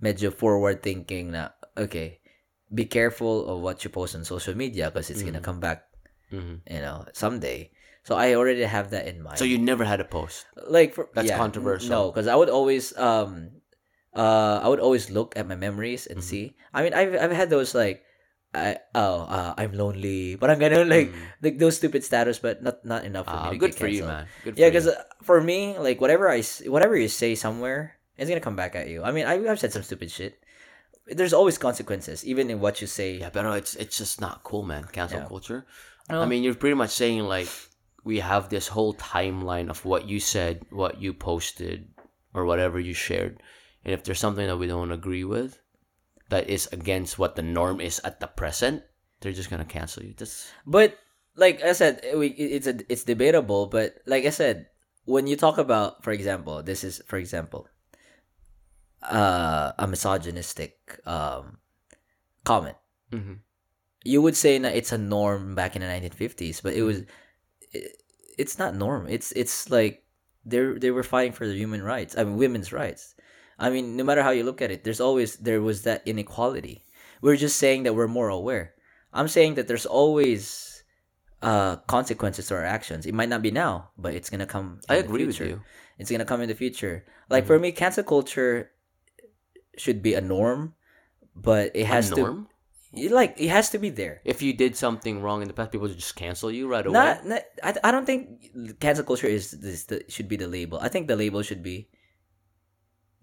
Speaker 2: medyo forward thinking na okay be careful of what you post on social media because it's
Speaker 1: Mm.
Speaker 2: gonna come back
Speaker 1: Mhm.
Speaker 2: you know someday so I already have that in mind
Speaker 1: So you never had a post.
Speaker 2: like for,
Speaker 1: That's
Speaker 2: yeah,
Speaker 1: controversial.
Speaker 2: No, because I would always um uh I would always look at my memories
Speaker 1: Mm-hmm.
Speaker 2: and see. I mean, I've I've had those like I oh uh, I'm lonely, but I'm gonna like
Speaker 1: Mm.
Speaker 2: like those stupid status, but not not enough for
Speaker 1: Ah,
Speaker 2: me to
Speaker 1: good
Speaker 2: get
Speaker 1: for you,
Speaker 2: canceled.
Speaker 1: man. Good
Speaker 2: Yeah,
Speaker 1: for
Speaker 2: because uh,
Speaker 1: you.
Speaker 2: for me, like whatever I s- whatever you say somewhere, it's gonna come back at you. I mean, I, I've said some stupid shit. There's always consequences, even in what you say.
Speaker 1: Yeah, pero it's it's just not cool, man. Cancel
Speaker 2: Yeah.
Speaker 1: culture.
Speaker 2: No.
Speaker 1: I mean, you're pretty much saying like we have this whole timeline of what you said, what you posted, or whatever you shared, and if there's something that we don't agree with, that is against what the norm is at the present, they're just gonna cancel you. That's
Speaker 2: But like I said, we, it's a, it's debatable. But like I said, when you talk about, for example, this is for example, uh, a misogynistic um, comment.
Speaker 1: Mhm.
Speaker 2: You would say that it's a norm back in the 1950s, but it was, it, it's not norm. It's it's like they are they were fighting for the human rights. I mean, women's rights. I mean, no matter how you look at it, there's always there was that inequality. We're just saying that we're more aware. I'm saying that there's always uh consequences to our actions. It might not be now, but it's gonna come.
Speaker 1: I
Speaker 2: in the
Speaker 1: agree with
Speaker 2: future.
Speaker 1: you. Mm-hmm.
Speaker 2: It's gonna come in the future. Like for me, cancel culture should be a norm, but it
Speaker 1: A
Speaker 2: has to
Speaker 1: norm.
Speaker 2: You, like it has to be there.
Speaker 1: If you did something wrong in the past, people would just cancel you right away.
Speaker 2: Not, not I, I don't think cancel culture is this the, should be the label. I think the label should be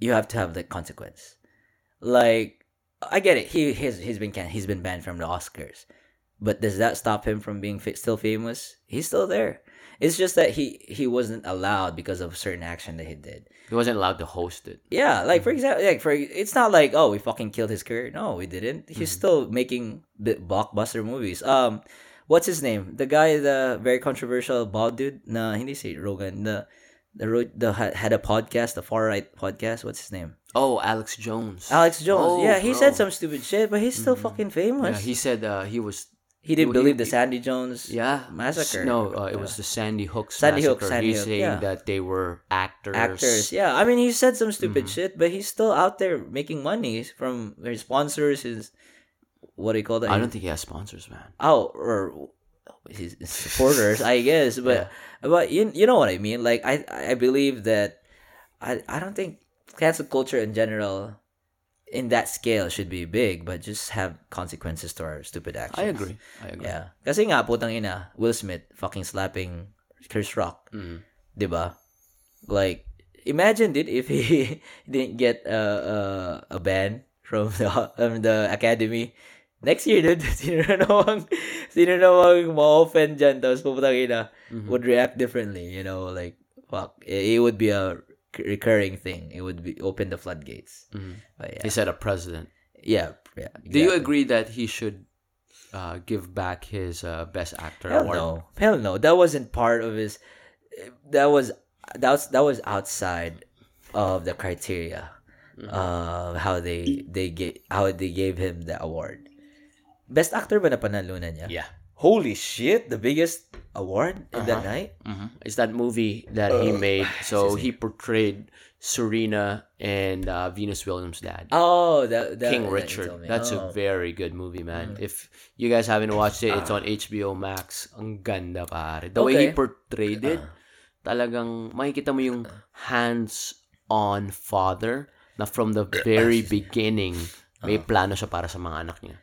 Speaker 2: you have to have the consequence. Like I get it. He he's, he's been can he's been banned from the Oscars. But does that stop him from being fi- still famous? He's still there. It's just that he he wasn't allowed because of certain action that he did.
Speaker 1: he wasn't allowed to host it.
Speaker 2: Yeah, like
Speaker 1: Mm.
Speaker 2: for example, like for it's not like oh we fucking killed his career. No, we didn't. He's
Speaker 1: Mm.
Speaker 2: still making bi- blockbuster movies. Um, what's his name? The guy, the very controversial bald dude. No, hindi si Rogan. The the ro- the ha- had a podcast, the far right podcast. What's his name?
Speaker 1: Oh, Alex Jones.
Speaker 2: Alex Jones.
Speaker 1: Oh,
Speaker 2: yeah, he
Speaker 1: bro. Mm-hmm.
Speaker 2: said some stupid shit, but he's still fucking famous.
Speaker 1: Yeah, he said uh, he was.
Speaker 2: he didn't
Speaker 1: he-
Speaker 2: believe
Speaker 1: he-
Speaker 2: the Sandy Jones.
Speaker 1: Yeah,
Speaker 2: Massacre.
Speaker 1: No, uh, it was the Sandy Hook.
Speaker 2: Sandy Hook,
Speaker 1: massacre.
Speaker 2: Sandy
Speaker 1: He's
Speaker 2: Hook,
Speaker 1: saying
Speaker 2: yeah.
Speaker 1: that they were actors.
Speaker 2: actors. Yeah, I mean, he said some stupid
Speaker 1: Mm-hmm.
Speaker 2: shit, but he's still out there making money from his sponsors. His what do you call that?
Speaker 1: I don't think he has sponsors, man.
Speaker 2: out or his supporters, I guess. But but you you know what I mean. Like I I believe that I I don't think cancel culture in general in that scale should be big, but just have consequences to our stupid actions.
Speaker 1: I agree. I agree.
Speaker 2: Yeah. Kasi nga, putang ina, Will Smith fucking slapping Chris Rock.
Speaker 1: Mm.
Speaker 2: 'Di ba? Like, imagine it if he didn't get uh, uh, a ban from the from the academy. Next year, dude, sino na namang, sino na namang ma-offend dyan, tapos putang ina,
Speaker 1: Mm-hmm.
Speaker 2: would react differently, you know, like, fuck. It, it would be a recurring thing. It would be open the floodgates.
Speaker 1: Mhm.
Speaker 2: But yeah.
Speaker 1: He said a president.
Speaker 2: yeah, yeah.
Speaker 1: Do you agree that he should uh, give back his uh, best actor
Speaker 2: Hell
Speaker 1: award?
Speaker 2: no. Hell no. That wasn't part of his. That was that was that was outside of the criteria
Speaker 1: Mm-hmm.
Speaker 2: of how they they gave how they gave him the award. Best actor ba na panalunan niya?
Speaker 1: Yeah.
Speaker 2: Holy shit! The biggest award in that night.
Speaker 1: Mhm. It's that movie that he made. So he portrayed Serena and uh, Venus Williams' dad.
Speaker 2: Oh, that, that that
Speaker 1: King
Speaker 2: you
Speaker 1: Richard.
Speaker 2: told me.
Speaker 1: That's
Speaker 2: oh. Mm.
Speaker 1: a very good movie, man. If you guys haven't watched it, it's on HBO Max. Ang ganda, pare. The way
Speaker 2: Okay.
Speaker 1: he
Speaker 2: Uh-uh.
Speaker 1: portrayed it, talagang makikita mo yung hands-on father na from the very beginning, may
Speaker 2: Uh-uh.
Speaker 1: plano siya para sa mga anak niya.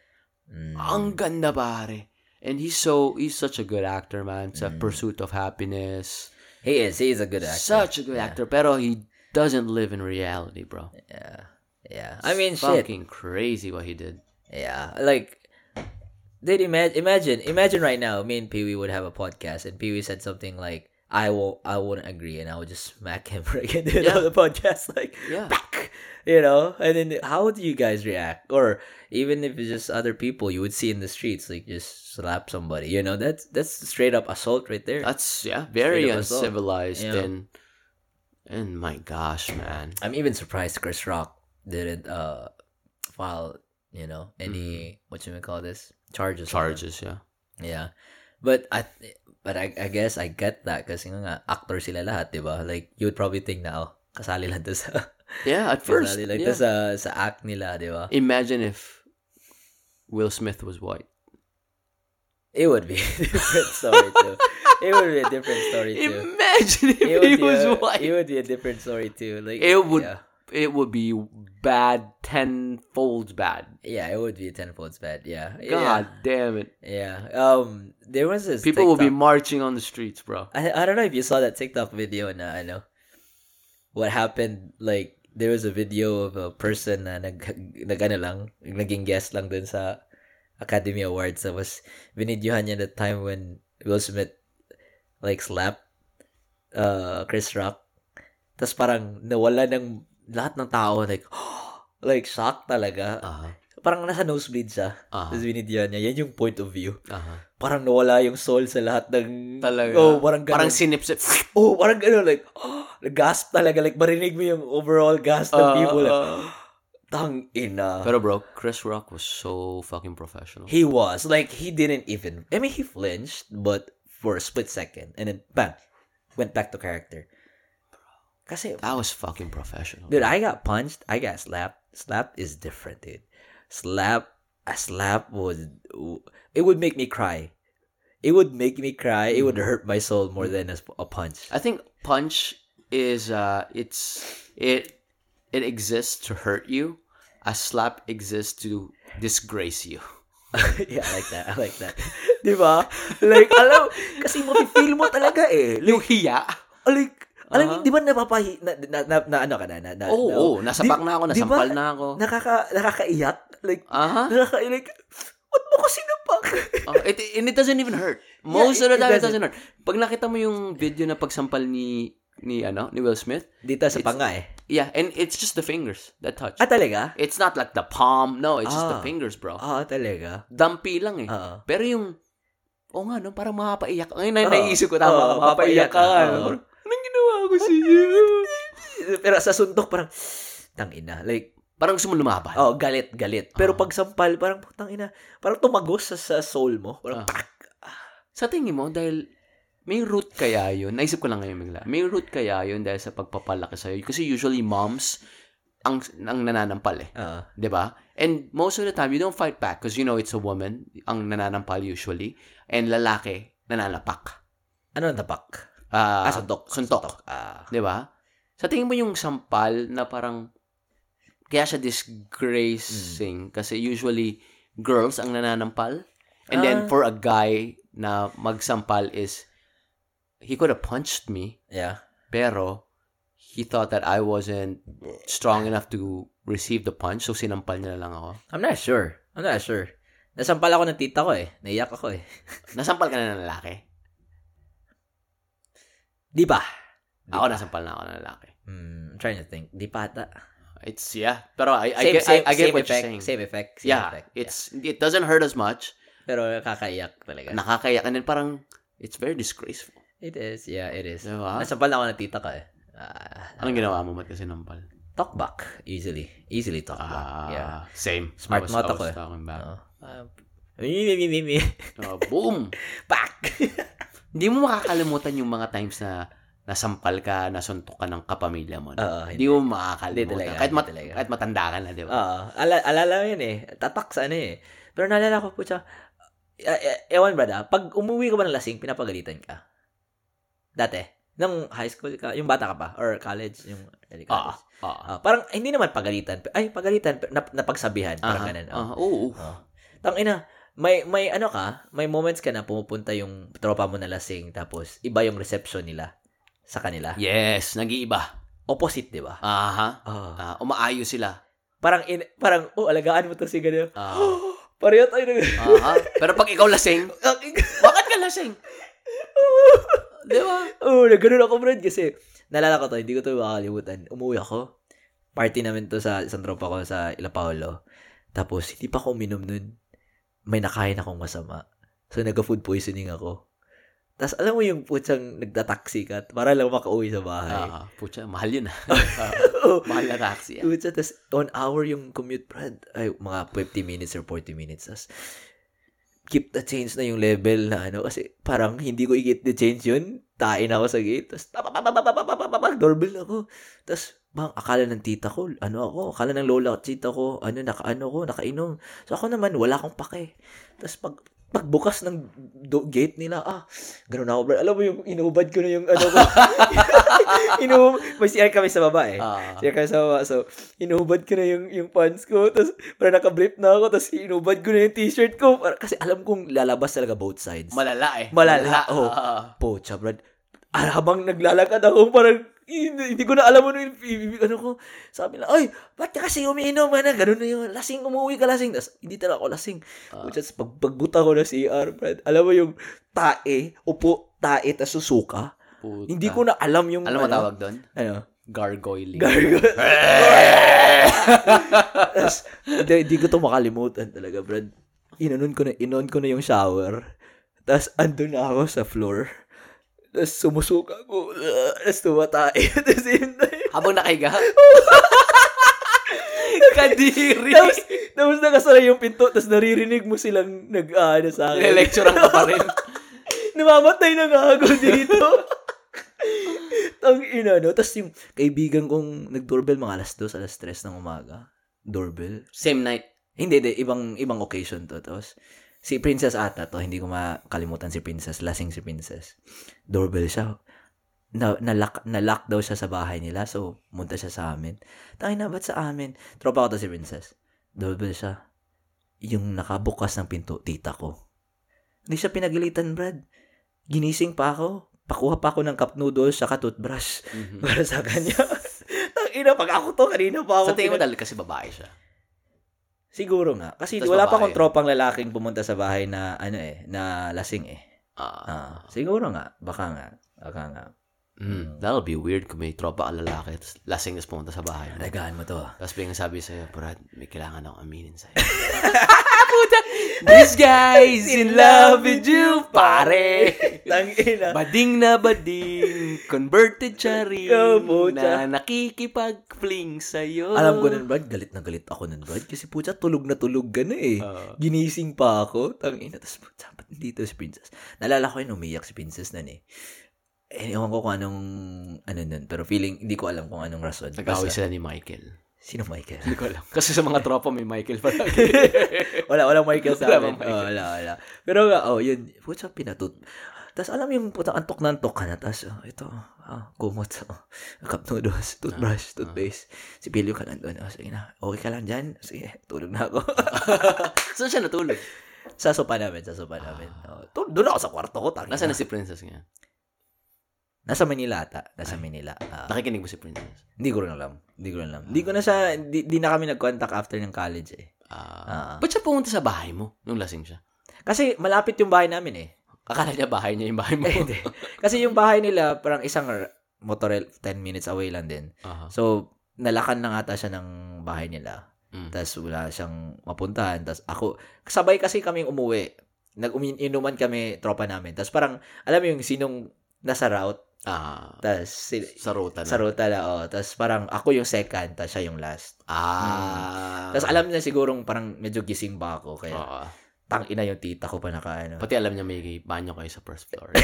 Speaker 2: Mm.
Speaker 1: Ang ganda, pare. And he's so, he's such a good actor, man. Sa Pursuit of Happiness.
Speaker 2: He is. He is a Mm. good actor.
Speaker 1: Such a good actor. Pero he doesn't live in reality, bro.
Speaker 2: yeah. Yeah. I mean, shit.
Speaker 1: Fucking crazy what he did.
Speaker 2: Yeah, like did imagine imagine imagine right now me and Pee Wee would have a podcast and Pee Wee said something like I will I wouldn't agree and I would just smack him right into the
Speaker 1: Yeah.
Speaker 2: the podcast like
Speaker 1: Yeah.
Speaker 2: "Pack!" you know and then how would you guys react or even if it's just other people you would see in the streets like just slap somebody you know that's that's straight up assault right there
Speaker 1: That's yeah, very
Speaker 2: up assault.
Speaker 1: uncivilized
Speaker 2: Yeah.
Speaker 1: and and my gosh, man.
Speaker 2: I'm even surprised Chris Rock didn't uh file you know any what you would call this charges on him.
Speaker 1: Mm-hmm. Charges, yeah.
Speaker 2: Yeah. But I th- but I, I guess I get that kasi nga actor sila lahat, 'di ba? Like you would probably think na oh, kasali lang 'to sa
Speaker 1: Yeah, at first.
Speaker 2: kasali lang
Speaker 1: yeah.
Speaker 2: 'to sa sa act nila, 'di ba?
Speaker 1: Imagine if Will Smith was white.
Speaker 2: It would be a different story too. It would be a different story too.
Speaker 1: Imagine if
Speaker 2: It
Speaker 1: he
Speaker 2: would, be
Speaker 1: was
Speaker 2: a,
Speaker 1: white.
Speaker 2: it would be a different story too. Like
Speaker 1: It would
Speaker 2: yeah.
Speaker 1: it would be bad tenfold bad.
Speaker 2: Yeah, it would be tenfold bad. Yeah.
Speaker 1: God damn it.
Speaker 2: Yeah. yeah. Um there was this
Speaker 1: People will be
Speaker 2: TikTok-
Speaker 1: marching on the streets, bro.
Speaker 2: I, I don't know if you saw that TikTok video na ano what happened like there was a video of a person na nag, nag ano lang naging guest lang dun sa Academy Awards that was binidyuhan niya the time when Will Smith like slapped uh, Chris Rock tapos parang nawala ng lahat ng tao like like shock talaga
Speaker 1: Uh-huh.
Speaker 2: parang nasa nosebleed siya
Speaker 1: Ah.
Speaker 2: tapos binidyohan niya yan yung point of view
Speaker 1: Uh-huh.
Speaker 2: parang nawala yung soul sa lahat ng
Speaker 1: Talaga.
Speaker 2: oh parang ganun.
Speaker 1: Parang sinipsip.
Speaker 2: oh, parang gano'n, like, oh, gasp talaga. Like, marinig mo yung overall gasp ng
Speaker 1: Uh,
Speaker 2: people. Like, tang ina.
Speaker 1: Pero bro, Chris Rock was so fucking professional.
Speaker 2: He was. Like, he didn't even, I mean, he flinched, but for a split second. And then, bang, went back to character. Kasi,
Speaker 1: that was fucking professional.
Speaker 2: dude, I got punched. I got slapped. Slap is different, dude. Slap, a slap was, it would make me cry. It would make me cry. It would hurt my soul more than a, a punch.
Speaker 1: I think punch is uh it's it it exists to hurt you. A slap exists to disgrace you.
Speaker 2: yeah, I like that. I like that. Di ba? Like, alam, kasi mafe-feel mo talaga eh.
Speaker 1: Yung hiya.
Speaker 2: Like, alam mo,
Speaker 1: Uh-huh.
Speaker 2: di ba napapahi, na, na, na, na ano ka na? na, na
Speaker 1: Oo, oh,
Speaker 2: na-
Speaker 1: oh, nasapak na ako,
Speaker 2: Di- di ba-
Speaker 1: nasampal na ako.
Speaker 2: Nakaka, nakakaiyak. Like,
Speaker 1: Aha.
Speaker 2: nakaka, like, what mo ko sinapak?
Speaker 1: Oh, it, and it doesn't even hurt. Most
Speaker 2: Yeah, it- it
Speaker 1: of the time, it
Speaker 2: doesn't.
Speaker 1: doesn't. hurt. Pag nakita mo yung video na pagsampal ni ni ano ni Will Smith,
Speaker 2: Dito sa
Speaker 1: It's-
Speaker 2: panga eh.
Speaker 1: yeah, and it's just the fingers that touch.
Speaker 2: Ah, talaga?
Speaker 1: It's not like the palm. No, it's just the
Speaker 2: Ah.
Speaker 1: fingers, bro.
Speaker 2: Ah, talaga?
Speaker 1: Dampi lang eh.
Speaker 2: Oo.
Speaker 1: Pero yung, oo nga, no, parang mapapaiyak. Ngayon
Speaker 2: Oo.
Speaker 1: na naisip ko,
Speaker 2: Oo,
Speaker 1: tama, ka, Ah. mapapaiyak
Speaker 2: mapapaiyak
Speaker 1: ka.
Speaker 2: ka,
Speaker 1: ano?
Speaker 2: oo.
Speaker 1: Anong ginawa ko sa iyo?
Speaker 2: Pero sa suntok, parang, tangina. Like,
Speaker 1: Parang gusto mo lumaban.
Speaker 2: oh, galit, galit. Pero
Speaker 1: Ah.
Speaker 2: pag sampal, parang, putang ina, parang tumagos sa, sa soul mo. Parang,
Speaker 1: Ah.
Speaker 2: pak!
Speaker 1: Sa tingin mo, dahil may root kaya yun? Naisip ko lang ngayon bigla. May root kaya yun dahil sa pagpapalaki sa'yo? Kasi usually moms ang, ang nananampal eh.
Speaker 2: Ah.
Speaker 1: 'di ba? And most of the time, you don't fight back because you know it's a woman ang nananampal usually and lalaki nananapak.
Speaker 2: ano ang tapak?
Speaker 1: Ah,
Speaker 2: ah, suntok.
Speaker 1: suntok.
Speaker 2: Ah.
Speaker 1: 'di ba? Sa tingin mo yung sampal na parang kaya siya
Speaker 2: Mm.
Speaker 1: disgracing kasi usually girls ang nananampal and then
Speaker 2: Ah.
Speaker 1: for a guy na magsampal is he could have punched me
Speaker 2: Yeah.
Speaker 1: pero he thought that I wasn't strong enough to receive the punch so sinampal niya na lang ako.
Speaker 2: I'm not sure. I'm not sure. Nasampal ako ng tita ko eh. Naiyak ako eh.
Speaker 1: Nasampal ka na ng lalaki?
Speaker 2: Di ba?
Speaker 1: Ako nasampal na ako ng lalaki.
Speaker 2: Hmm, I'm trying to think. Di pa ata.
Speaker 1: It's, yeah. Pero I, I
Speaker 2: Same-
Speaker 1: get,
Speaker 2: same-
Speaker 1: I, I get
Speaker 2: same
Speaker 1: what
Speaker 2: effect,
Speaker 1: you're saying.
Speaker 2: Same effect. Same
Speaker 1: yeah.
Speaker 2: effect.
Speaker 1: It's, it doesn't hurt as much.
Speaker 2: Yeah. Pero kakaiyak talaga.
Speaker 1: Nakakaya. And then parang, it's very disgraceful.
Speaker 2: It is. Yeah, it is.
Speaker 1: Diba?
Speaker 2: Nasampal ako ng tita ko eh. Ah,
Speaker 1: Anong ginawa mo? Ba't kasi nampal?
Speaker 2: talk back. Easily. Easily talk back.
Speaker 1: Ah,
Speaker 2: Yeah.
Speaker 1: same.
Speaker 2: Smart
Speaker 1: I was,
Speaker 2: mouth
Speaker 1: I
Speaker 2: ako
Speaker 1: was
Speaker 2: eh.
Speaker 1: talking back.
Speaker 2: Oo. Ah, mi- mi- mi- mi- mi.
Speaker 1: Oh, boom!
Speaker 2: Back!
Speaker 1: Hindi mo makakalimutan yung mga times na nasampal ka, nasuntok ka ng kapamilya mo.
Speaker 2: Oo,
Speaker 1: Ah, Hindi
Speaker 2: hindi.
Speaker 1: mo
Speaker 2: Hindi
Speaker 1: makakalimutan.
Speaker 2: talaga,
Speaker 1: kahit, mat-
Speaker 2: hindi talaga.
Speaker 1: kahit matanda ka na, di ba?
Speaker 2: Oo. Ah, Ala- alala mo yun eh. Tatak sa ano eh. Pero naalala ko po siya, e- e- ewan brada, pag umuwi ka ba ng lasing, pinapagalitan ka? Dati. Nung high school ka, yung bata ka pa, or college, yung early
Speaker 1: Ah,
Speaker 2: college.
Speaker 1: ah, ah.
Speaker 2: Ah, parang, hindi naman pagalitan. pe- Ay, pagalitan, pe- nap- napagsabihan. Parang
Speaker 1: Aha,
Speaker 2: ganun.
Speaker 1: aha. Ah, Oo.
Speaker 2: Oh. Tangina, may may ano ka, may moments ka na pumupunta yung tropa mo na lasing tapos iba yung reception nila sa kanila.
Speaker 1: Yes, nag-iiba.
Speaker 2: Opposite, 'di ba?
Speaker 1: Aha.
Speaker 2: Ah.
Speaker 1: Ah, umaayos sila.
Speaker 2: Parang in, parang oh, alagaan mo to si ganyan.
Speaker 1: Ah.
Speaker 2: Parehas tayo ng
Speaker 1: Aha. Pero pag ikaw lasing, bakit ka lasing? Di ba?
Speaker 2: Oh, nagkaroon ako bro kasi nalala ko to, hindi ko to makakalimutan. Umuwi ako. Party namin to sa isang tropa ko sa Ila Paolo. Tapos hindi pa ako uminom nun. May nakain akong masama. So nagka-food poisoning ako. Tapos alam mo yung putsang nagda-taxi ka para lang makauwi sa bahay. Oh,
Speaker 1: Ah, pucha, mahal yun ah.
Speaker 2: Oo.
Speaker 1: mahal na taxi ah.
Speaker 2: Putsa, tas on hour yung commute, Brad. Ay, mga 50 minutes or 40 minutes. Tas, keep the change na yung level na ano. Kasi parang hindi ko i-get the change yun. Tain ako sa gate. Tapos, tapapapapapapapapapapap, doorbell ako. Tapos, bang, akala ng tita ko, ano ako, akala ng lola at tita ko, ano, nakaano ko, nakainom. So, ako naman, wala akong pake. Tapos, pag, pagbukas ng do- gate nila, ah, ganun ako, Brad. Alam mo yung inubad ko na yung ano ko. Inubad, may CR kami sa baba eh.
Speaker 1: Ah.
Speaker 2: Siya kasama. So, inubad ko na yung, yung pants ko. Tapos, parang nakablip na ako. Tapos, inubad ko na yung t-shirt ko. Para, kasi alam kong lalabas talaga both sides.
Speaker 1: malala eh.
Speaker 2: Malala, oh.
Speaker 1: Ah.
Speaker 2: Pocha, Brad. Ah, Habang naglalakad ako, parang hindi hindi ko na alam ano yung ano ko. Sabi na, ay, ba't ka kasi umiinom ka na? Ganun na yun. Lasing, umuwi ka lasing. Tapos, hindi talaga ako lasing.
Speaker 1: Ah.
Speaker 2: Pucha, tapos pag, pagbuta ko na CR, Brad. Alam mo yung tae, upo, tae, tas susuka.
Speaker 1: Puta.
Speaker 2: Hindi ko na alam yung...
Speaker 1: Alam mo
Speaker 2: ano,
Speaker 1: tawag doon?
Speaker 2: Ano?
Speaker 1: Gargoyling.
Speaker 2: Gargoyle. Tapos, hindi, hindi ko to makalimutan talaga, Brad. Inanon ko na, inon ko na yung shower. Tapos, andun na ako sa floor. Tapos, sumusuka ko. Tapos, tumatay. At the same time.
Speaker 1: Habang nakahiga. Kadiri.
Speaker 2: Tapos, tapos nakasaray yung pinto. Tapos, naririnig mo silang nag-ano sa akin.
Speaker 1: Nilecturean ka pa rin.
Speaker 2: Namamatay na nga ako dito. Tang ina, no? Tapos yung kaibigan kong nag-doorbell mga alas 2, alas 3 ng umaga. Doorbell.
Speaker 1: Same night.
Speaker 2: Hindi, hindi. Ibang, ibang occasion to. Tapos, si Princess ata to. Hindi ko makalimutan si Princess. Lasing si Princess. Doorbell siya. Na, nalak, nalak daw siya sa bahay nila. So, munta siya sa amin. Tangin na, ba't sa amin? Tropa ko to si Princess. Doorbell siya. yung nakabukas ng pinto, tita ko. Hindi siya pinagalitan, Brad. Ginising pa ako. Pakuha pa ako ng cup noodles sa toothbrush
Speaker 1: Mhm.
Speaker 2: para sa kanya. Tang ina, pag ako to, kanina pa ako.
Speaker 1: Sa tingin mo
Speaker 2: pinag-
Speaker 1: dahil kasi babae siya.
Speaker 2: Siguro nga. Kasi
Speaker 1: Tas
Speaker 2: wala pa
Speaker 1: babae.
Speaker 2: akong tropang lalaking pumunta sa bahay na, ano eh, na lasing eh.
Speaker 1: Ah.
Speaker 2: Ah, siguro nga. Baka nga. Baka nga.
Speaker 1: Mm, that'll be weird kung may tropa ka lalaki tapos lasing tapos pumunta sa bahay mo.
Speaker 2: Alagaan mo to.
Speaker 1: Tapos biglang sabi sa'yo, Brad, may kailangan akong aminin sa'yo. Puta! This guy's in love with you, pare!
Speaker 2: Tang ina.
Speaker 1: Bading na bading, converted siya rin,
Speaker 2: Ikaw, puta.
Speaker 1: na nakikipag-fling sa'yo.
Speaker 2: Alam ko nun, Brad, galit na galit ako nun, Brad. Kasi pucha, tulog na tulog ka na eh.
Speaker 1: Oo.
Speaker 2: Ginising pa ako. Tang ina. Tapos, pucha, ba't dito si Princess? Nalala ko yun, umiyak si Princess nun eh. Eh, ewan ko kung anong, ano nun. Pero feeling, hindi ko alam kung anong rason.
Speaker 1: Nag-away
Speaker 2: Basta-
Speaker 1: sila ni Michael. Eh.
Speaker 2: Sino Michael?
Speaker 1: Hindi ko alam. Kasi sa mga tropa may Michael palagi.
Speaker 2: wala, walang Michael sa
Speaker 1: Wala
Speaker 2: amin.
Speaker 1: bang Michael?
Speaker 2: Oh, wala, wala. Pero, nga, oh, yun. Pucha, pinatut. Tapos alam yung putang antok na antok ka na. Tapos, oh, ito, ah, kumot. Oh, cup noodles,
Speaker 1: Ah,
Speaker 2: toothbrush, toothpaste. Si Pilio ka lang doon. Oh, sige na. Okay ka lang dyan? Sige, tulog na ako.
Speaker 1: Saan siya natulog?
Speaker 2: sa sopa namin, sa sopa namin. Oh, tul- doon ako sa kwarto ko. Tangina.
Speaker 1: Ah. Nasaan na si Princess ngayon?
Speaker 2: Nasa Manila ata. Nasa Manila. Ah,
Speaker 1: Nakikinig mo si Princess?
Speaker 2: hindi ko rin alam. Hindi ko rin alam. Hindi ko na siya, di, di na kami nag-contact after ng college eh.
Speaker 1: Ah. ba't siya pumunta sa bahay mo nung lasing siya?
Speaker 2: Kasi malapit yung bahay namin eh.
Speaker 1: Akala niya bahay niya yung bahay mo.
Speaker 2: Eh, hindi. Kasi yung bahay nila, parang isang r- motorel, 10 minutes away lang din.
Speaker 1: Aha.
Speaker 2: So, nalakan na nga ata siya ng bahay nila.
Speaker 1: Mm.
Speaker 2: Tapos wala siyang mapuntahan. Tapos ako, sabay kasi kaming umuwi. Nag-inuman kami, tropa namin. Tapos parang, alam mo yung sinong nasa route.
Speaker 1: Ah,
Speaker 2: Tapos sila,
Speaker 1: sa ruta na.
Speaker 2: sa ruta na, oh. Tapos parang ako yung second, tapos siya yung last.
Speaker 1: Ah.
Speaker 2: Tapos alam niya sigurong parang medyo gising ba ako. Kaya
Speaker 1: Oo.
Speaker 2: tang ina yung tita ko pa naka ano.
Speaker 1: Pati alam niya may banyo kayo sa first floor.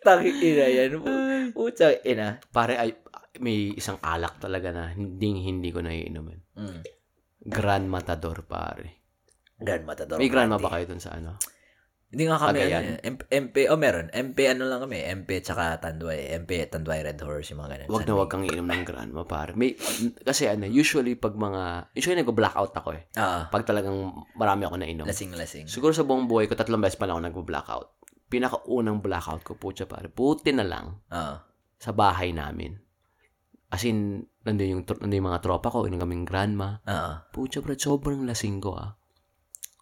Speaker 2: Tang ina yan. Puta ina.
Speaker 1: Pare, ay, may isang alak talaga na hindi hindi ko naiinumin.
Speaker 2: Mm.
Speaker 1: Grand Matador, pare.
Speaker 2: Grand Matador.
Speaker 1: May grandma
Speaker 2: Party.
Speaker 1: ba kayo dun sa ano?
Speaker 2: Hindi nga kami,
Speaker 1: Cagayan.
Speaker 2: ano, eh, M- MP, oh meron, MP ano lang kami, MP tsaka Tanduay, MP, Tanduay Red Horse, yung mga ganun.
Speaker 1: Wag
Speaker 2: San
Speaker 1: na wag
Speaker 2: Miguel.
Speaker 1: kang iinom ng grandma, pare. May, kasi ano, usually pag mga, usually nag-blackout ako eh.
Speaker 2: Oo,
Speaker 1: Pag talagang marami ako nainom.
Speaker 2: lasing na lasing.
Speaker 1: Siguro sa buong buhay ko, tatlong beses pa lang ako nag-blackout. Pinakaunang blackout ko, putya pare. Puti na lang
Speaker 2: Oo.
Speaker 1: sa bahay namin. As in, nandun yung, tro- nandun yung mga tropa ko, inom kaming grandma.
Speaker 2: Oo.
Speaker 1: Putya pare, sobrang lasing ko ah.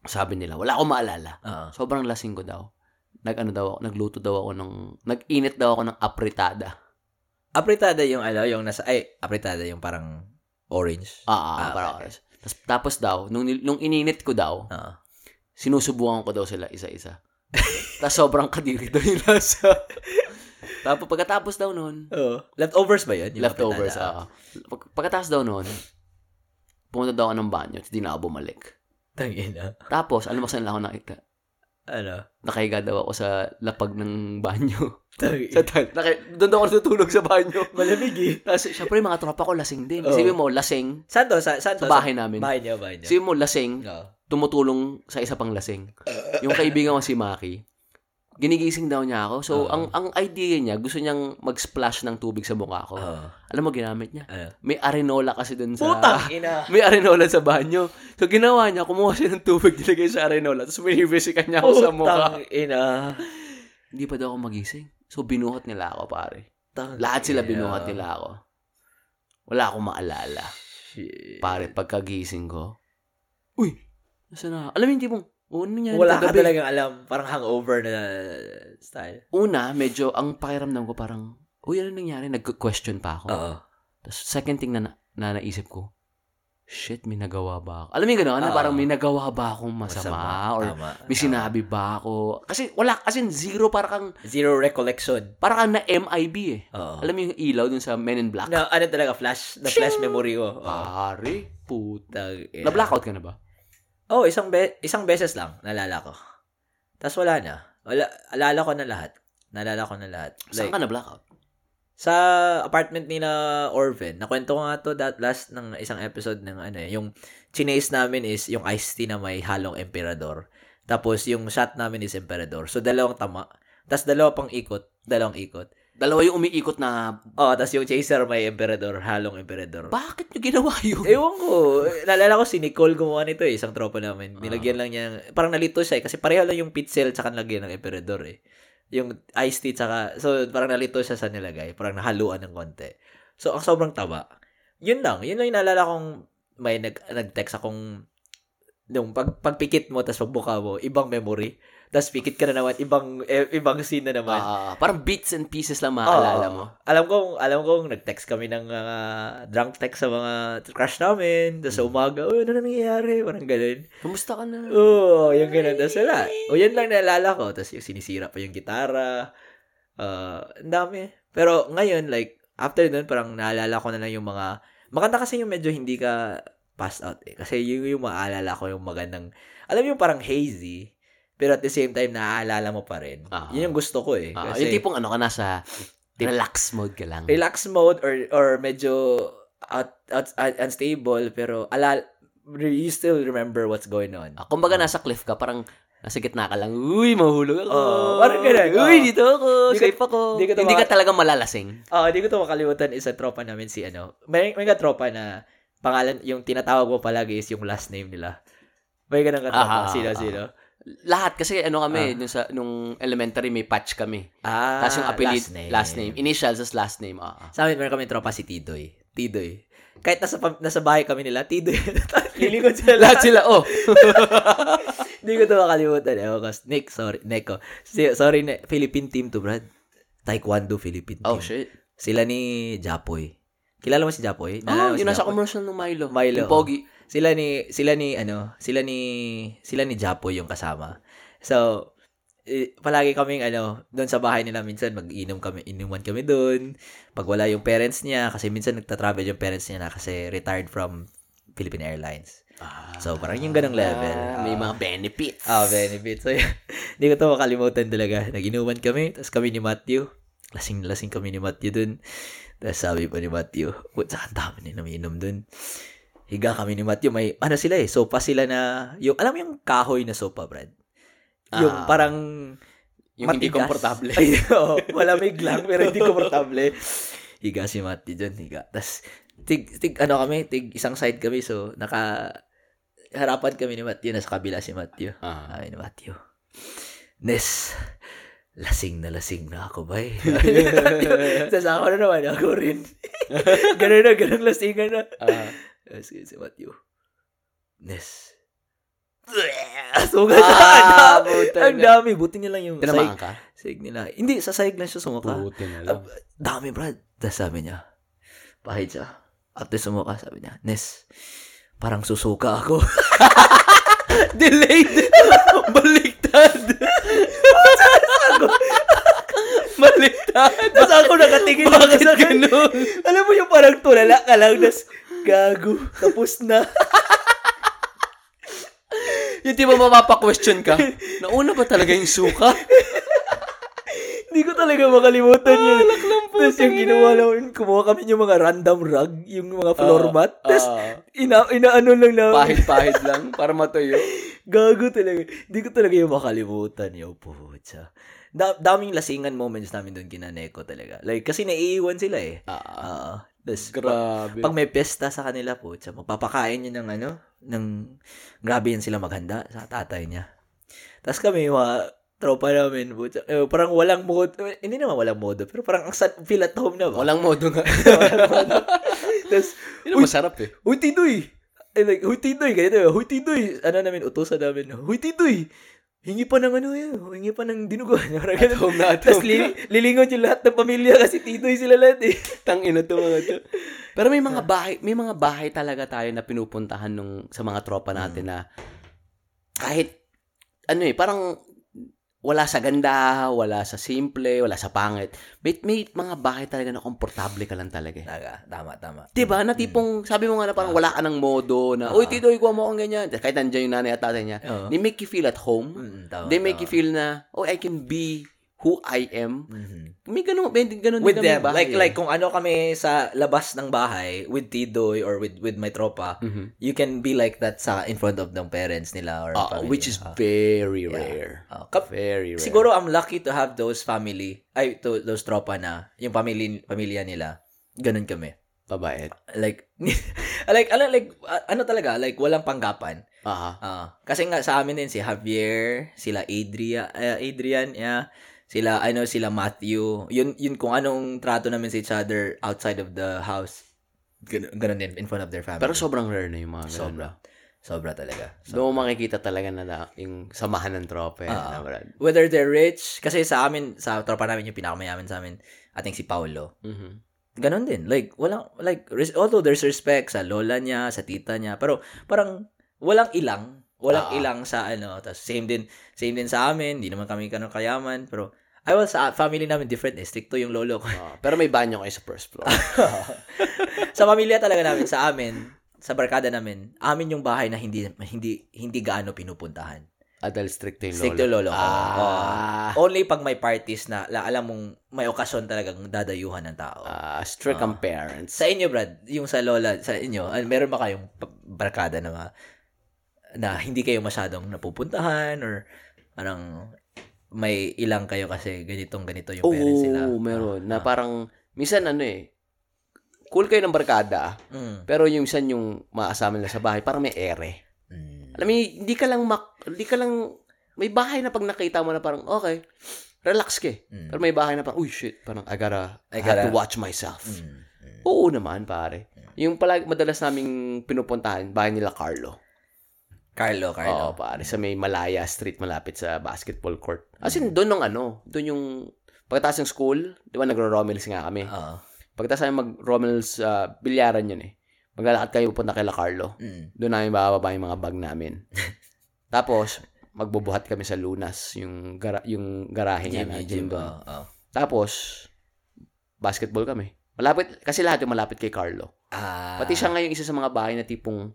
Speaker 1: Sabi nila, wala akong maalala.
Speaker 2: Oo.
Speaker 1: Sobrang lasing ko daw. Nag-ano daw ako, nagluto daw ako ng, nag-init daw ako ng apritada.
Speaker 2: Apritada yung ano, yung nasa, ay, apritada yung parang orange.
Speaker 1: Ah, ah,
Speaker 2: Ah,
Speaker 1: para
Speaker 2: okay.
Speaker 1: oras. Tapos, tapos daw, nung, nil- nung ininit ko daw,
Speaker 2: Oo.
Speaker 1: sinusubukan ko daw sila isa-isa. tapos sobrang kadiri daw yung lasa. tapos pagkatapos daw nun,
Speaker 2: Oo. Leftovers ba yun? Yung
Speaker 1: leftovers,
Speaker 2: apritada?
Speaker 1: ah. Pag- pagkatapos daw nun, pumunta daw ako ng banyo, tapos di na ako bumalik.
Speaker 2: Tangina.
Speaker 1: Tapos, alam mo saan lang ako nakita?
Speaker 2: Ano?
Speaker 1: Nakahiga daw ako sa lapag ng banyo. sa
Speaker 2: Tangina.
Speaker 1: tal- naki- Doon daw ako natutulog sa banyo.
Speaker 2: Malamig eh.
Speaker 1: Tapos, syempre, yung mga tropa ko, lasing din.
Speaker 2: Oo.
Speaker 1: Isipin mo, lasing
Speaker 2: Saan to? Sa, saan
Speaker 1: sa
Speaker 2: to?
Speaker 1: bahay
Speaker 2: Sa-
Speaker 1: namin.
Speaker 2: Bahay niya, bahay niya.
Speaker 1: Isipin mo, lasing,
Speaker 2: Oo.
Speaker 1: tumutulong sa isa pang lasing. Yung kaibigan ko si Maki, ginigising daw niya ako. So,
Speaker 2: Oo.
Speaker 1: ang ang idea niya, gusto niyang mag-splash ng tubig sa mukha ko.
Speaker 2: Oo.
Speaker 1: Alam mo, ginamit niya.
Speaker 2: Ano?
Speaker 1: May arenola kasi dun sa...
Speaker 2: Putang ina.
Speaker 1: May arenola sa banyo. So, ginawa niya, kumuha siya ng tubig, nilagay sa arenola, tapos binibisikan niya ako sa mukha.
Speaker 2: Putang ina.
Speaker 1: Hindi pa daw ako magising. So, binuhat nila ako, pare.
Speaker 2: Tang
Speaker 1: Lahat sila
Speaker 2: ina.
Speaker 1: binuhat nila ako. Wala akong maalala.
Speaker 2: Shit.
Speaker 1: Pare, pagkagising ko, uy, nasa na? Alam mo yung tipong, oh, ano nangyari
Speaker 2: Wala ka
Speaker 1: kagabi?
Speaker 2: talagang alam. Parang hangover na style.
Speaker 1: Una, medyo, ang pakiramdam ko parang, uy, ano nangyari? Nag-question pa ako.
Speaker 2: Oo.
Speaker 1: Tapos, second thing na, na, na naisip ko, shit, may nagawa ba ako? Alam mo yung gano'n?
Speaker 2: Oo.
Speaker 1: parang may nagawa ba akong Ah. masama? Or
Speaker 2: Tama.
Speaker 1: may
Speaker 2: Tama.
Speaker 1: sinabi ba ako? Kasi wala, kasi zero, para kang,
Speaker 2: Zero recollection.
Speaker 1: para kang na MIB eh.
Speaker 2: Oo.
Speaker 1: Alam mo yung ilaw dun sa Men in Black?
Speaker 2: na, ano talaga, flash, na flash memory ko.
Speaker 1: Ah.
Speaker 2: Oo.
Speaker 1: Pare, puta.
Speaker 2: Tag- ina.
Speaker 1: Na-blackout ka na ba?
Speaker 2: Oh, isang, be- isang beses lang, nalala ko. Tapos wala na. Wala, alala ko na lahat. Nalala ko na lahat.
Speaker 1: Saan
Speaker 2: Like,
Speaker 1: ka na-blackout?
Speaker 2: sa apartment ni na Orvin, nakwento ko nga to that last ng isang episode ng ano eh, yung chinese namin is yung iced tea na may halong emperador. Tapos yung shot namin is emperador. So dalawang tama. Tapos dalawa pang ikot, dalawang ikot.
Speaker 1: Dalawa yung umiikot na,
Speaker 2: Oh, tas yung chaser may emperador, halong emperador.
Speaker 1: bakit nyo ginawa yun?
Speaker 2: Ewan ko. Naalala ko si Nicole gumawa nito eh, isang tropa namin. Nilagyan lang niya, ng- parang nalito siya eh, kasi pareho lang yung pixel tsaka nilagyan ng emperador eh. Yung iced tea tsaka, so parang nalito siya sa nilagay, parang nahaluan ng konti. So, ang sobrang taba. Yun lang, yun lang yung naalala kong may nag, nag-text akong nung pag, pagpikit mo tapos pagbuka mo, ibang memory. Tapos pikit ka na naman, ibang, eh, ibang scene na naman.
Speaker 1: Ah, parang bits and pieces lang maaalala
Speaker 2: Oo.
Speaker 1: mo.
Speaker 2: Alam kong, alam kong nag-text kami ng mga drunk text sa mga crush namin. Tapos sa
Speaker 1: Hmm.
Speaker 2: umaga, oh, ano na nangyayari? Parang ganun.
Speaker 1: Kumusta ka na?
Speaker 2: Oo, oh, yung ganun. Tapos wala. O yan lang naalala ko. Tapos yung sinisira pa yung gitara. Ah, ang dami. Pero ngayon, like, after nun, parang naalala ko na lang yung mga, maganda kasi yung medyo hindi ka passed out eh. Kasi yung, yung maaalala ko yung magandang, alam mo yung parang hazy, pero at the same time, naaalala mo pa rin.
Speaker 1: Ah.
Speaker 2: Yun yung gusto ko eh.
Speaker 1: Ah,
Speaker 2: Kasi-
Speaker 1: yung tipong ano ka, nasa relax mode ka lang.
Speaker 2: relax mode or or medyo out, out, out- unstable pero ala you still remember what's going on.
Speaker 1: Ah, kumbaga nasa cliff ka, parang nasa gitna ka lang, uy, mahulog ako.
Speaker 2: Oo, parang ganun, oo.
Speaker 1: Uy, dito ako,
Speaker 2: Di ka-
Speaker 1: safe ako.
Speaker 2: di ka
Speaker 1: Hindi
Speaker 2: tama-
Speaker 1: ka talaga malalasing.
Speaker 2: Ah, hindi ko to makalimutan isa tropa namin si ano. May may ka tropa na pangalan yung tinatawag mo palagi is yung last name nila. May ganun ka tropa
Speaker 1: Ah,
Speaker 2: sino
Speaker 1: ah,
Speaker 2: sino.
Speaker 1: Lahat, kasi ano
Speaker 2: Ah.
Speaker 1: kami, nung, sa, nung elementary may patch kami.
Speaker 2: Ah,
Speaker 1: Tapos yung apelid, last name. Initials as last name. Ah, ah.
Speaker 2: Sa amin meron kami tropa si Tidoy. Tidoy. Kahit nasa pam- nasa bahay kami nila, Tidoy. Lilikod sila
Speaker 1: Lahat sila, oh.
Speaker 2: Hindi ko to makalimutan. Ewan ko. Nick, sorry. Neko. Si- Sorry, ne- Philippine team to, Brad. Taekwondo Philippine team.
Speaker 1: Oh, shit.
Speaker 2: Sila ni Japoy. Kilala mo si Japoy? Naalala mo
Speaker 1: Oh, yun
Speaker 2: si
Speaker 1: nasa
Speaker 2: Japoy?
Speaker 1: commercial ng Milo.
Speaker 2: Milo.
Speaker 1: Yung Pogi.
Speaker 2: Sila ni, sila ni, ano, sila ni, sila ni Japoy yung kasama. So, eh, palagi kaming, ano, doon sa bahay nila, minsan mag-inom kami, inuman kami doon. Pag wala yung parents niya, kasi minsan nagtatravel yung parents niya na kasi retired from Philippine Airlines. So, parang yung ganong level.
Speaker 1: Ah, may mga benefits.
Speaker 2: Ah, benefit. So, yun. hindi ko to makalimutan talaga. Naginuman kami, tapos kami ni Matthew. Lasing na lasing kami ni Matthew dun. Tapos sabi pa ni Matthew, "Wait, saan dami na naminom dun? Higa kami ni Matthew. May, ano sila eh, sopa sila na, yung, alam mo yung kahoy na sopa, Brad? Yung
Speaker 1: Ah.
Speaker 2: parang,
Speaker 1: Yung hindi
Speaker 2: matigas.
Speaker 1: komportable.
Speaker 2: Ay, oo. malamig lang, pero hindi komportable. Higa si Matthew dun, higa. Tapos, tig, tig, ano kami, tig isang side kami, so, naka, harapan kami ni Matthew, nasa kabila si Matthew.
Speaker 1: Ah.
Speaker 2: Ay, Matthew. Nes, lasing na lasing na ako, bay. Tapos ako na naman, ako rin. ganun na, ganun lasingan na.
Speaker 1: Ah.
Speaker 2: Tapos yun si Matthew. Nes. Suga siya. ang
Speaker 1: Ah,
Speaker 2: dami.
Speaker 1: buta
Speaker 2: Ang
Speaker 1: na.
Speaker 2: dami. Buti niya lang yung sahig,
Speaker 1: Tinamaan ka? ano?
Speaker 2: sahig nila. Hindi, sa sahig lang siya sumuka.
Speaker 1: na
Speaker 2: Ab- dami, Brad. Tapos sabi niya, pahid siya. After sumuka, sabi niya, Nes, parang susuka ako.
Speaker 1: Delayed! Baliktad! Baliktad!
Speaker 2: Tapos ako nakatingin lang
Speaker 1: Bakit
Speaker 2: sa akin.
Speaker 1: ganun?
Speaker 2: Alam mo yung parang tulala ka lang, nas, gago, tapos na.
Speaker 1: Ah, Yung tipo mapapa-question ka, nauna ba talaga yung suka?
Speaker 2: Hindi ko talaga makalimutan yun. Tapos yung ginawa namin, kumuha kami yung mga random rug, yung mga floor
Speaker 1: Ah,
Speaker 2: mat. Tapos,
Speaker 1: ah.
Speaker 2: ina, inaano lang na,
Speaker 1: Pahid-pahid lang, para matuyo.
Speaker 2: gago talaga. Hindi ko talaga yung makalimutan, yo, pucha. Da- daming lasingan moments namin doon kinaneko talaga. Like, kasi naiiwan sila eh.
Speaker 1: Ah,
Speaker 2: Oo. Tapos,
Speaker 1: grabe.
Speaker 2: Pag may pesta sa kanila po, tsaka magpapakain niya ng ano, ng grabe yan sila maghanda sa tatay niya. Tapos kami, yung mga tropa namin po, tsaka, eh, parang walang mood, eh, hindi naman walang mood, pero parang ang sad, feel at home na ba?
Speaker 1: Walang modo nga.
Speaker 2: Walang modo. Tapos,
Speaker 1: Yun ang masarap eh.
Speaker 2: Huy Tinoy! And Eh, like, Huy Tinoy, ganito. Huy Tinoy! Ano namin, utusan namin. Huy Tinoy! Hingi pa ng ano yan. Hingi pa ng dinuguan. Parang
Speaker 1: At
Speaker 2: ganun.
Speaker 1: home na at
Speaker 2: Tapos li-
Speaker 1: home.
Speaker 2: lilingon yung lahat ng pamilya kasi Tinoy sila lahat eh.
Speaker 1: Tangina to mga to. Pero may mga bahay, may mga bahay talaga tayo na pinupuntahan nung sa mga tropa natin na kahit ano eh, parang wala sa ganda, wala sa simple, wala sa pangit. May, may mga bahay talaga na komportable ka lang talaga. Eh.
Speaker 2: Talaga, tama, tama.
Speaker 1: 'Di ba? Diba? Na tipong sabi mo nga na parang wala ka ng modo na,
Speaker 2: Oo.
Speaker 1: "Uy, tito, ikaw mo akong ganyan." Kahit nandiyan yung nanay at tatay niya.
Speaker 2: Oo.
Speaker 1: They make you feel at home.
Speaker 2: Ah. Mm, tama,
Speaker 1: They make
Speaker 2: tama.
Speaker 1: you feel na, "Oh, I can be who I am.
Speaker 2: Mhm.
Speaker 1: May ganun, may ganun
Speaker 2: with
Speaker 1: din kami
Speaker 2: them
Speaker 1: bahay
Speaker 2: like
Speaker 1: eh.
Speaker 2: like kung ano kami sa labas ng bahay with Tidoy or with with my tropa
Speaker 1: Mhm.
Speaker 2: you can be like that sa in front of ng parents nila or
Speaker 1: Ah,
Speaker 2: pamilya.
Speaker 1: which is
Speaker 2: Ah.
Speaker 1: very
Speaker 2: Yeah.
Speaker 1: rare.
Speaker 2: Ah, kap-
Speaker 1: Very rare.
Speaker 2: siguro I'm lucky to have those family ay to those tropa na yung pamilya pamilya nila ganun kami
Speaker 1: Mabait.
Speaker 2: like like ano like ah, ano talaga like walang panggapan
Speaker 1: Aha.
Speaker 2: Ah, kasi nga sa amin din si Javier, sila Adria, eh, Adrian, yeah. Sila ano sila Matthew. Yun yun kung anong trato namin sa each other outside of the house. Gan- Ganun din in front of their family.
Speaker 1: Pero sobrang rare na yung mga ganun.
Speaker 2: sobra. Sobra talaga. So,
Speaker 1: Doon mo makikita talaga na, na yung samahan ng tropa. eh,
Speaker 2: Ah.
Speaker 1: na brad.
Speaker 2: whether they're rich, kasi sa amin sa tropa namin yung pinakamayaman sa amin, ating si Paolo.
Speaker 1: Mhm.
Speaker 2: Ganun din. Like walang like res- although there's respect sa lola niya, sa tita niya, pero parang walang ilang walang
Speaker 1: Ah.
Speaker 2: ilang sa ano tas same din same din sa amin hindi naman kami kano kayaman pero ay well sa family namin different eh stricto yung lolo ko
Speaker 1: Ah, pero may banyo kayo sa first floor.
Speaker 2: sa pamilya talaga namin sa amin sa barkada namin amin yung bahay na hindi hindi hindi gaano pinupuntahan
Speaker 1: ah, dahil strict yung lolo.
Speaker 2: stricto lolo ko
Speaker 1: Ah.
Speaker 2: Oo. only pag may parties na la, alam mong may okasyon talagang dadayuhan ng tao
Speaker 1: Ah, strict ang parents.
Speaker 2: sa inyo Brad yung sa lola sa inyo ah, meron ba kayong pa- barkada na ma- na hindi kayo masyadong napupuntahan or parang may ilang kayo kasi ganitong ganito yung
Speaker 1: Oo,
Speaker 2: parents sila.
Speaker 1: meron. na
Speaker 2: Ah.
Speaker 1: parang, minsan ano eh, cool kayo ng barkada,
Speaker 2: Mm.
Speaker 1: pero yung minsan yung maasama nila sa bahay, parang may ere.
Speaker 2: Mm.
Speaker 1: Alam mo, hindi ka lang, mak- hindi ka lang, may bahay na pag nakita mo na parang, okay, relax ka eh.
Speaker 2: Mm.
Speaker 1: Pero may bahay na parang, uy shit, parang I gotta,
Speaker 2: I
Speaker 1: I,
Speaker 2: gotta-
Speaker 1: have to watch myself.
Speaker 2: Mm. Mm.
Speaker 1: Oo naman, pare. Yung pala, madalas naming pinupuntahan, bahay nila Carlo.
Speaker 2: Carlo, Carlo.
Speaker 1: Oo, pare. Sa may Malaya Street, malapit sa basketball court. As in, doon ng ano, doon yung, pagkatapos ng school, di ba nagro-Romels nga kami.
Speaker 2: Oo.
Speaker 1: Pagkatapos namin mag-Romels, ah, bilyaran yun eh. Maglalakad kayo pupunta kay La Carlo.
Speaker 2: Mm.
Speaker 1: Doon namin bababa yung mga bag namin. Tapos, magbubuhat kami sa Lunas, yung, gara- yung garahe niya na gym doon.
Speaker 2: oo, oo.
Speaker 1: Tapos, basketball kami. Malapit, kasi lahat yung malapit kay Carlo.
Speaker 2: Ah.
Speaker 1: Pati siya ngayon isa sa mga bahay na tipong,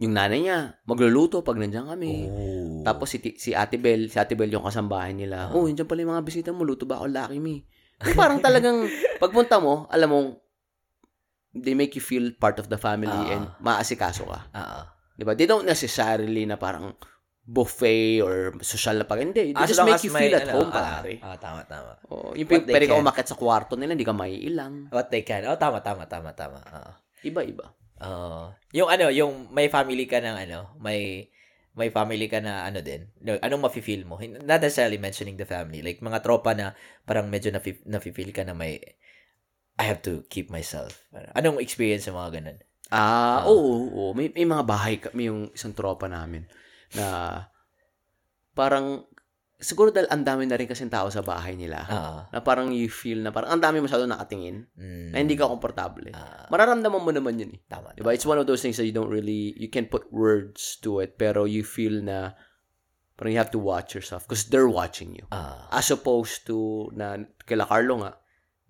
Speaker 1: yung nanay niya, magluluto pag nandiyan kami.
Speaker 2: Oo.
Speaker 1: Tapos si, ti- si Ate Bel, si Ate Bel yung kasambahay
Speaker 2: Ah.
Speaker 1: nila. Oh, yun pala yung mga bisita mo, luto ba ako, Lucky Me? Yung parang talagang, pagpunta mo, alam mong, they make you feel part of the family
Speaker 2: Ah.
Speaker 1: and maasikaso ka.
Speaker 2: Oo.
Speaker 1: Di ba? They don't necessarily na parang buffet or social na pag hindi. They
Speaker 2: As
Speaker 1: just
Speaker 2: long
Speaker 1: make
Speaker 2: as
Speaker 1: you
Speaker 2: may,
Speaker 1: feel at
Speaker 2: ano,
Speaker 1: home,
Speaker 2: ah,
Speaker 1: pare.
Speaker 2: ah, tama, tama.
Speaker 1: Oh, yung
Speaker 2: But
Speaker 1: pwede
Speaker 2: they
Speaker 1: pwede ka
Speaker 2: can.
Speaker 1: umakit sa kwarto nila, hindi ka maiilang.
Speaker 2: What they can. Oh, tama, tama, tama, tama. Ah, Oo.
Speaker 1: Iba-iba.
Speaker 2: Oo. yung ano, yung may family ka ng ano, may may family ka na ano din. no, Anong mafe-feel mo? Hin- Not necessarily mentioning the family. Like mga tropa na parang medyo nafe- nafe-feel ka na may I have to keep myself. Parang, Anong experience sa mga ganun?
Speaker 1: Ah,
Speaker 2: Ah.
Speaker 1: oo, oo, oo. May, may mga bahay kami yung isang tropa namin na parang siguro dahil ang dami na rin kasing tao sa bahay nila
Speaker 2: Ah.
Speaker 1: na parang you feel na parang ang dami masyado nakatingin
Speaker 2: mm,
Speaker 1: na hindi ka komportable.
Speaker 2: ah,
Speaker 1: Mararamdaman mo naman yun eh.
Speaker 2: tama.
Speaker 1: Diba? It's one of those things that you don't really, you can't put words to it pero you feel na parang you have to watch yourself because they're watching you.
Speaker 2: Ah.
Speaker 1: As opposed to na kila Carlo nga,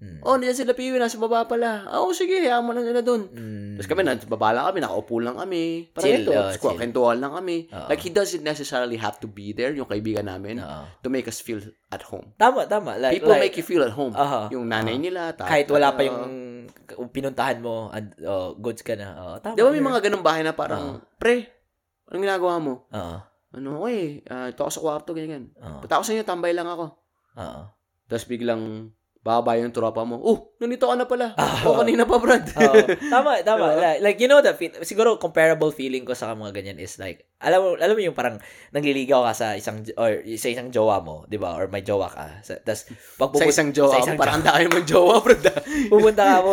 Speaker 2: mm,
Speaker 1: oh, nandiyan sila Piwi, nasa baba pala. Ah, Oo, sige, hayaan mo na nila doon.
Speaker 2: mm,
Speaker 1: Tapos kami, nasa baba lang kami, nakaupo lang kami. Parang
Speaker 2: Chill,
Speaker 1: ito,
Speaker 2: oh,
Speaker 1: squawk
Speaker 2: chill.
Speaker 1: and tuwal lang kami.
Speaker 2: Oo.
Speaker 1: Like, he doesn't necessarily have to be there, yung kaibigan namin,
Speaker 2: oo.
Speaker 1: to make us feel at home.
Speaker 2: Tama, tama. Like,
Speaker 1: People
Speaker 2: like,
Speaker 1: make you feel at home.
Speaker 2: Aha.
Speaker 1: Yung nanay nila. tatay-
Speaker 2: kahit wala pa yung pinuntahan mo, and, oh, goods ka na. Oo, tama.
Speaker 1: Di ba may
Speaker 2: you're-
Speaker 1: mga ganung bahay na
Speaker 2: Uh.
Speaker 1: parang, pre, anong ginagawa mo?
Speaker 2: Oo.
Speaker 1: Ano, oy, ah, ito ako sa kwarto, ganyan.
Speaker 2: Oo.
Speaker 1: Ba't ako sa inyo, tambay lang ako.
Speaker 2: Oo.
Speaker 1: Tapos biglang, bababa yung tropa mo, oh, nandito ka na pala.
Speaker 2: Ah.
Speaker 1: Oh, kanina pa, Brad.
Speaker 2: Oo. tama, tama.
Speaker 1: Diba?
Speaker 2: Like, like, you know, the feel, siguro comparable feeling ko sa mga ganyan is like, alam mo, alam mo yung parang nagliligaw ka sa isang, or sa isang jowa mo, di ba? Or may jowa ka. Sa, tas, pag
Speaker 1: sa
Speaker 2: pupunta,
Speaker 1: isang jowa,
Speaker 2: sa isang
Speaker 1: parang ang dami mong jowa, Brad. ah.
Speaker 2: pupunta ka mo,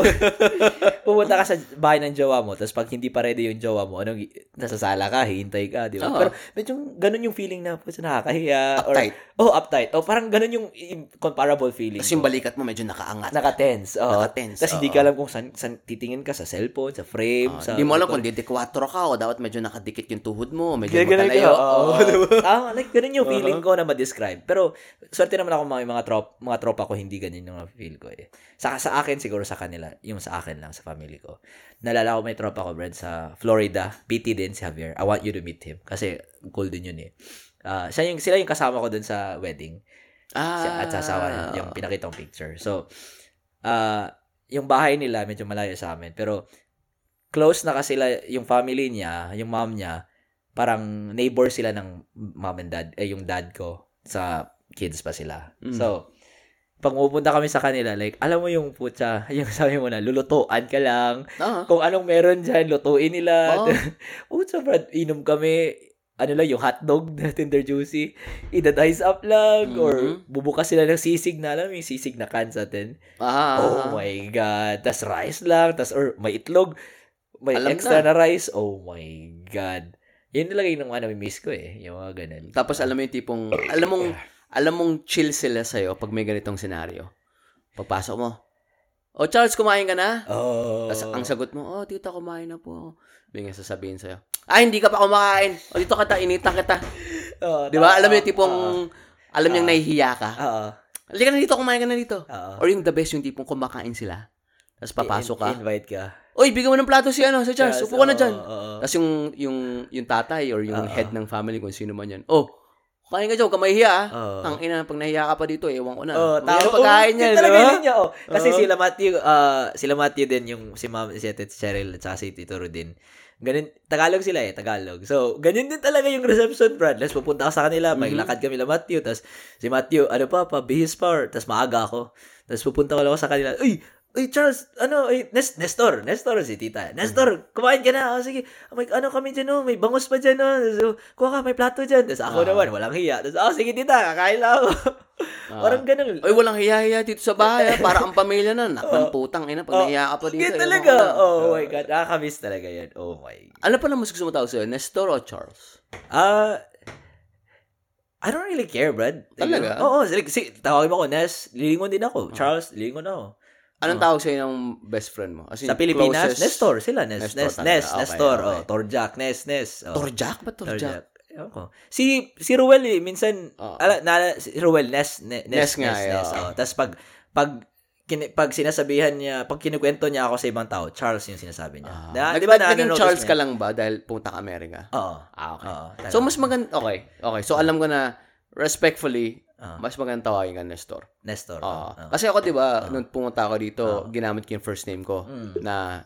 Speaker 2: pupunta ka sa bahay ng jowa mo, tapos pag hindi pa ready yung jowa mo, anong, nasasala ka, hihintay ka, di ba?
Speaker 1: Oo.
Speaker 2: Pero, medyo, ganun yung feeling na, pwede nakakahiya. Or,
Speaker 1: Uptight.
Speaker 2: oh, uptight. Oh, parang ganun yung i- comparable feeling.
Speaker 1: Tapos
Speaker 2: ko.
Speaker 1: yung balikat mo, medyo nakaangat.
Speaker 2: Naka-tense. Oo.
Speaker 1: Naka-tense,
Speaker 2: Tapos hindi
Speaker 1: oo.
Speaker 2: ka alam kung saan, saan titingin ka, sa cellphone, sa frame,
Speaker 1: Ah,
Speaker 2: sa...
Speaker 1: Hindi mo alam kung didi 4 ka o dapat medyo nakadikit yung tuhod mo, medyo
Speaker 2: Ganun ka. Oo.
Speaker 1: matalayo.
Speaker 2: Uh-huh.
Speaker 1: Oo, diba?
Speaker 2: Tama, like, ganun yung feeling ko na ma-describe. Pero, swerte naman ako mga, mga, trop, mga tropa ko, hindi ganun yung feel ko eh. Sa, sa akin, siguro sa kanila, yung sa akin lang, sa family ko. Nalala ko may tropa ko, Brad, sa Florida. PT din si Javier. I want you to meet him. Kasi, cool din yun eh. Ah, siya yung, sila yung kasama ko dun sa wedding.
Speaker 1: Ah.
Speaker 2: at asawa niya, yung pinakita kong picture. So, ah yung bahay nila medyo malayo sa amin. Pero, close na kasi sila, yung family niya, yung mom niya, parang neighbor sila ng mom and dad, eh, yung dad ko sa kids pa sila.
Speaker 1: Mm.
Speaker 2: So, pag pupunta kami sa kanila, like, alam mo yung putya, yung sabi mo na, lulutuan ka lang,
Speaker 1: Ah.
Speaker 2: kung anong meron dyan, lutuin nila.
Speaker 1: Oo.
Speaker 2: Oh. sobrang inom kami, ano lang, yung hotdog na Tinder Juicy, idadice up lang, or
Speaker 1: Mhm.
Speaker 2: bubukas sila ng sisig na, alam mo yung sisig na can sa atin.
Speaker 1: Ah.
Speaker 2: Oh my God. Tas rice lang, tas, or may itlog, may
Speaker 1: Alam
Speaker 2: extra na. rice. Oh my God. Yun talaga yung mga nami-miss ko eh, yung mga ganun.
Speaker 1: Tapos alam mo yung tipong, alam mong, alam mong chill sila sa'yo pag may ganitong senaryo. Pagpasok mo, Oh, Charles, kumain ka na?
Speaker 2: Oh.
Speaker 1: Tapos ang sagot mo, oh, tita, kumain na po. May nga sasabihin sa'yo, ay, hindi ka pa kumakain. O, dito kita, initan kita.
Speaker 2: Oh,
Speaker 1: Di
Speaker 2: tama.
Speaker 1: ba? Alam mo yung tipong, alam niyang
Speaker 2: Ah.
Speaker 1: nahihiya ka.
Speaker 2: Oo.
Speaker 1: Halika na dito, kumain ka na dito.
Speaker 2: Oo.
Speaker 1: Or yung the best, yung tipong kumakain sila. Tapos papasok ka.
Speaker 2: In- invite ka.
Speaker 1: Oy, bigyan mo ng plato si ano, si Charles. Upo ka na
Speaker 2: oo,
Speaker 1: dyan.
Speaker 2: oo.
Speaker 1: Tapos yung, yung, yung tatay or yung
Speaker 2: Ah.
Speaker 1: head ng family, kung sino man yan, oh, kumain ka dyan, huwag ka mahihiya. ah.
Speaker 2: Oo.
Speaker 1: Ang ina, pag nahiya ka pa dito, ewan ko na.
Speaker 2: Oh,
Speaker 1: Ang hirap
Speaker 2: tao.
Speaker 1: pagkain niya,
Speaker 2: yun
Speaker 1: di
Speaker 2: talaga
Speaker 1: ba?
Speaker 2: yun niya, oh. Kasi
Speaker 1: Oo.
Speaker 2: sila Matthew, ah, sila Matthew din yung si Ma'am si Ate Cheryl at saka si Tito Rudin. Ganun, Tagalog sila eh, Tagalog. So, ganyan din talaga yung reception, Brad. Let's pupunta ka sa kanila,
Speaker 1: Mm-hmm.
Speaker 2: may lakad kami la Matthew, tas si Matthew, ano pa, pabihis pa, or, tas maaga ako. Tas pupunta ko lang ako sa kanila, uy, Uy, Charles, ano, uy, Nes- Nestor, Nestor si tita.
Speaker 1: Mm-hmm.
Speaker 2: Nestor, kumain ka na. Oh, sige, may, ano kami dyan, oh, may bangus pa dyan. Oh. So, kuha ka, may plato dyan. Tapos ako
Speaker 1: Ah.
Speaker 2: naman, walang hiya. Tapos, oh, sige tita, kakain lang ako.
Speaker 1: Ah.
Speaker 2: Parang ganun.
Speaker 1: Oy, walang hiya-hiya dito sa bahay. ah. Para ang pamilya na, nakang putang ina,
Speaker 2: Oh,
Speaker 1: pag nahiya ka pa dito.
Speaker 2: Ganyan
Speaker 1: ewan
Speaker 2: talaga.
Speaker 1: ko na.
Speaker 2: Oh, my God. Nakakamiss talaga yan. Oh my God.
Speaker 1: Ano pala mas gusto mo tawag sa'yo? Nestor o Charles?
Speaker 2: Ah, I don't really care, Brad. Like,
Speaker 1: Talaga? Ah.
Speaker 2: Oo, oh, like, si, tawagin mo ako, Nes, lilingon din ako. Charles, lilingon ako.
Speaker 1: Anong tawag sa'yo ng best friend mo? As in,
Speaker 2: Ah. Sa Pilipinas,
Speaker 1: closest-
Speaker 2: Nestor, sila, Nes,
Speaker 1: Nestor
Speaker 2: Nes,
Speaker 1: talaga.
Speaker 2: Nes,
Speaker 1: Okay,
Speaker 2: Nestor,
Speaker 1: okay.
Speaker 2: oh, Torjak, Nes, Nes. Oh,
Speaker 1: Torjak ba Torjak?
Speaker 2: Ewan ko. Si, si Ruel, eh, minsan,
Speaker 1: Oo.
Speaker 2: ala, na, si Ruel, Nes, Nes,
Speaker 1: Nes
Speaker 2: Nes,
Speaker 1: nga,
Speaker 2: Nes,
Speaker 1: eh,
Speaker 2: Nes,
Speaker 1: oo.
Speaker 2: oh. Tapos pag, pag, kini, pag sinasabihan niya, pag kinukwento niya ako sa ibang tao, Charles yung sinasabi niya.
Speaker 1: Ah.
Speaker 2: Na-
Speaker 1: Nag-
Speaker 2: di ba
Speaker 1: nag- naging
Speaker 2: na-notice
Speaker 1: Charles
Speaker 2: niya?
Speaker 1: ka lang ba dahil punta ka Amerika?
Speaker 2: Oo.
Speaker 1: Ah, okay.
Speaker 2: Oo, talaga.
Speaker 1: so, mas maganda, okay. Okay, so alam ko na, respectfully,
Speaker 2: Ah.
Speaker 1: mas maganda tawagin ka Nestor.
Speaker 2: Nestor.
Speaker 1: Ah.
Speaker 2: Ah.
Speaker 1: Kasi ako, di ba, nung pumunta ako dito, ginamit ko yung first name ko
Speaker 2: Mm.
Speaker 1: na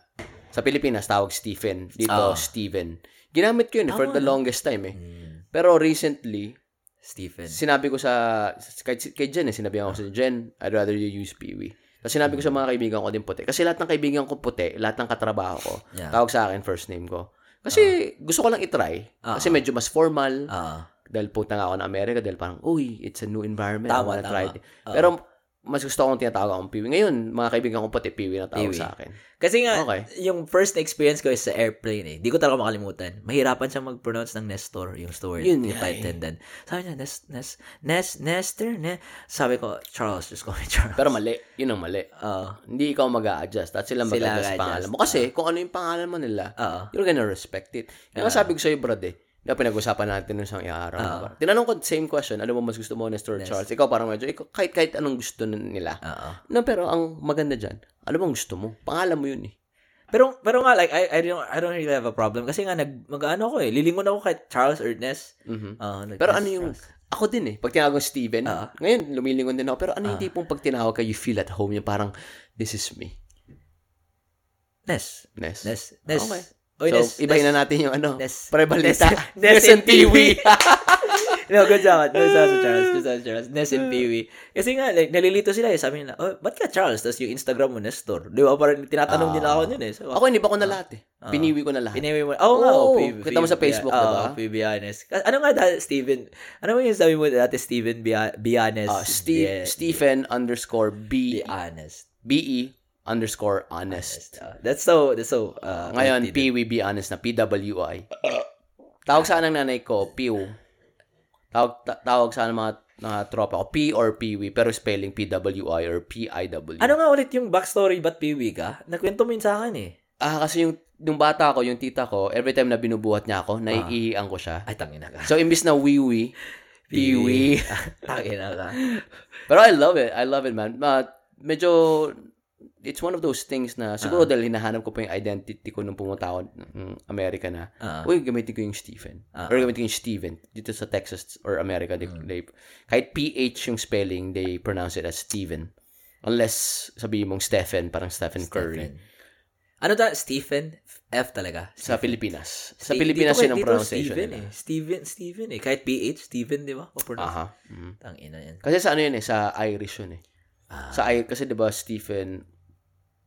Speaker 1: sa Pilipinas, tawag Stephen. Dito,
Speaker 2: Ah.
Speaker 1: Steven. Ginamit ko yun eh, for
Speaker 2: Tama,
Speaker 1: the
Speaker 2: no?
Speaker 1: longest time eh.
Speaker 2: Mm.
Speaker 1: Pero recently,
Speaker 2: Stephen.
Speaker 1: sinabi ko sa, kay, kay Jen eh, sinabi ako sa Jen, I'd rather you use Peewee. Tapos sinabi ko sa mga kaibigan ko din puti. Kasi lahat ng kaibigan ko puti, lahat ng katrabaho ko,
Speaker 2: Yeah.
Speaker 1: tawag sa akin first name ko. Kasi gusto ko lang itry. Kasi
Speaker 2: Ah.
Speaker 1: medyo mas formal.
Speaker 2: Ah.
Speaker 1: dahil punta nga ako ng Amerika dahil parang, uy, it's a new environment.
Speaker 2: Tama,
Speaker 1: I wanna
Speaker 2: tama.
Speaker 1: try it."
Speaker 2: Oo.
Speaker 1: Pero mas gusto akong tinatawag akong piwi. Ngayon, mga kaibigan ko pati piwi na tawag
Speaker 2: Piwi.
Speaker 1: sa akin.
Speaker 2: Kasi nga,
Speaker 1: Okay.
Speaker 2: yung first experience ko is sa airplane eh. Di ko talaga makalimutan. Mahirapan siyang mag-pronounce ng Nestor, yung steward,
Speaker 1: Yun
Speaker 2: yung
Speaker 1: nga eh.
Speaker 2: flight attendant. Sabi niya, Nes, Nes, Nes, Nestor, ne. Sabi ko, Charles, just call me Charles.
Speaker 1: Pero mali. Yun ang mali.
Speaker 2: Oo.
Speaker 1: Hindi ikaw mag adjust at sila
Speaker 2: Sila
Speaker 1: mag-adjust
Speaker 2: mag-a-adjust.
Speaker 1: pangalan mo. Kasi kung ano yung pangalan mo nila,
Speaker 2: Oo.
Speaker 1: you're gonna respect it. Yung sabi ko sa'yo, brad eh, na pinag-usapan natin nung isang araw. Parang, Tinanong ko, same question, ano mo mas gusto mo, Nestor or Charles? Ikaw parang medyo, ikaw, kahit, kahit anong gusto nun- nila.
Speaker 2: Oo.
Speaker 1: No, pero ang maganda dyan, ano bang gusto mo? Pangalan mo yun eh.
Speaker 2: Pero pero nga like I I don't I don't really have a problem kasi nga nag mag-ano ko eh lilingon ako kay Charles or Nes.
Speaker 1: Mhm.
Speaker 2: Oo, like, Nes,
Speaker 1: Pero ano yung,
Speaker 2: Charles.
Speaker 1: ako din eh, pag tinawag ko Steven,
Speaker 2: Ah.
Speaker 1: ngayon lumilingon din ako, pero ano yung tipong pag tinawag ka, you feel at home, yung parang, this is me,
Speaker 2: Nes.
Speaker 1: Ness.
Speaker 2: Nes. Nes.
Speaker 1: Okay.
Speaker 2: Oy,
Speaker 1: so,
Speaker 2: Nes,
Speaker 1: ibahin
Speaker 2: Nes.
Speaker 1: na natin yung ano,
Speaker 2: Ness.
Speaker 1: prebalita.
Speaker 2: Ness- Ness and
Speaker 1: Tiwi.
Speaker 2: no, good job. Good job, Charles. Good job, Charles. Ness and Peewee. Kasi nga, like, nalilito sila eh. Sabi nila, oh, ba't ka Charles? Tapos yung Instagram mo, Nestor. Di ba? Parang tinatanong nila
Speaker 1: Ah.
Speaker 2: ako nun eh. So,
Speaker 1: ako, iniba ko na lahat eh.
Speaker 2: Ah.
Speaker 1: Piniwi ko na lahat.
Speaker 2: Piniwi mo. Oh, nga,
Speaker 1: Oo,
Speaker 2: oh, Peewee.
Speaker 1: kita mo sa Facebook,
Speaker 2: Bia-
Speaker 1: diba?
Speaker 2: Oo, Peewee Bianes. Ka- Ano nga dati, Steven? Ano mo yung sabi mo dati, Steven Bia- Bianes?
Speaker 1: Ah, Steve,
Speaker 2: Bia-
Speaker 1: Stephen underscore B,
Speaker 2: Bianes.
Speaker 1: B-E underscore honest.
Speaker 2: Ah,
Speaker 1: Ah,
Speaker 2: that's so, that's so, uh, P.
Speaker 1: Ngayon, Piwi, be honest na, PWI. Tawag sa ng nanay ko, Piw. Tawag, ta- tawag sa ng mga, mga tropa ko, P or Piwi, pero spelling PWI or PIW.
Speaker 2: Ano nga ulit yung backstory ba't Peewee ka? Nakwento mo yun sa akin eh.
Speaker 1: Ah, kasi yung, yung bata ko, yung tita ko, every time na binubuhat niya
Speaker 2: Ah.
Speaker 1: ako, naiihian ko siya.
Speaker 2: Ay, tangina ka.
Speaker 1: So, imbis na wiwi, piwi.
Speaker 2: tangina ka.
Speaker 1: Pero I love it. I love it, man. Ah, medyo it's one of those things
Speaker 2: Ah.
Speaker 1: na siguro dahil hinahanap ko pa yung identity ko nung pumunta ako ng Amerika na,
Speaker 2: Ah.
Speaker 1: uy, gamitin ko yung Stephen.
Speaker 2: Ah. Mm.
Speaker 1: Or gamitin ko yung Steven dito sa Texas or America. They, they, kahit PH yung spelling, they pronounce it as Steven. Unless sabihin mong Stephen, parang Stephen, Curry.
Speaker 2: Stephen. Ano ta? Stephen? F talaga.
Speaker 1: Sa Pilipinas. Sa
Speaker 2: Ste-
Speaker 1: Pilipinas
Speaker 2: dito
Speaker 1: yun ang
Speaker 2: dito
Speaker 1: pronunciation
Speaker 2: Steven
Speaker 1: nila.
Speaker 2: eh. Steven, Steven eh. Kahit PH, Steven, di ba? Papronounce.
Speaker 1: Aha. Mhm.
Speaker 2: Tang ina yan.
Speaker 1: Kasi sa ano yun eh, sa Irish yun eh.
Speaker 2: Ah.
Speaker 1: Sa Irish, kasi di ba Stephen,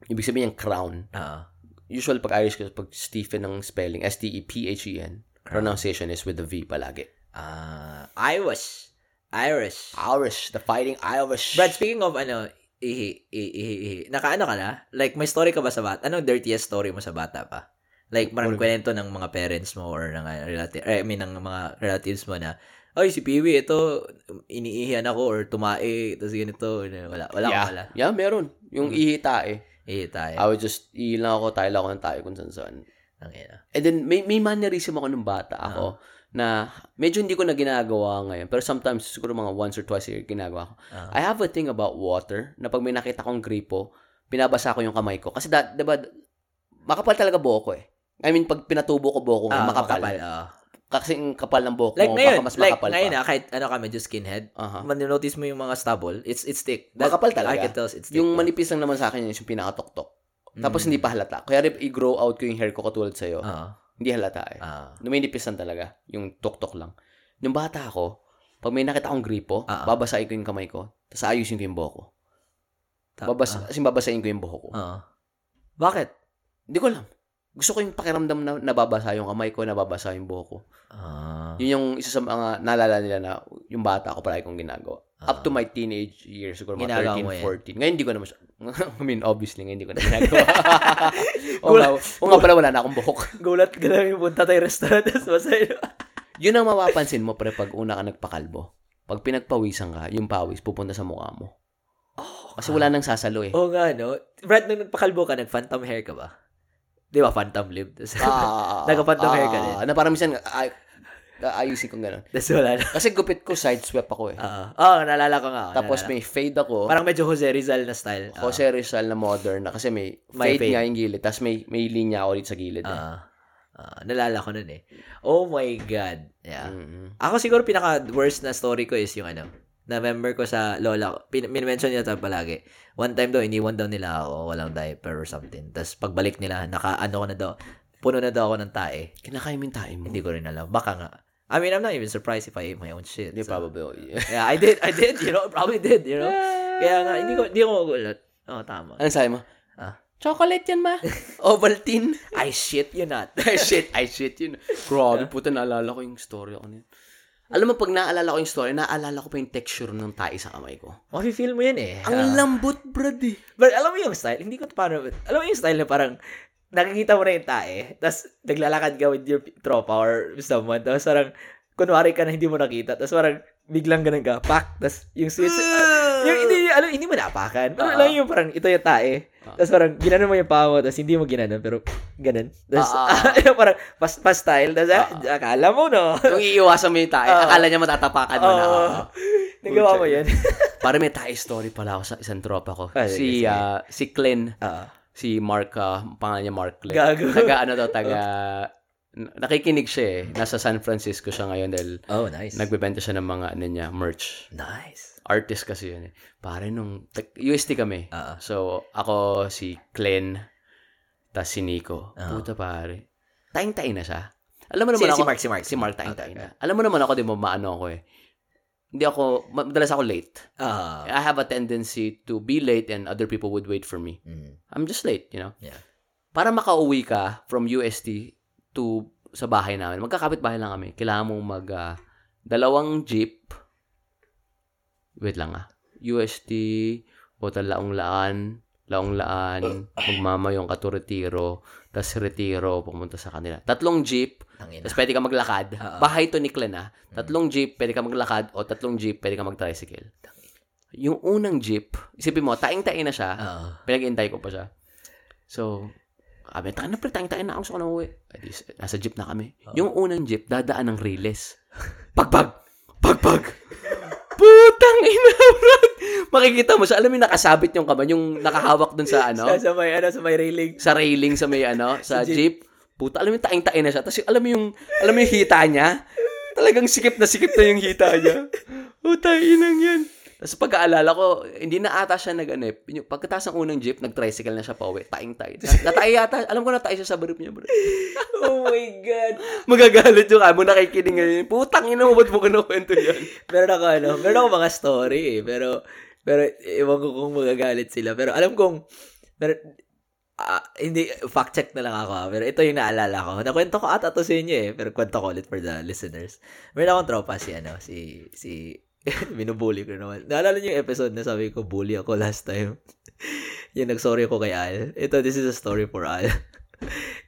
Speaker 1: ibig sabihin yung crown.
Speaker 2: Ah.
Speaker 1: usual pag Irish kasi pag Stephen ng spelling, E S-T-E-P-H-E-N, pronunciation is with the V palagi.
Speaker 2: Ah, Irish. Irish.
Speaker 1: Irish, the fighting Irish.
Speaker 2: Brad, speaking of ano, ihi, ihi, ihi, ihi. Nakaano ka na? Like, may story ka ba sa bata? Anong dirtiest story mo sa bata pa? Like, parang kwento ng mga parents mo or ng relatives, I mean, ng mga relatives mo na, ay, si Peewee, ito, iniihian ako or tumae, tapos ganito, wala, wala,
Speaker 1: yeah. Ah.
Speaker 2: wala.
Speaker 1: Yeah, meron. Yung ihitae.
Speaker 2: Ihi tayo.
Speaker 1: I would just, iilang ako, tayo ako ng tayo kung saan saan.
Speaker 2: Ang ina.
Speaker 1: And then, may, may mannerism ako nung bata ako na medyo hindi ko na ginagawa ngayon. Pero sometimes, siguro mga once or twice a year, ginagawa ko.
Speaker 2: Ah.
Speaker 1: I have a thing about water na pag may nakita kong gripo, binabasa ko yung kamay ko. Kasi, da, diba, makapal talaga buhok ko eh. I mean, pag pinatubo ko buhok ko,
Speaker 2: Ah,
Speaker 1: makapal.
Speaker 2: ah.
Speaker 1: kasi ang kapal ng buhok
Speaker 2: Like
Speaker 1: mo,
Speaker 2: ngayon,
Speaker 1: baka mas
Speaker 2: like
Speaker 1: makapal
Speaker 2: ngayon
Speaker 1: pa.
Speaker 2: ah, kahit ano ka, medyo skinhead,
Speaker 1: Aha.
Speaker 2: maninotice mo yung mga stubble, it's it's thick.
Speaker 1: Makapal talaga.
Speaker 2: I can tell it's thick. Mm.
Speaker 1: Yung manipis lang naman sa akin yun, yung pinakatoktok. Tapos hindi pa halata. Kaya rin i-grow out ko yung hair ko katulad sa'yo.
Speaker 2: Hmm. Ah.
Speaker 1: Hindi halata eh.
Speaker 2: Ah.
Speaker 1: Numinipisan talaga. Yung tuktok lang. Nung bata ako, pag may nakita akong gripo,
Speaker 2: Ah, ah.
Speaker 1: babasahin ko yung kamay ko, tapos ayusin ko yung buhok ko.
Speaker 2: Ta-
Speaker 1: Babas-
Speaker 2: ah.
Speaker 1: Kasi babasahin ko yung buhok ko.
Speaker 2: Oo. Bakit?
Speaker 1: Hindi ko alam. Gusto ko yung pakiramdam na nababasa yung kamay ko, nababasa yung buhok ko.
Speaker 2: Ah.
Speaker 1: Yun yung isa sa mga naalala nila na yung bata ako palagi kong ginagawa. Up to my teenage years, siguro mga
Speaker 2: Ah. Ginagawa mo
Speaker 1: 13,
Speaker 2: yan.
Speaker 1: 14. Ngayon, hindi ko na masyado. I mean, obviously, ngayon hindi ko na ginagawa. o, nga,
Speaker 2: Gulat-
Speaker 1: o nga pala, wala na akong buhok.
Speaker 2: Gulat ka lang yung punta tayo restaurant tapos masaya.
Speaker 1: Yun ang mapapansin mo, pre, pag una ka nagpakalbo. Pag pinagpawisan ka, yung pawis pupunta sa mukha mo.
Speaker 2: Oh,
Speaker 1: Kasi wala nang sasalo eh.
Speaker 2: Oo nga, no? Brad, nung nagpakalbo ka, nag-phantom hair ka ba? Di ba, phantom lip? Tapos
Speaker 1: Ah,
Speaker 2: Nagapantong hair ka din.
Speaker 1: Na parang minsan, ay, ayusin kong ganun.
Speaker 2: tapos wala na.
Speaker 1: Kasi gupit ko, side swept ako eh.
Speaker 2: Oo, Oo, naalala ko nga.
Speaker 1: Tapos
Speaker 2: naalala.
Speaker 1: may fade ako.
Speaker 2: Ano Parang medyo Jose Rizal na style. Oo.
Speaker 1: Jose Rizal na modern na kasi may
Speaker 2: May
Speaker 1: fade,
Speaker 2: fade.
Speaker 1: nga yung gilid tapos may may linya ako dito sa gilid. eh.
Speaker 2: Ah. Ah, naalala ko nun eh. Oh my God. Yeah.
Speaker 1: Mm-mm.
Speaker 2: Ako siguro pinaka-worst na story ko is yung ano, na-member ko sa lola ko. Pin- minmention niya ito palagi. One time daw, iniwan daw nila ako, walang diaper or something. Tapos pagbalik nila, naka ano ko na daw, puno na daw ako ng tae.
Speaker 1: Kinakaimin tayo mo.
Speaker 2: Hindi ko rin alam. Baka nga. I mean, I'm not even surprised if I ate my own shit.
Speaker 1: Hindi
Speaker 2: So,
Speaker 1: probably. oh,
Speaker 2: Yeah, I did. I did, you know. Probably did, you know. Kaya nga, hindi ko, hindi ko magulat. Oo, oh, tama.
Speaker 1: Ano sabi mo?
Speaker 2: Ah.
Speaker 1: Chocolate yan ma. Ovaltine.
Speaker 2: I shit you not.
Speaker 1: I shit, I shit yun. Grabe puta, naalala ko yung story ako niyan. Alam mo, pag naalala ko yung story, naalala ko pa yung texture ng tae sa kamay ko.
Speaker 2: Mafe-feel mo yun eh.
Speaker 1: Ang
Speaker 2: Ah.
Speaker 1: lambot, brad eh.
Speaker 2: But alam mo yung style, hindi ko paano, alam mo yung style na parang, nakikita mo na yung tae, tapos naglalakad ka with your tropa or someone, tapos parang, kunwari ka na hindi mo nakita, tapos parang, biglang ganun ka, pak, tapos yung switch, yung hindi, alam, hindi mo napakan. Pero
Speaker 1: Ah,
Speaker 2: alam mo yung parang, ito yung tae.
Speaker 1: Ah.
Speaker 2: Tapos parang, ginanon mo yung paa mo, tapos hindi mo ginanon, pero ganun. Tapos,
Speaker 1: Ah,
Speaker 2: parang, pas, pas style, tapos, ah, akala mo, no?
Speaker 1: Yung iiwasan mo yung tae,
Speaker 2: Ah.
Speaker 1: akala niya matatapakan mo na.
Speaker 2: Oo.
Speaker 1: Ah.
Speaker 2: Nagawa mo yun.
Speaker 1: Para may tae story pala ako sa isang tropa ko.
Speaker 2: Ah,
Speaker 1: Si,
Speaker 2: sige.
Speaker 1: ah, si Clint.
Speaker 2: Ah.
Speaker 1: si Mark, ah, ang pangalan niya Mark Lee.
Speaker 2: Gago. Oh.
Speaker 1: Taga ano daw, taga, n- nakikinig siya eh. Nasa San Francisco siya ngayon dahil
Speaker 2: Oh, nice.
Speaker 1: nagbebenta siya ng mga ano niya, merch.
Speaker 2: nice.
Speaker 1: Artist kasi yun eh. Pare nung, tag- UST kami.
Speaker 2: Ah.
Speaker 1: So, ako, si Glenn, tas si Nico. Puta pare. Taing-taing na siya.
Speaker 2: Ah.
Speaker 1: Alam mo
Speaker 2: Si,
Speaker 1: naman ako,
Speaker 2: si Mark, si Mark.
Speaker 1: si Mark taing-taing
Speaker 2: Okay, okay.
Speaker 1: na. Alam mo naman ako, di ba, maano ako eh. Hindi ako, ma- madalas ako late.
Speaker 2: Ah.
Speaker 1: I have a tendency to be late and other people would wait for me.
Speaker 2: Mm.
Speaker 1: I'm just late, you know?
Speaker 2: Yeah.
Speaker 1: para makauwi ka from UST to sa bahay namin, magkakapit bahay lang kami, kailangan mong mag ah, dalawang jeep. Wait lang ah. UST, Bota Laong Laan, Laong Laan, Magmamayong Katuretiro, tas Retiro, pumunta sa kanila. Tatlong jeep,
Speaker 2: Tangina.
Speaker 1: tapos pwede ka maglakad.
Speaker 2: Ah, ah.
Speaker 1: Bahay to ni Glenn, ah. Tatlong jeep, pwede ka maglakad. O tatlong jeep, pwede ka mag-tricycle. Yung unang jeep, isipin mo, taing-taing na siya.
Speaker 2: Ah.
Speaker 1: Pinag-intay ko pa siya. So, kami, tayo na pre, tayo tayo na, gusto ko na uwi. Eh, di, Nasa jeep na kami. Yung unang jeep, dadaan ng riles. Pagpag! Pagpag! Putang ina, Brad! Makikita mo siya. Alam mo yung nakasabit yung kamay, yung nakahawak dun sa ano,
Speaker 2: Sa, sa may, ano, sa may railing.
Speaker 1: sa railing sa may ano, sa
Speaker 2: Sa
Speaker 1: jeep. Puta, alam mo yung taing-tae na siya. Tapos yung- alam mo yung, alam mo yung hita niya? Talagang sikip na sikip na yung hita niya. Puta, inang yan. Tapos pagkaalala ko, hindi na ata siya nag ano, eh, yung Pagkatas ng unang jeep, nag-tricycle na siya pa uwi. Taing-tae. Natay yata. Alam ko natay siya sa barip niya, bro.
Speaker 2: oh my God.
Speaker 1: Magagalit yung amo nakikinig ngayon. Putang ina mo, ba't mo ko kwento yan?
Speaker 2: Meron ako, ano, meron ako mga story eh. Pero, pero, ewan ko kung magagalit sila. Pero alam kong, pero, ah, hindi, fact check na lang ako. ah. Pero ito yung naalala ko. Nakwento ko ata to sa inyo eh. Pero kwento ko ulit for the listeners. Meron akong tropa si, ano, si, si, binubully ko naman. Naalala niyo yung episode na sabi ko, bully ako last time. yung nag-sorry ako kay Al. Ito, this is a story for Al.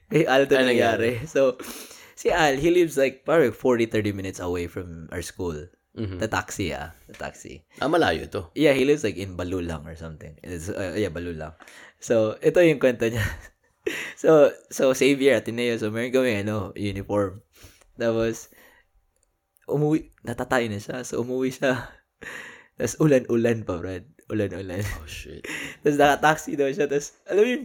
Speaker 2: kay Al to
Speaker 1: Ano
Speaker 2: nangyari. So, si Al, he lives like parang 40-30 minutes away from our school.
Speaker 1: Mhm.
Speaker 2: The taxi, ah. The taxi.
Speaker 1: Ah, malayo to.
Speaker 2: Yeah, he lives like in Balulang or something. It's, uh, yeah, Balulang. So, ito yung kwento niya. so, so Xavier, Ateneo. So, meron kami, ano, uniform. Tapos, umuwi, natatay na siya. So, umuwi siya. Tapos, ulan-ulan pa, Brad. Ulan-ulan.
Speaker 1: Oh, shit.
Speaker 2: Tapos naka-taxi daw siya. Tapos, alam mo yun,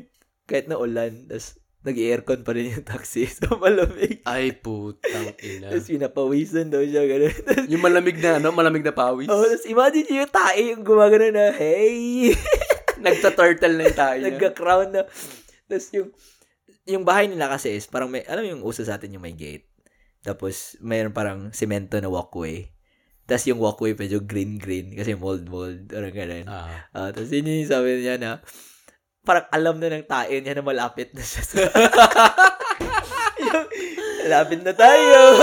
Speaker 2: kahit na ulan, tapos nag-aircon pa rin yung taxi. So, malamig.
Speaker 1: Ay, putang ina.
Speaker 2: Tapos, pinapawisan daw siya. Ganun. Tapos,
Speaker 1: Yung malamig na, ano? Malamig na pawis.
Speaker 2: oh, tapos imagine niyo yung tae yung gumagano na, hey!
Speaker 1: Nagta-turtle na yung tayo.
Speaker 2: Nagka-crown na. Tapos yung, yung bahay nila kasi is parang may, alam mo yung uso sa atin yung may gate. Tapos, mayroon parang semento na walkway. Tapos yung walkway medyo green-green kasi mold-mold. Parang ganun.
Speaker 1: Ah.
Speaker 2: Ah, tapos yun yung sabi niya na, parang alam na ng tae niya na malapit na siya. sa- Yung, malapit na tayo.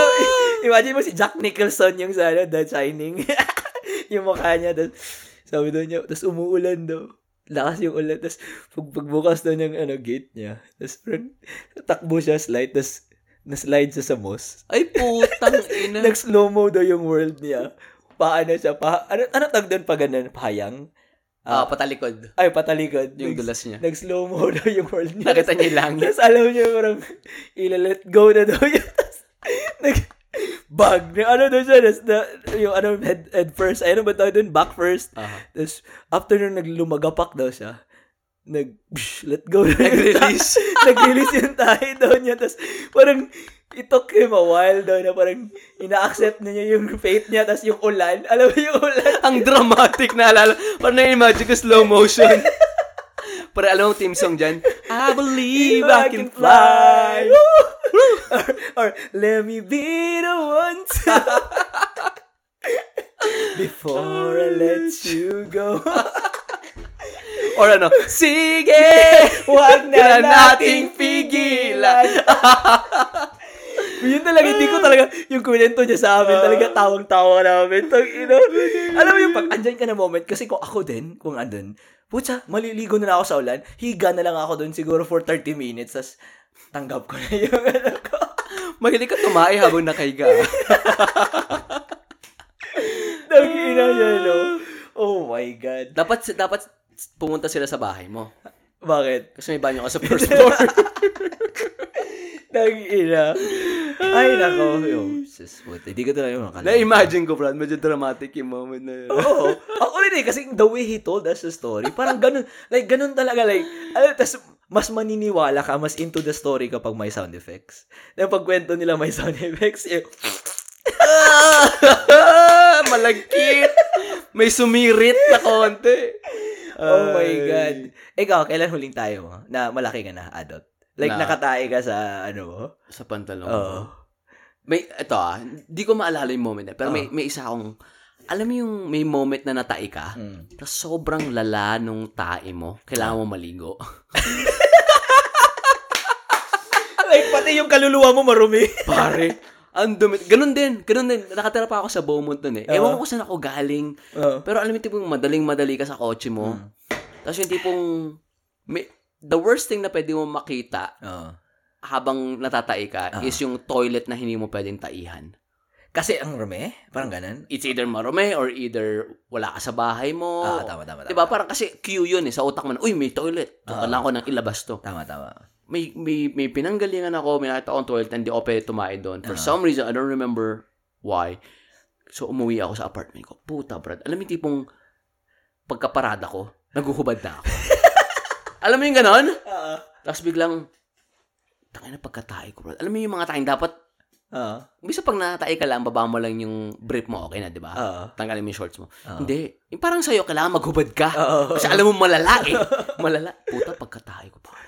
Speaker 2: Imagine mo si Jack Nicholson yung sa ano, The Shining. yung mukha niya. Tapos, sabi daw niya, tapos umuulan daw. Lakas yung ulan. Tapos, pag, pagbukas daw ng ano, gate niya. Tapos, parang, takbo siya, slide. Tapos, naslide siya sa moss.
Speaker 1: Ay, putang ina.
Speaker 2: Nag-slow-mo daw yung world niya. Paano siya? Pa, ano, ano tag doon pa ganun? Pahayang?
Speaker 1: ah, patalikod.
Speaker 2: Ay, patalikod.
Speaker 1: Yung
Speaker 2: Nag-
Speaker 1: dulas niya.
Speaker 2: Nag-slow mo daw yung world niya.
Speaker 1: Nakita niya yung langit.
Speaker 2: Tapos alam niya parang ila-let go na daw yun. Tapos nag bag na ano daw siya. Tapos na, yung ano, head, head first. Ay, ano ba tawag dun? Back first.
Speaker 1: Ah.
Speaker 2: Tapos after nung naglumagapak daw siya, nag psh, let go na yung
Speaker 1: Nag-release.
Speaker 2: ta- Nag-release yung tahi daw niya. Tapos parang it took him a while daw na parang ina-accept na niya yung fate niya. Tapos yung ulan. Alam mo yung ulan?
Speaker 1: Ang dramatic na alala. Parang na-imagine ko slow motion. Para alam mo team song dyan. I believe I can fly.
Speaker 2: or, or, let me be the one to... Before I let you go.
Speaker 1: Or ano, sige!
Speaker 2: Eh, Huwag
Speaker 1: Na nating pigilan.
Speaker 2: Yun talaga, hindi ko talaga, yung kwento niya sa amin, talaga
Speaker 1: Ah.
Speaker 2: tawang-tawa namin. Tag, ina. Alam mo yung pag andyan ka na moment, kasi kung ako din, kung andun, putya, maliligo na lang ako sa ulan, higa na lang ako dun siguro for 30 minutes, tas tanggap ko na yung ano ko.
Speaker 1: Mahilig ka tumae habang nakahiga.
Speaker 2: Tag, ina yun, no? Oh my God.
Speaker 1: Dapat, dapat pumunta sila sa bahay mo.
Speaker 2: Bakit?
Speaker 1: Kasi may banyo ka sa first floor.
Speaker 2: Tag, ina. Ay, nako. Yung, sis, buti. Hindi ko talaga yung nakalimutan.
Speaker 1: Na-imagine ko, Brad. Medyo dramatic yung moment na yun.
Speaker 2: Oo. Ako rin eh, kasi the way he told us the story, parang ganun, like, ganun talaga, like, alam, tas, mas maniniwala ka, mas into the story kapag may sound effects. Na pagkwento nila may sound effects, eh,
Speaker 1: Malagkit! May sumirit na konti.
Speaker 2: oh my God. Ikaw, kailan huling tayo mo? Na malaki ka na, adult. Like,
Speaker 1: Na-
Speaker 2: nakatae ka sa, ano mo?
Speaker 1: Sa pantalon.
Speaker 2: Oo.
Speaker 1: ko. May, ito ah, di ko maalala yung moment na, pero may,
Speaker 2: Oo.
Speaker 1: may isa akong, alam mo yung may moment na natai ka,
Speaker 2: Mm. Ah.
Speaker 1: na sobrang lala nung tae mo, kailangan mo maligo.
Speaker 2: Like, pati yung kaluluwa mo marumi.
Speaker 1: Pare, ang dumi. Ganun din, ganun din. Nakatira pa ako sa Beaumont nun eh.
Speaker 2: Oo.
Speaker 1: Ewan ko kung saan ako galing.
Speaker 2: Oo.
Speaker 1: Pero alam mo yung tipong madaling-madali ka sa kotse mo.
Speaker 2: Mm.
Speaker 1: Tapos yung tipong, may, the worst thing na pwede mo makita
Speaker 2: Oo.
Speaker 1: habang natatai ka
Speaker 2: Ah.
Speaker 1: is yung toilet na hindi mo pwedeng taihan.
Speaker 2: Kasi ang rumi, parang ganun.
Speaker 1: It's either marome or either wala ka sa bahay mo.
Speaker 2: Ah, tama, tama, tama.
Speaker 1: Diba? Parang kasi cue yun eh. Sa utak mo na, uy, may toilet. So,
Speaker 2: Ah.
Speaker 1: kailangan ko nang ilabas to.
Speaker 2: Tama, tama.
Speaker 1: May, may, may pinanggalingan ako, may nakita akong toilet na hindi ako pwede tumain doon. For
Speaker 2: Ah.
Speaker 1: some reason, I don't remember why. So, umuwi ako sa apartment ko. Puta, brad. Alam mo yung tipong, pagkaparada ko, naguhubad na ako. Alam mo yung ganon?
Speaker 2: Oo.
Speaker 1: Tapos biglang, tangin na pagkatay ko, bro. Alam mo yung mga tayong dapat,
Speaker 2: Oo.
Speaker 1: bisa pag natay ka lang, baba mo lang yung brief mo, okay na, di ba?
Speaker 2: Oo.
Speaker 1: Tanggalin mo yung shorts mo.
Speaker 2: Oo.
Speaker 1: Hindi. Yung parang sa'yo, kailangan maghubad ka.
Speaker 2: Oo.
Speaker 1: Kasi alam mo, malala eh. Malala. Puta, pagkatay ko, pare.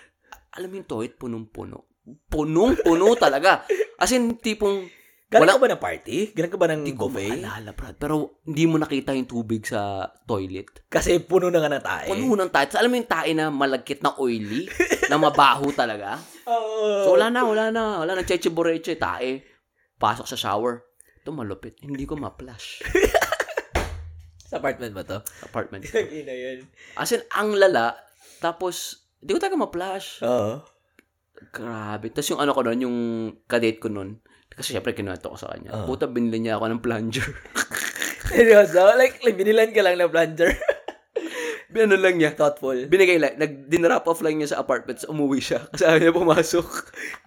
Speaker 1: Alam mo yung toilet, punong-puno. Punong-puno talaga. As in, tipong,
Speaker 2: Galing
Speaker 1: Wala-
Speaker 2: ka ba ng party? Galing ka ba ng
Speaker 1: hindi ko
Speaker 2: buffet?
Speaker 1: maalala, Brad. Pero, hindi mo nakita yung tubig sa toilet.
Speaker 2: Kasi puno na nga ng tae.
Speaker 1: Puno ng tayo. Alam mo yung tae na malagkit na oily, na mabaho talaga.
Speaker 2: Oo.
Speaker 1: So, wala na, wala na. Wala na, cheche boreche, tae. Pasok sa shower. Ito malupit. Hindi ko ma-flush.
Speaker 2: Sa apartment ba to?
Speaker 1: Apartment.
Speaker 2: Ina yun.
Speaker 1: As in, ang lala. Tapos, hindi ko talaga ma-flush.
Speaker 2: Oo.
Speaker 1: Grabe. Tapos yung ano ko nun, yung kadate ko nun, kasi syempre kinuwento ko sa kanya.
Speaker 2: Ah.
Speaker 1: Puta, binili niya ako ng plunger.
Speaker 2: Seryoso? Like, like, binilan ka lang ng plunger.
Speaker 1: ano lang niya?
Speaker 2: Thoughtful.
Speaker 1: Binigay lang. Nag-dinrap off lang niya sa apartment. So, umuwi siya. Kasi ayaw niya pumasok.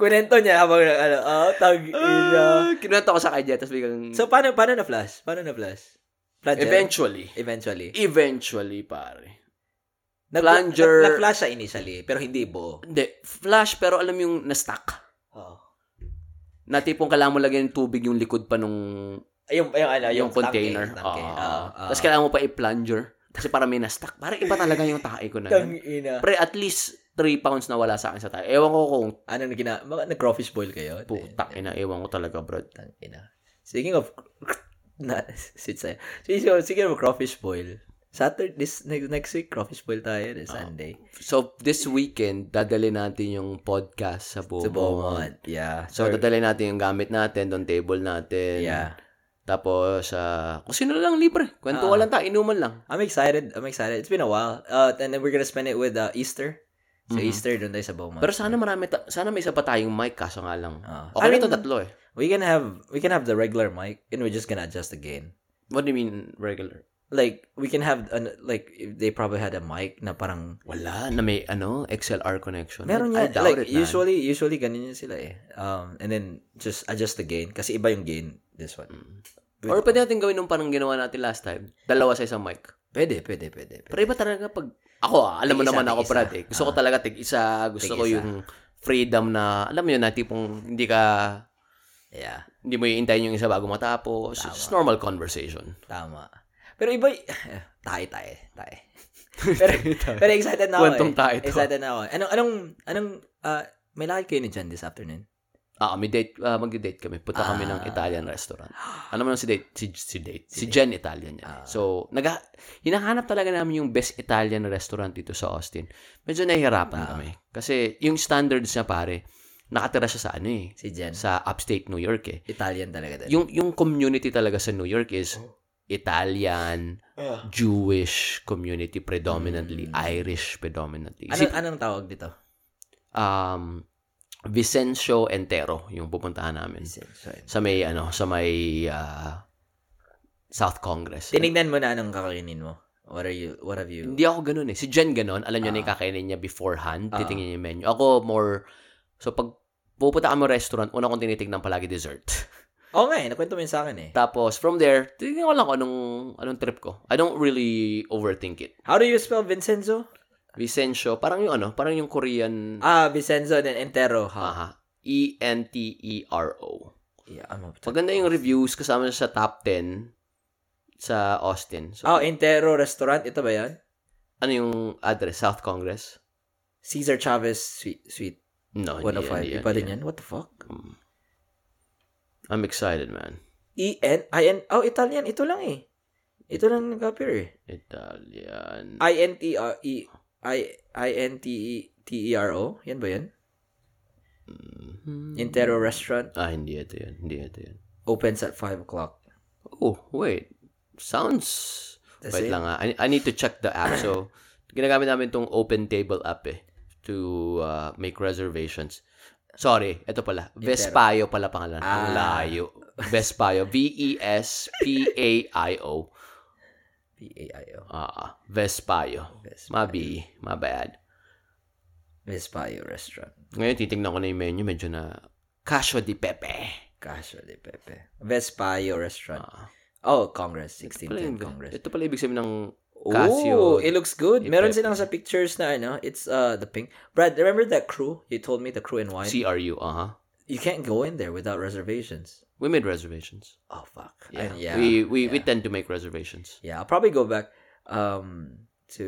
Speaker 2: Kunento niya habang, ano, oh, tag, ina.
Speaker 1: Ah, kinuwento ko sa kanya. Tapos biglang...
Speaker 2: So, paano, paano na-flash? Paano na-flash? Plunger?
Speaker 1: eventually.
Speaker 2: Eventually.
Speaker 1: Eventually, pare.
Speaker 2: Nag-
Speaker 1: Plunger-
Speaker 2: nag- Na-flash siya initially, pero hindi buo.
Speaker 1: Hindi. Flash, pero alam yung na-stuck.
Speaker 2: Oh.
Speaker 1: Na tipong kailangan mo lagyan ng tubig yung likod pa nung
Speaker 2: Yung, yung, ano, yung,
Speaker 1: yung, Ah, container.
Speaker 2: Tangke,
Speaker 1: Oo.
Speaker 2: tangke. Oo, oo.
Speaker 1: Tapos kailangan mo pa i-plunger. Kasi para may na-stuck. Parang iba talaga yung tae ko na yun.
Speaker 2: Tang ina.
Speaker 1: Pre, at least 3 pounds na wala sa akin sa tayo. Ewan ko kung
Speaker 2: Ano na gina... Mga nag-crawfish boil kayo?
Speaker 1: putak ina. Ewan ko talaga, bro.
Speaker 2: Tang ina. Speaking of... Na, sit sa'yo. Speaking of, speaking of crawfish boil, Saturday, this, next, next week, crawfish boil tayo, this
Speaker 1: Ah,
Speaker 2: Sunday.
Speaker 1: So, this weekend, dadali natin yung podcast sa Bobo.
Speaker 2: Sa Beaumont. Yeah.
Speaker 1: So,
Speaker 2: Or-
Speaker 1: dadali natin yung gamit natin, doon table natin.
Speaker 2: yeah.
Speaker 1: Tapos, ah, kung sino lang libre. Kwento
Speaker 2: Ah.
Speaker 1: lang tayo, inuman lang.
Speaker 2: I'm excited. I'm excited. It's been a while. Uh, and then we're gonna spend it with uh, Easter. So,
Speaker 1: Mhm.
Speaker 2: Easter, dun tayo sa Beaumont.
Speaker 1: Pero sana marami, ta- sana may isa pa tayong mic, kaso nga lang.
Speaker 2: Ah.
Speaker 1: Okay
Speaker 2: I
Speaker 1: na to
Speaker 2: mean,
Speaker 1: tatlo eh.
Speaker 2: we can have we can have the regular mic and we're just gonna adjust the gain.
Speaker 1: What do you mean regular?
Speaker 2: Like we can have an, like if they probably had a mic na parang
Speaker 1: Wala, na may ano, XLR connection.
Speaker 2: meron
Speaker 1: I
Speaker 2: yan
Speaker 1: doubt
Speaker 2: like
Speaker 1: it, man.
Speaker 2: usually usually ganun yun sila eh. Um and then just adjust the gain kasi iba yung gain this one.
Speaker 1: Mm. Or pwede natin gawin nung parang ginawa natin last time. Dalawa sa isang mic.
Speaker 2: pwede pwede pwede. pwede.
Speaker 1: Pero iba talaga pag... Ako ah, alam mo
Speaker 2: Tig-isa,
Speaker 1: naman ako,
Speaker 2: tig-isa.
Speaker 1: Brad. Eh. Gusto ko
Speaker 2: Ah.
Speaker 1: talaga tig-isa. Gusto ko
Speaker 2: Tig-isa.
Speaker 1: yung freedom na, alam mo yun, na tipong hindi ka,
Speaker 2: Yeah,
Speaker 1: hindi mo iintayin yung isa bago matapos.
Speaker 2: Tama.
Speaker 1: It's normal conversation.
Speaker 2: tama. Pero iba y- tayo tayo tayo. pero, pero excited na ako.
Speaker 1: Kwentong
Speaker 2: eh.
Speaker 1: tayo to.
Speaker 2: Excited na ako. Anong anong anong ah, may lakad kayo ni Jen this afternoon?
Speaker 1: Ah, may date, ah, magdi-date kami. Punta kami ng
Speaker 2: Ah.
Speaker 1: Italian restaurant. Alam mo naman si date, si, si date, si, Jen Italian yan.
Speaker 2: Ah.
Speaker 1: So, naga, hinahanap talaga namin yung best Italian restaurant dito sa Austin. Medyo nahihirapan
Speaker 2: Ah.
Speaker 1: kami. Kasi yung standards niya pare, nakatira siya sa ano eh,
Speaker 2: Si Jen.
Speaker 1: sa upstate New York eh.
Speaker 2: Italian talaga din.
Speaker 1: Yung yung community talaga sa New York is
Speaker 2: Oh.
Speaker 1: Italian, Jewish community predominantly,
Speaker 2: Mm.
Speaker 1: Irish predominantly.
Speaker 2: Ano
Speaker 1: Si,
Speaker 2: anong tawag dito?
Speaker 1: um Vicencio Entero yung pupuntahan namin sa may ano sa may ah, South Congress.
Speaker 2: Tinignan mo na anong kakainin mo. What are you what have you
Speaker 1: Hindi ako ganun eh. Si Jen ganun, alam niya na yung
Speaker 2: Ah.
Speaker 1: kakainin niya beforehand,
Speaker 2: Ah.
Speaker 1: titingin niya yung menu. Ako more so pag pupunta kami restaurant, una kong tinitingnan palagi dessert.
Speaker 2: Oo nga eh, nakwento mo yun sa akin eh.
Speaker 1: Tapos from there, titingnan ko lang kung anong anong trip ko. I don't really overthink it.
Speaker 2: How do you spell Vincenzo?
Speaker 1: Vicencio, parang yung ano, parang yung Korean
Speaker 2: Ah, Vincenzo then Entero. Ha?
Speaker 1: aha, E E-N-T-E-R-O.
Speaker 2: Yeah, I'm up to-
Speaker 1: Maganda yung reviews kasama siya sa top 10 sa Austin. So,
Speaker 2: Oh, Entero Restaurant. Ito ba yan?
Speaker 1: ano yung address? South Congress?
Speaker 2: Cesar Chavez Sweet, sweet
Speaker 1: No, Oh, hindi
Speaker 2: 105.
Speaker 1: yan, hindi yan,
Speaker 2: Iba din
Speaker 1: hindi
Speaker 2: yan? What the fuck?
Speaker 1: Mm. I'm excited, man.
Speaker 2: E-N-I-N. Oh, Italian. Ito lang eh. Ito lang yung copier eh. E
Speaker 1: Italian.
Speaker 2: I-N-T-R-E. E I-N-T-E-T-E-R-O. Yan ba yan?
Speaker 1: Mhm.
Speaker 2: Entero Restaurant.
Speaker 1: Ah, hindi ito yun. Hindi ito yun.
Speaker 2: Opens at 5 o'clock.
Speaker 1: Oh, wait. Sounds...
Speaker 2: That's
Speaker 1: wait
Speaker 2: it?
Speaker 1: lang ah. I, I need to check the app. So, ginagamit namin tong open table app eh to uh, make reservations. Sorry, ito pala. Vespayo pala pangalan. Ang
Speaker 2: Eh, Ah.
Speaker 1: layo. Vespayo. E V-E-S-P-A-I-O.
Speaker 2: P-A-I-O.
Speaker 1: Ah, ah. Vespayo.
Speaker 2: Vespayo.
Speaker 1: Mabi. My bad.
Speaker 2: Vespayo Restaurant.
Speaker 1: Ngayon, titignan ko na yung menu. Medyo na... Casio di Pepe.
Speaker 2: Casio de Pepe. Vespayo Restaurant.
Speaker 1: Ah.
Speaker 2: Oh, Congress.
Speaker 1: Ito pala
Speaker 2: 1610
Speaker 1: yung-
Speaker 2: Congress.
Speaker 1: Ito pala ibig sabihin ng
Speaker 2: Casio.
Speaker 1: Oh,
Speaker 2: it looks good.
Speaker 1: It-
Speaker 2: Meron silang sa pictures na ano, it's uh the pink. Brad, remember that crew? You told me the crew in wine.
Speaker 1: CRU, uh-huh.
Speaker 2: you can't go in there without reservations.
Speaker 1: We made reservations.
Speaker 2: Oh fuck.
Speaker 1: Yeah.
Speaker 2: And yeah.
Speaker 1: we we we
Speaker 2: yeah.
Speaker 1: tend to make reservations.
Speaker 2: yeah, I'll probably go back um to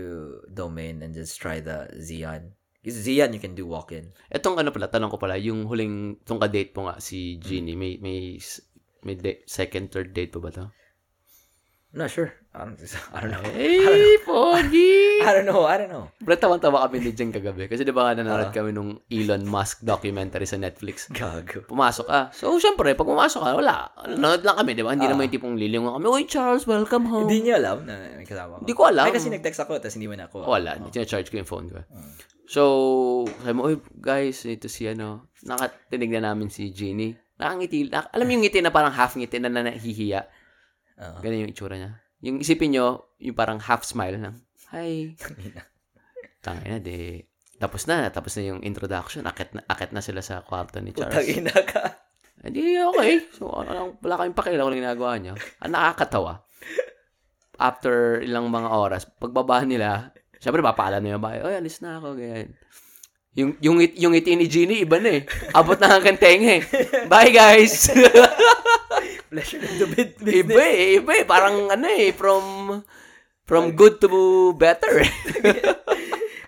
Speaker 2: domain and just try the Xeon. Because Xeon you can do walk in.
Speaker 1: Etong ano pala, tanong ko pala, yung huling tong ka-date mo nga si Ginny, may may s- may da- second third date pa ba to?
Speaker 2: I'm not sure. I'm just, I don't know.
Speaker 1: Hey, Pogi!
Speaker 2: I don't know. I don't know.
Speaker 1: Pero tawa-tawa kami ni Jen kagabi. Kasi di ba nga nanonood kami nung Elon Musk documentary sa Netflix.
Speaker 2: Gago.
Speaker 1: Pumasok ka. So, syempre, pag pumasok ka, wala. Nanonood lang kami, di ba? Hindi naman yung tipong lilingon kami, Uy, Charles, welcome home.
Speaker 2: Hindi niyo alam na nagkasama ko.
Speaker 1: Hindi ko alam.
Speaker 2: Ay, kasi nag-text ako, tapos hindi mo na ako.
Speaker 1: Wala. Hindi charge ko yung phone ko. eh. So, sabi mo, Uy, guys, ito si ano, nakatinig na namin si Ginny. Nakangiti. Nak- alam mo yung ngiti na parang half ngiti na nahihiya.
Speaker 2: Oo.
Speaker 1: Ganun yung itsura niya. Yung isipin nyo, yung parang half smile lang. Hi. Tangina, de. Tapos na, tapos na yung introduction. Akit na, akit na sila sa kwarto ni
Speaker 2: Putang
Speaker 1: Charles.
Speaker 2: ina ka.
Speaker 1: Hindi, okay. So, wala, wala kaming pakialam kung ano ginagawa niya. Ang nakakatawa, after ilang mga oras, pagbaba nila, syempre papaalam na yung bayo, oy, alis na ako, ganyan. Yung, yung, it- yung ngiti ni Genie, iba na eh. Abot na hanggang tenga eh. Bye, guys!
Speaker 2: Pleasure of the bit.
Speaker 1: iba eh, iba eh. Parang ano eh, from, from good to better eh.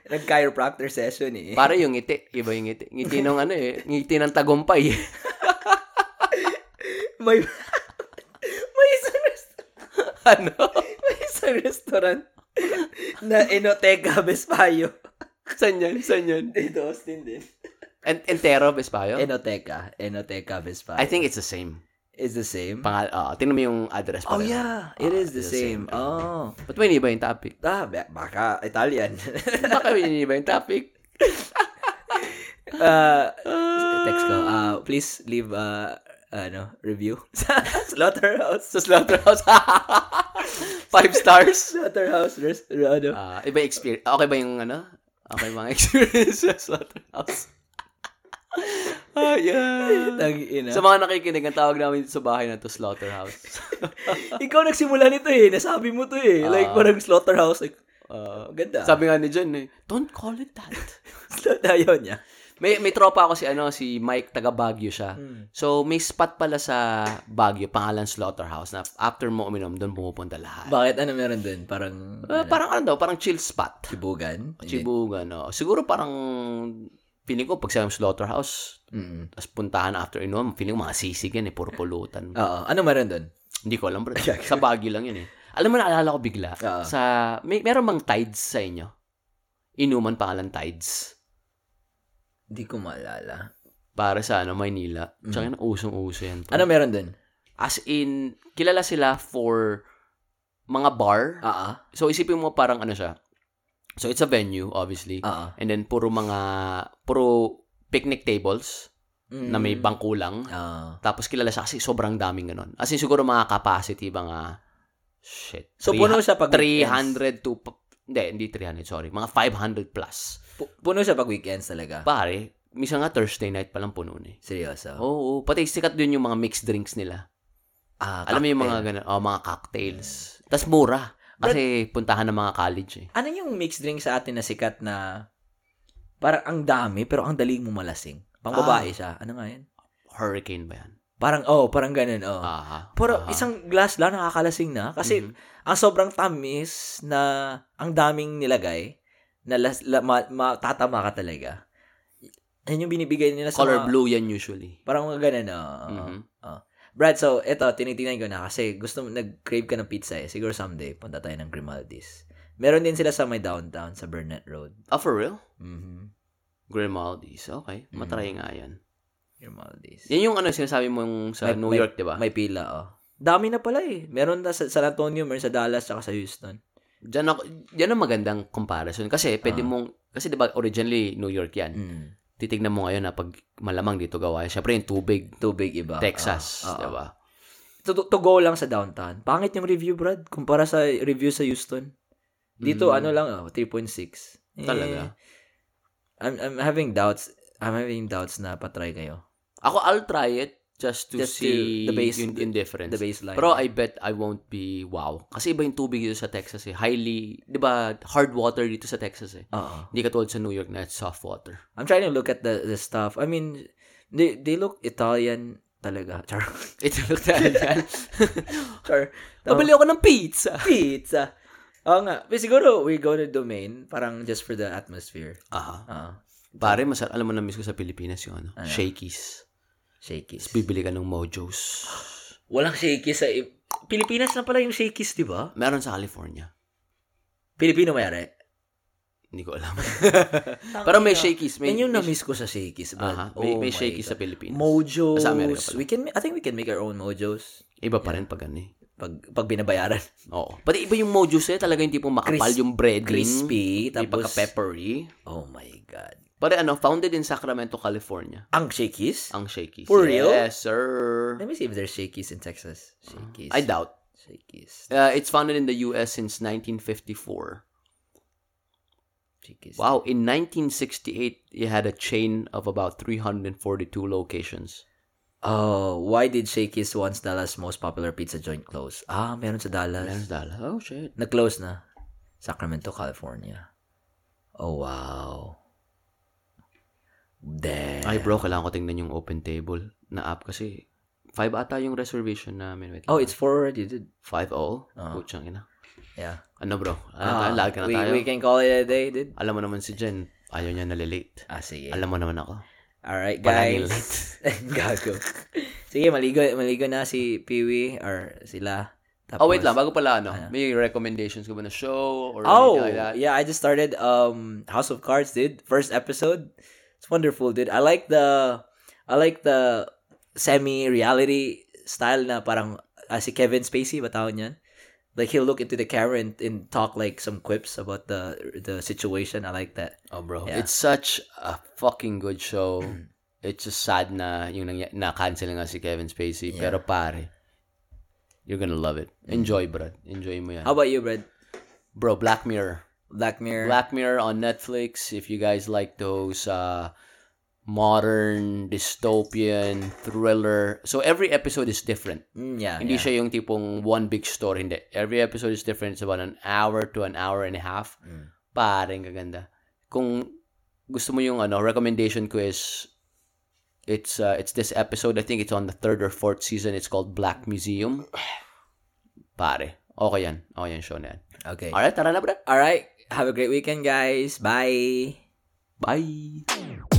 Speaker 2: Nag-chiropractor session eh.
Speaker 1: Para yung ngiti. Iba yung ngiti. Ngiti ng ano eh. Ngiti ng tagumpay.
Speaker 2: May, may isang restaurant.
Speaker 1: ano?
Speaker 2: May isang restaurant na Enoteca Vespayo.
Speaker 1: San yan? San yan?
Speaker 2: Dito, Austin din.
Speaker 1: En- entero, Vespayo?
Speaker 2: Enoteca. Enoteca Vespayo.
Speaker 1: I think it's the same.
Speaker 2: it's the same.
Speaker 1: Pangal, ah, tingnan mo yung address pa
Speaker 2: Oh
Speaker 1: rin.
Speaker 2: yeah, it
Speaker 1: Ah,
Speaker 2: is the
Speaker 1: it's the
Speaker 2: same.
Speaker 1: same.
Speaker 2: Oh.
Speaker 1: Ba't may iniba yung topic?
Speaker 2: Ah, ba- baka Italian.
Speaker 1: Baka may iniba yung topic.
Speaker 2: uh, text ko. Uh, please leave uh, ano, review sa Slaughterhouse.
Speaker 1: Sa slaughterhouse. Five stars.
Speaker 2: Slaughterhouse res- ano.
Speaker 1: Ah, iba yung experience. Okay ba yung ano? Okay ba ang experience sa slaughterhouse? Ah, yeah.
Speaker 2: Tang ina.
Speaker 1: Sa mga nakikinig, ang tawag namin dito sa bahay na to, slaughterhouse.
Speaker 2: Ikaw nagsimula nito eh. Nasabi mo to eh. like,
Speaker 1: Ah.
Speaker 2: parang slaughterhouse. Like,
Speaker 1: Ah,
Speaker 2: ganda.
Speaker 1: sabi nga ni John eh, don't call it that.
Speaker 2: Slot ayaw niya.
Speaker 1: May may tropa ako si ano si Mike taga Baguio siya. So may spot pala sa Baguio pangalan Slaughterhouse na after mo uminom doon pumupunta lahat.
Speaker 2: Bakit? Ano meron dun? Parang,
Speaker 1: Eh, parang ano daw, parang chill spot.
Speaker 2: tibugan?
Speaker 1: Chibugan, no. Siguro parang feeling ko pag sa Slaughterhouse,
Speaker 2: Mm.
Speaker 1: tapos puntahan after inom, feeling ko mga sisig yan eh, puro pulutan.
Speaker 2: Oo. Ano meron dun?
Speaker 1: Hindi ko alam, bro. sa Baguio lang yun eh. Alam mo, naalala ko bigla.
Speaker 2: Ah.
Speaker 1: Sa, may, meron mang tides sa inyo? Inuman pangalan tides.
Speaker 2: Hindi ko maalala.
Speaker 1: Para sa ano, Maynila. Tsaka yun, usong-uso yan.
Speaker 2: Mm.
Speaker 1: bro.
Speaker 2: Ano meron dun?
Speaker 1: As in, kilala sila for mga bar.
Speaker 2: Oo.
Speaker 1: So, isipin mo parang ano siya. So, it's a venue, obviously.
Speaker 2: Oo.
Speaker 1: And then, puro mga, puro picnic tables
Speaker 2: Mm.
Speaker 1: na may bangko lang.
Speaker 2: Oo.
Speaker 1: Tapos, kilala siya kasi sobrang daming ganun. As in, siguro mga capacity, mga, shit.
Speaker 2: So,
Speaker 1: three-
Speaker 2: puno siya pag weekends?
Speaker 1: 300 to, hindi, hindi 300, sorry. Mga 500 plus.
Speaker 2: Pu- puno siya pag weekends talaga.
Speaker 1: Pare, misa nga Thursday night palang puno na eh.
Speaker 2: Seryoso.
Speaker 1: Oo, oo. pati sikat dun yung mga mixed drinks nila.
Speaker 2: Ah,
Speaker 1: Alam mo yung mga
Speaker 2: cocktail.
Speaker 1: ganun, oh, mga cocktails. Tapos mura. Kasi puntahan ng mga college eh.
Speaker 2: Ano yung mixed drink sa atin na sikat na parang ang dami pero ang daling mo malasing? Pang babae siya. Ano nga yan?
Speaker 1: Hurricane ba yan?
Speaker 2: Parang, oh, parang ganun, oh.
Speaker 1: Aha.
Speaker 2: Pero
Speaker 1: aha.
Speaker 2: isang glass lang nakakalasing na kasi
Speaker 1: Mhm.
Speaker 2: ang sobrang tamis na ang daming nilagay na las, la, ma, matatama ka talaga. Yan yung binibigay nila sa
Speaker 1: color
Speaker 2: mga-
Speaker 1: blue yan usually.
Speaker 2: Parang mga ganun, oo. oo.
Speaker 1: Mhm.
Speaker 2: Brad, so eto, tinitingnan ko na kasi gusto mo, nag-crave ka ng pizza eh. Siguro someday, punta tayo ng Grimaldi's. Meron din sila sa may downtown, sa Burnett Road.
Speaker 1: Oh, for real?
Speaker 2: Mhm.
Speaker 1: Grimaldi's. Okay.
Speaker 2: Mhm.
Speaker 1: Matry nga yan.
Speaker 2: Grimaldi's.
Speaker 1: Yan yung ano sinasabi mo yung sa
Speaker 2: May-
Speaker 1: New
Speaker 2: may-
Speaker 1: York, di ba?
Speaker 2: May pila, oh. Dami na pala eh. Meron na sa San Antonio, meron sa Dallas, saka sa Houston.
Speaker 1: Diyan ako, yan ang magandang comparison. Kasi pwede
Speaker 2: Ah.
Speaker 1: mong, kasi di ba originally New York yan.
Speaker 2: Mm.
Speaker 1: Titignan mo ngayon na pag malamang dito gawa. yan. Syempre yung tubig.
Speaker 2: Tubig
Speaker 1: Ah,
Speaker 2: iba.
Speaker 1: Texas, diba?
Speaker 2: Oo, oo.
Speaker 1: di ba?
Speaker 2: to, to, to go lang sa downtown. Pangit yung review, Brad, kumpara sa review sa Houston. Dito,
Speaker 1: Mm.
Speaker 2: ano lang, oh, 3.6. Eh,
Speaker 1: Talaga?
Speaker 2: I'm, I'm having doubts. I'm having doubts na patry kayo.
Speaker 1: Ako, I'll try it. just to
Speaker 2: Just to- the
Speaker 1: see
Speaker 2: base-
Speaker 1: yung indifference.
Speaker 2: the baseline.
Speaker 1: Pero I bet I won't be wow. Kasi iba yung tubig dito sa Texas eh. Highly, di ba, hard water dito sa Texas eh.
Speaker 2: Oo.
Speaker 1: Hindi katulad sa New York na it's soft water.
Speaker 2: I'm trying to look at the the stuff. I mean, they they look Italian talaga. Char.
Speaker 1: Ito look talaga.
Speaker 2: Char.
Speaker 1: Pabili ako ng pizza.
Speaker 2: pizza. Oo nga. Pero siguro, we go to domain, parang just for the atmosphere.
Speaker 1: Aha.
Speaker 2: Ah,
Speaker 1: Pare, masarap. Alam mo na miss ko sa Pilipinas yung ano,
Speaker 2: Ano?
Speaker 1: shakies.
Speaker 2: shakies.
Speaker 1: Tapos bibili ka ng mojos.
Speaker 2: Walang shakies sa... Pilipinas na pala yung shakies, di ba?
Speaker 1: Meron sa California.
Speaker 2: Pilipino mayari.
Speaker 1: Hindi ko alam. Pero may shakies.
Speaker 2: May,
Speaker 1: May,
Speaker 2: yun yung
Speaker 1: may,
Speaker 2: na-miss ko sa shakies. But,
Speaker 1: Aha. may,
Speaker 2: oh my
Speaker 1: may shakies sa
Speaker 2: God.
Speaker 1: Pilipinas.
Speaker 2: Mojos.
Speaker 1: Sa Amerika pala.
Speaker 2: We can, ma- I think we can make our own mojos.
Speaker 1: Iba pa rin pag ano eh.
Speaker 2: Pag, pag binabayaran.
Speaker 1: Oo. Pati iba yung mojos eh. Talaga yung tipong makapal
Speaker 2: Crisp-
Speaker 1: yung breading.
Speaker 2: Crispy.
Speaker 1: May
Speaker 2: Tapos,
Speaker 1: pagka-peppery.
Speaker 2: oh my God.
Speaker 1: Pare ano, founded in Sacramento, California.
Speaker 2: Ang shakies?
Speaker 1: Ang shakies.
Speaker 2: For real?
Speaker 1: Yes, sir.
Speaker 2: Let me see if there's shakies in Texas. Shakies.
Speaker 1: I doubt.
Speaker 2: Shakies.
Speaker 1: Uh, it's founded in the U.S. since 1954.
Speaker 2: Shakies.
Speaker 1: Wow, in 1968, you had a chain of about 342 locations.
Speaker 2: Oh, why did Shakey's once Dallas most popular pizza joint close? Ah, meron sa Dallas.
Speaker 1: Dallas. Oh, shit.
Speaker 2: Na-close na. Sacramento, California. Oh, wow. Damn.
Speaker 1: Ay, bro, kailangan ko tingnan yung open table na app kasi. Five ata yung reservation namin. Wait,
Speaker 2: Oh, it's four already, dude.
Speaker 1: Five all?
Speaker 2: Ah.
Speaker 1: Putsang ina.
Speaker 2: Yeah.
Speaker 1: Ano, bro? Ano tayo? Lag na
Speaker 2: Ah, we,
Speaker 1: tayo.
Speaker 2: we can call it a day, dude.
Speaker 1: Alam mo naman si Jen, ayaw niya nalilate.
Speaker 2: Ah, sige.
Speaker 1: Alam mo naman ako.
Speaker 2: All right,
Speaker 1: Palaging
Speaker 2: guys. Gago. Sige, maligo, maligo na si Peewee or sila. Tapos,
Speaker 1: Oh, wait lang. Bago pala, ano? May recommendations ka ba na show? Or
Speaker 2: Oh,
Speaker 1: anything like that?
Speaker 2: yeah, I just started um House of Cards, dude. First episode. It's wonderful, dude. I like the I like the semi-reality style na parang ah, si Kevin Spacey, ba tawag niyan? Like he'll look into the camera and, and talk like some quips about the the situation. I like that.
Speaker 1: Oh, bro.
Speaker 2: Yeah.
Speaker 1: It's such a fucking good show. It's just sad na yung nang- na-cancel nga si Kevin Spacey.
Speaker 2: Yeah.
Speaker 1: Pero pare, you're gonna love it. Enjoy, bro. Enjoy mo yan.
Speaker 2: How about you, Brad?
Speaker 1: Bro, Black Mirror.
Speaker 2: Black Mirror.
Speaker 1: Black Mirror on Netflix. If you guys like those uh, modern, dystopian, thriller. So, every episode is different.
Speaker 2: Mm, yeah.
Speaker 1: Hindi
Speaker 2: yeah.
Speaker 1: siya yung tipong one big story. Hindi. Every episode is different. It's about an hour to an hour and a half.
Speaker 2: Mm.
Speaker 1: Parang gaganda. Kung gusto mo yung ano, recommendation ko is it's uh, it's this episode. I think it's on the third or fourth season. It's called Black Museum. Pare. Okay yan. Okay yan, show na yan.
Speaker 2: Okay.
Speaker 1: Alright, tara na, bro.
Speaker 2: All right. Have a great weekend, guys. Bye.
Speaker 1: Bye!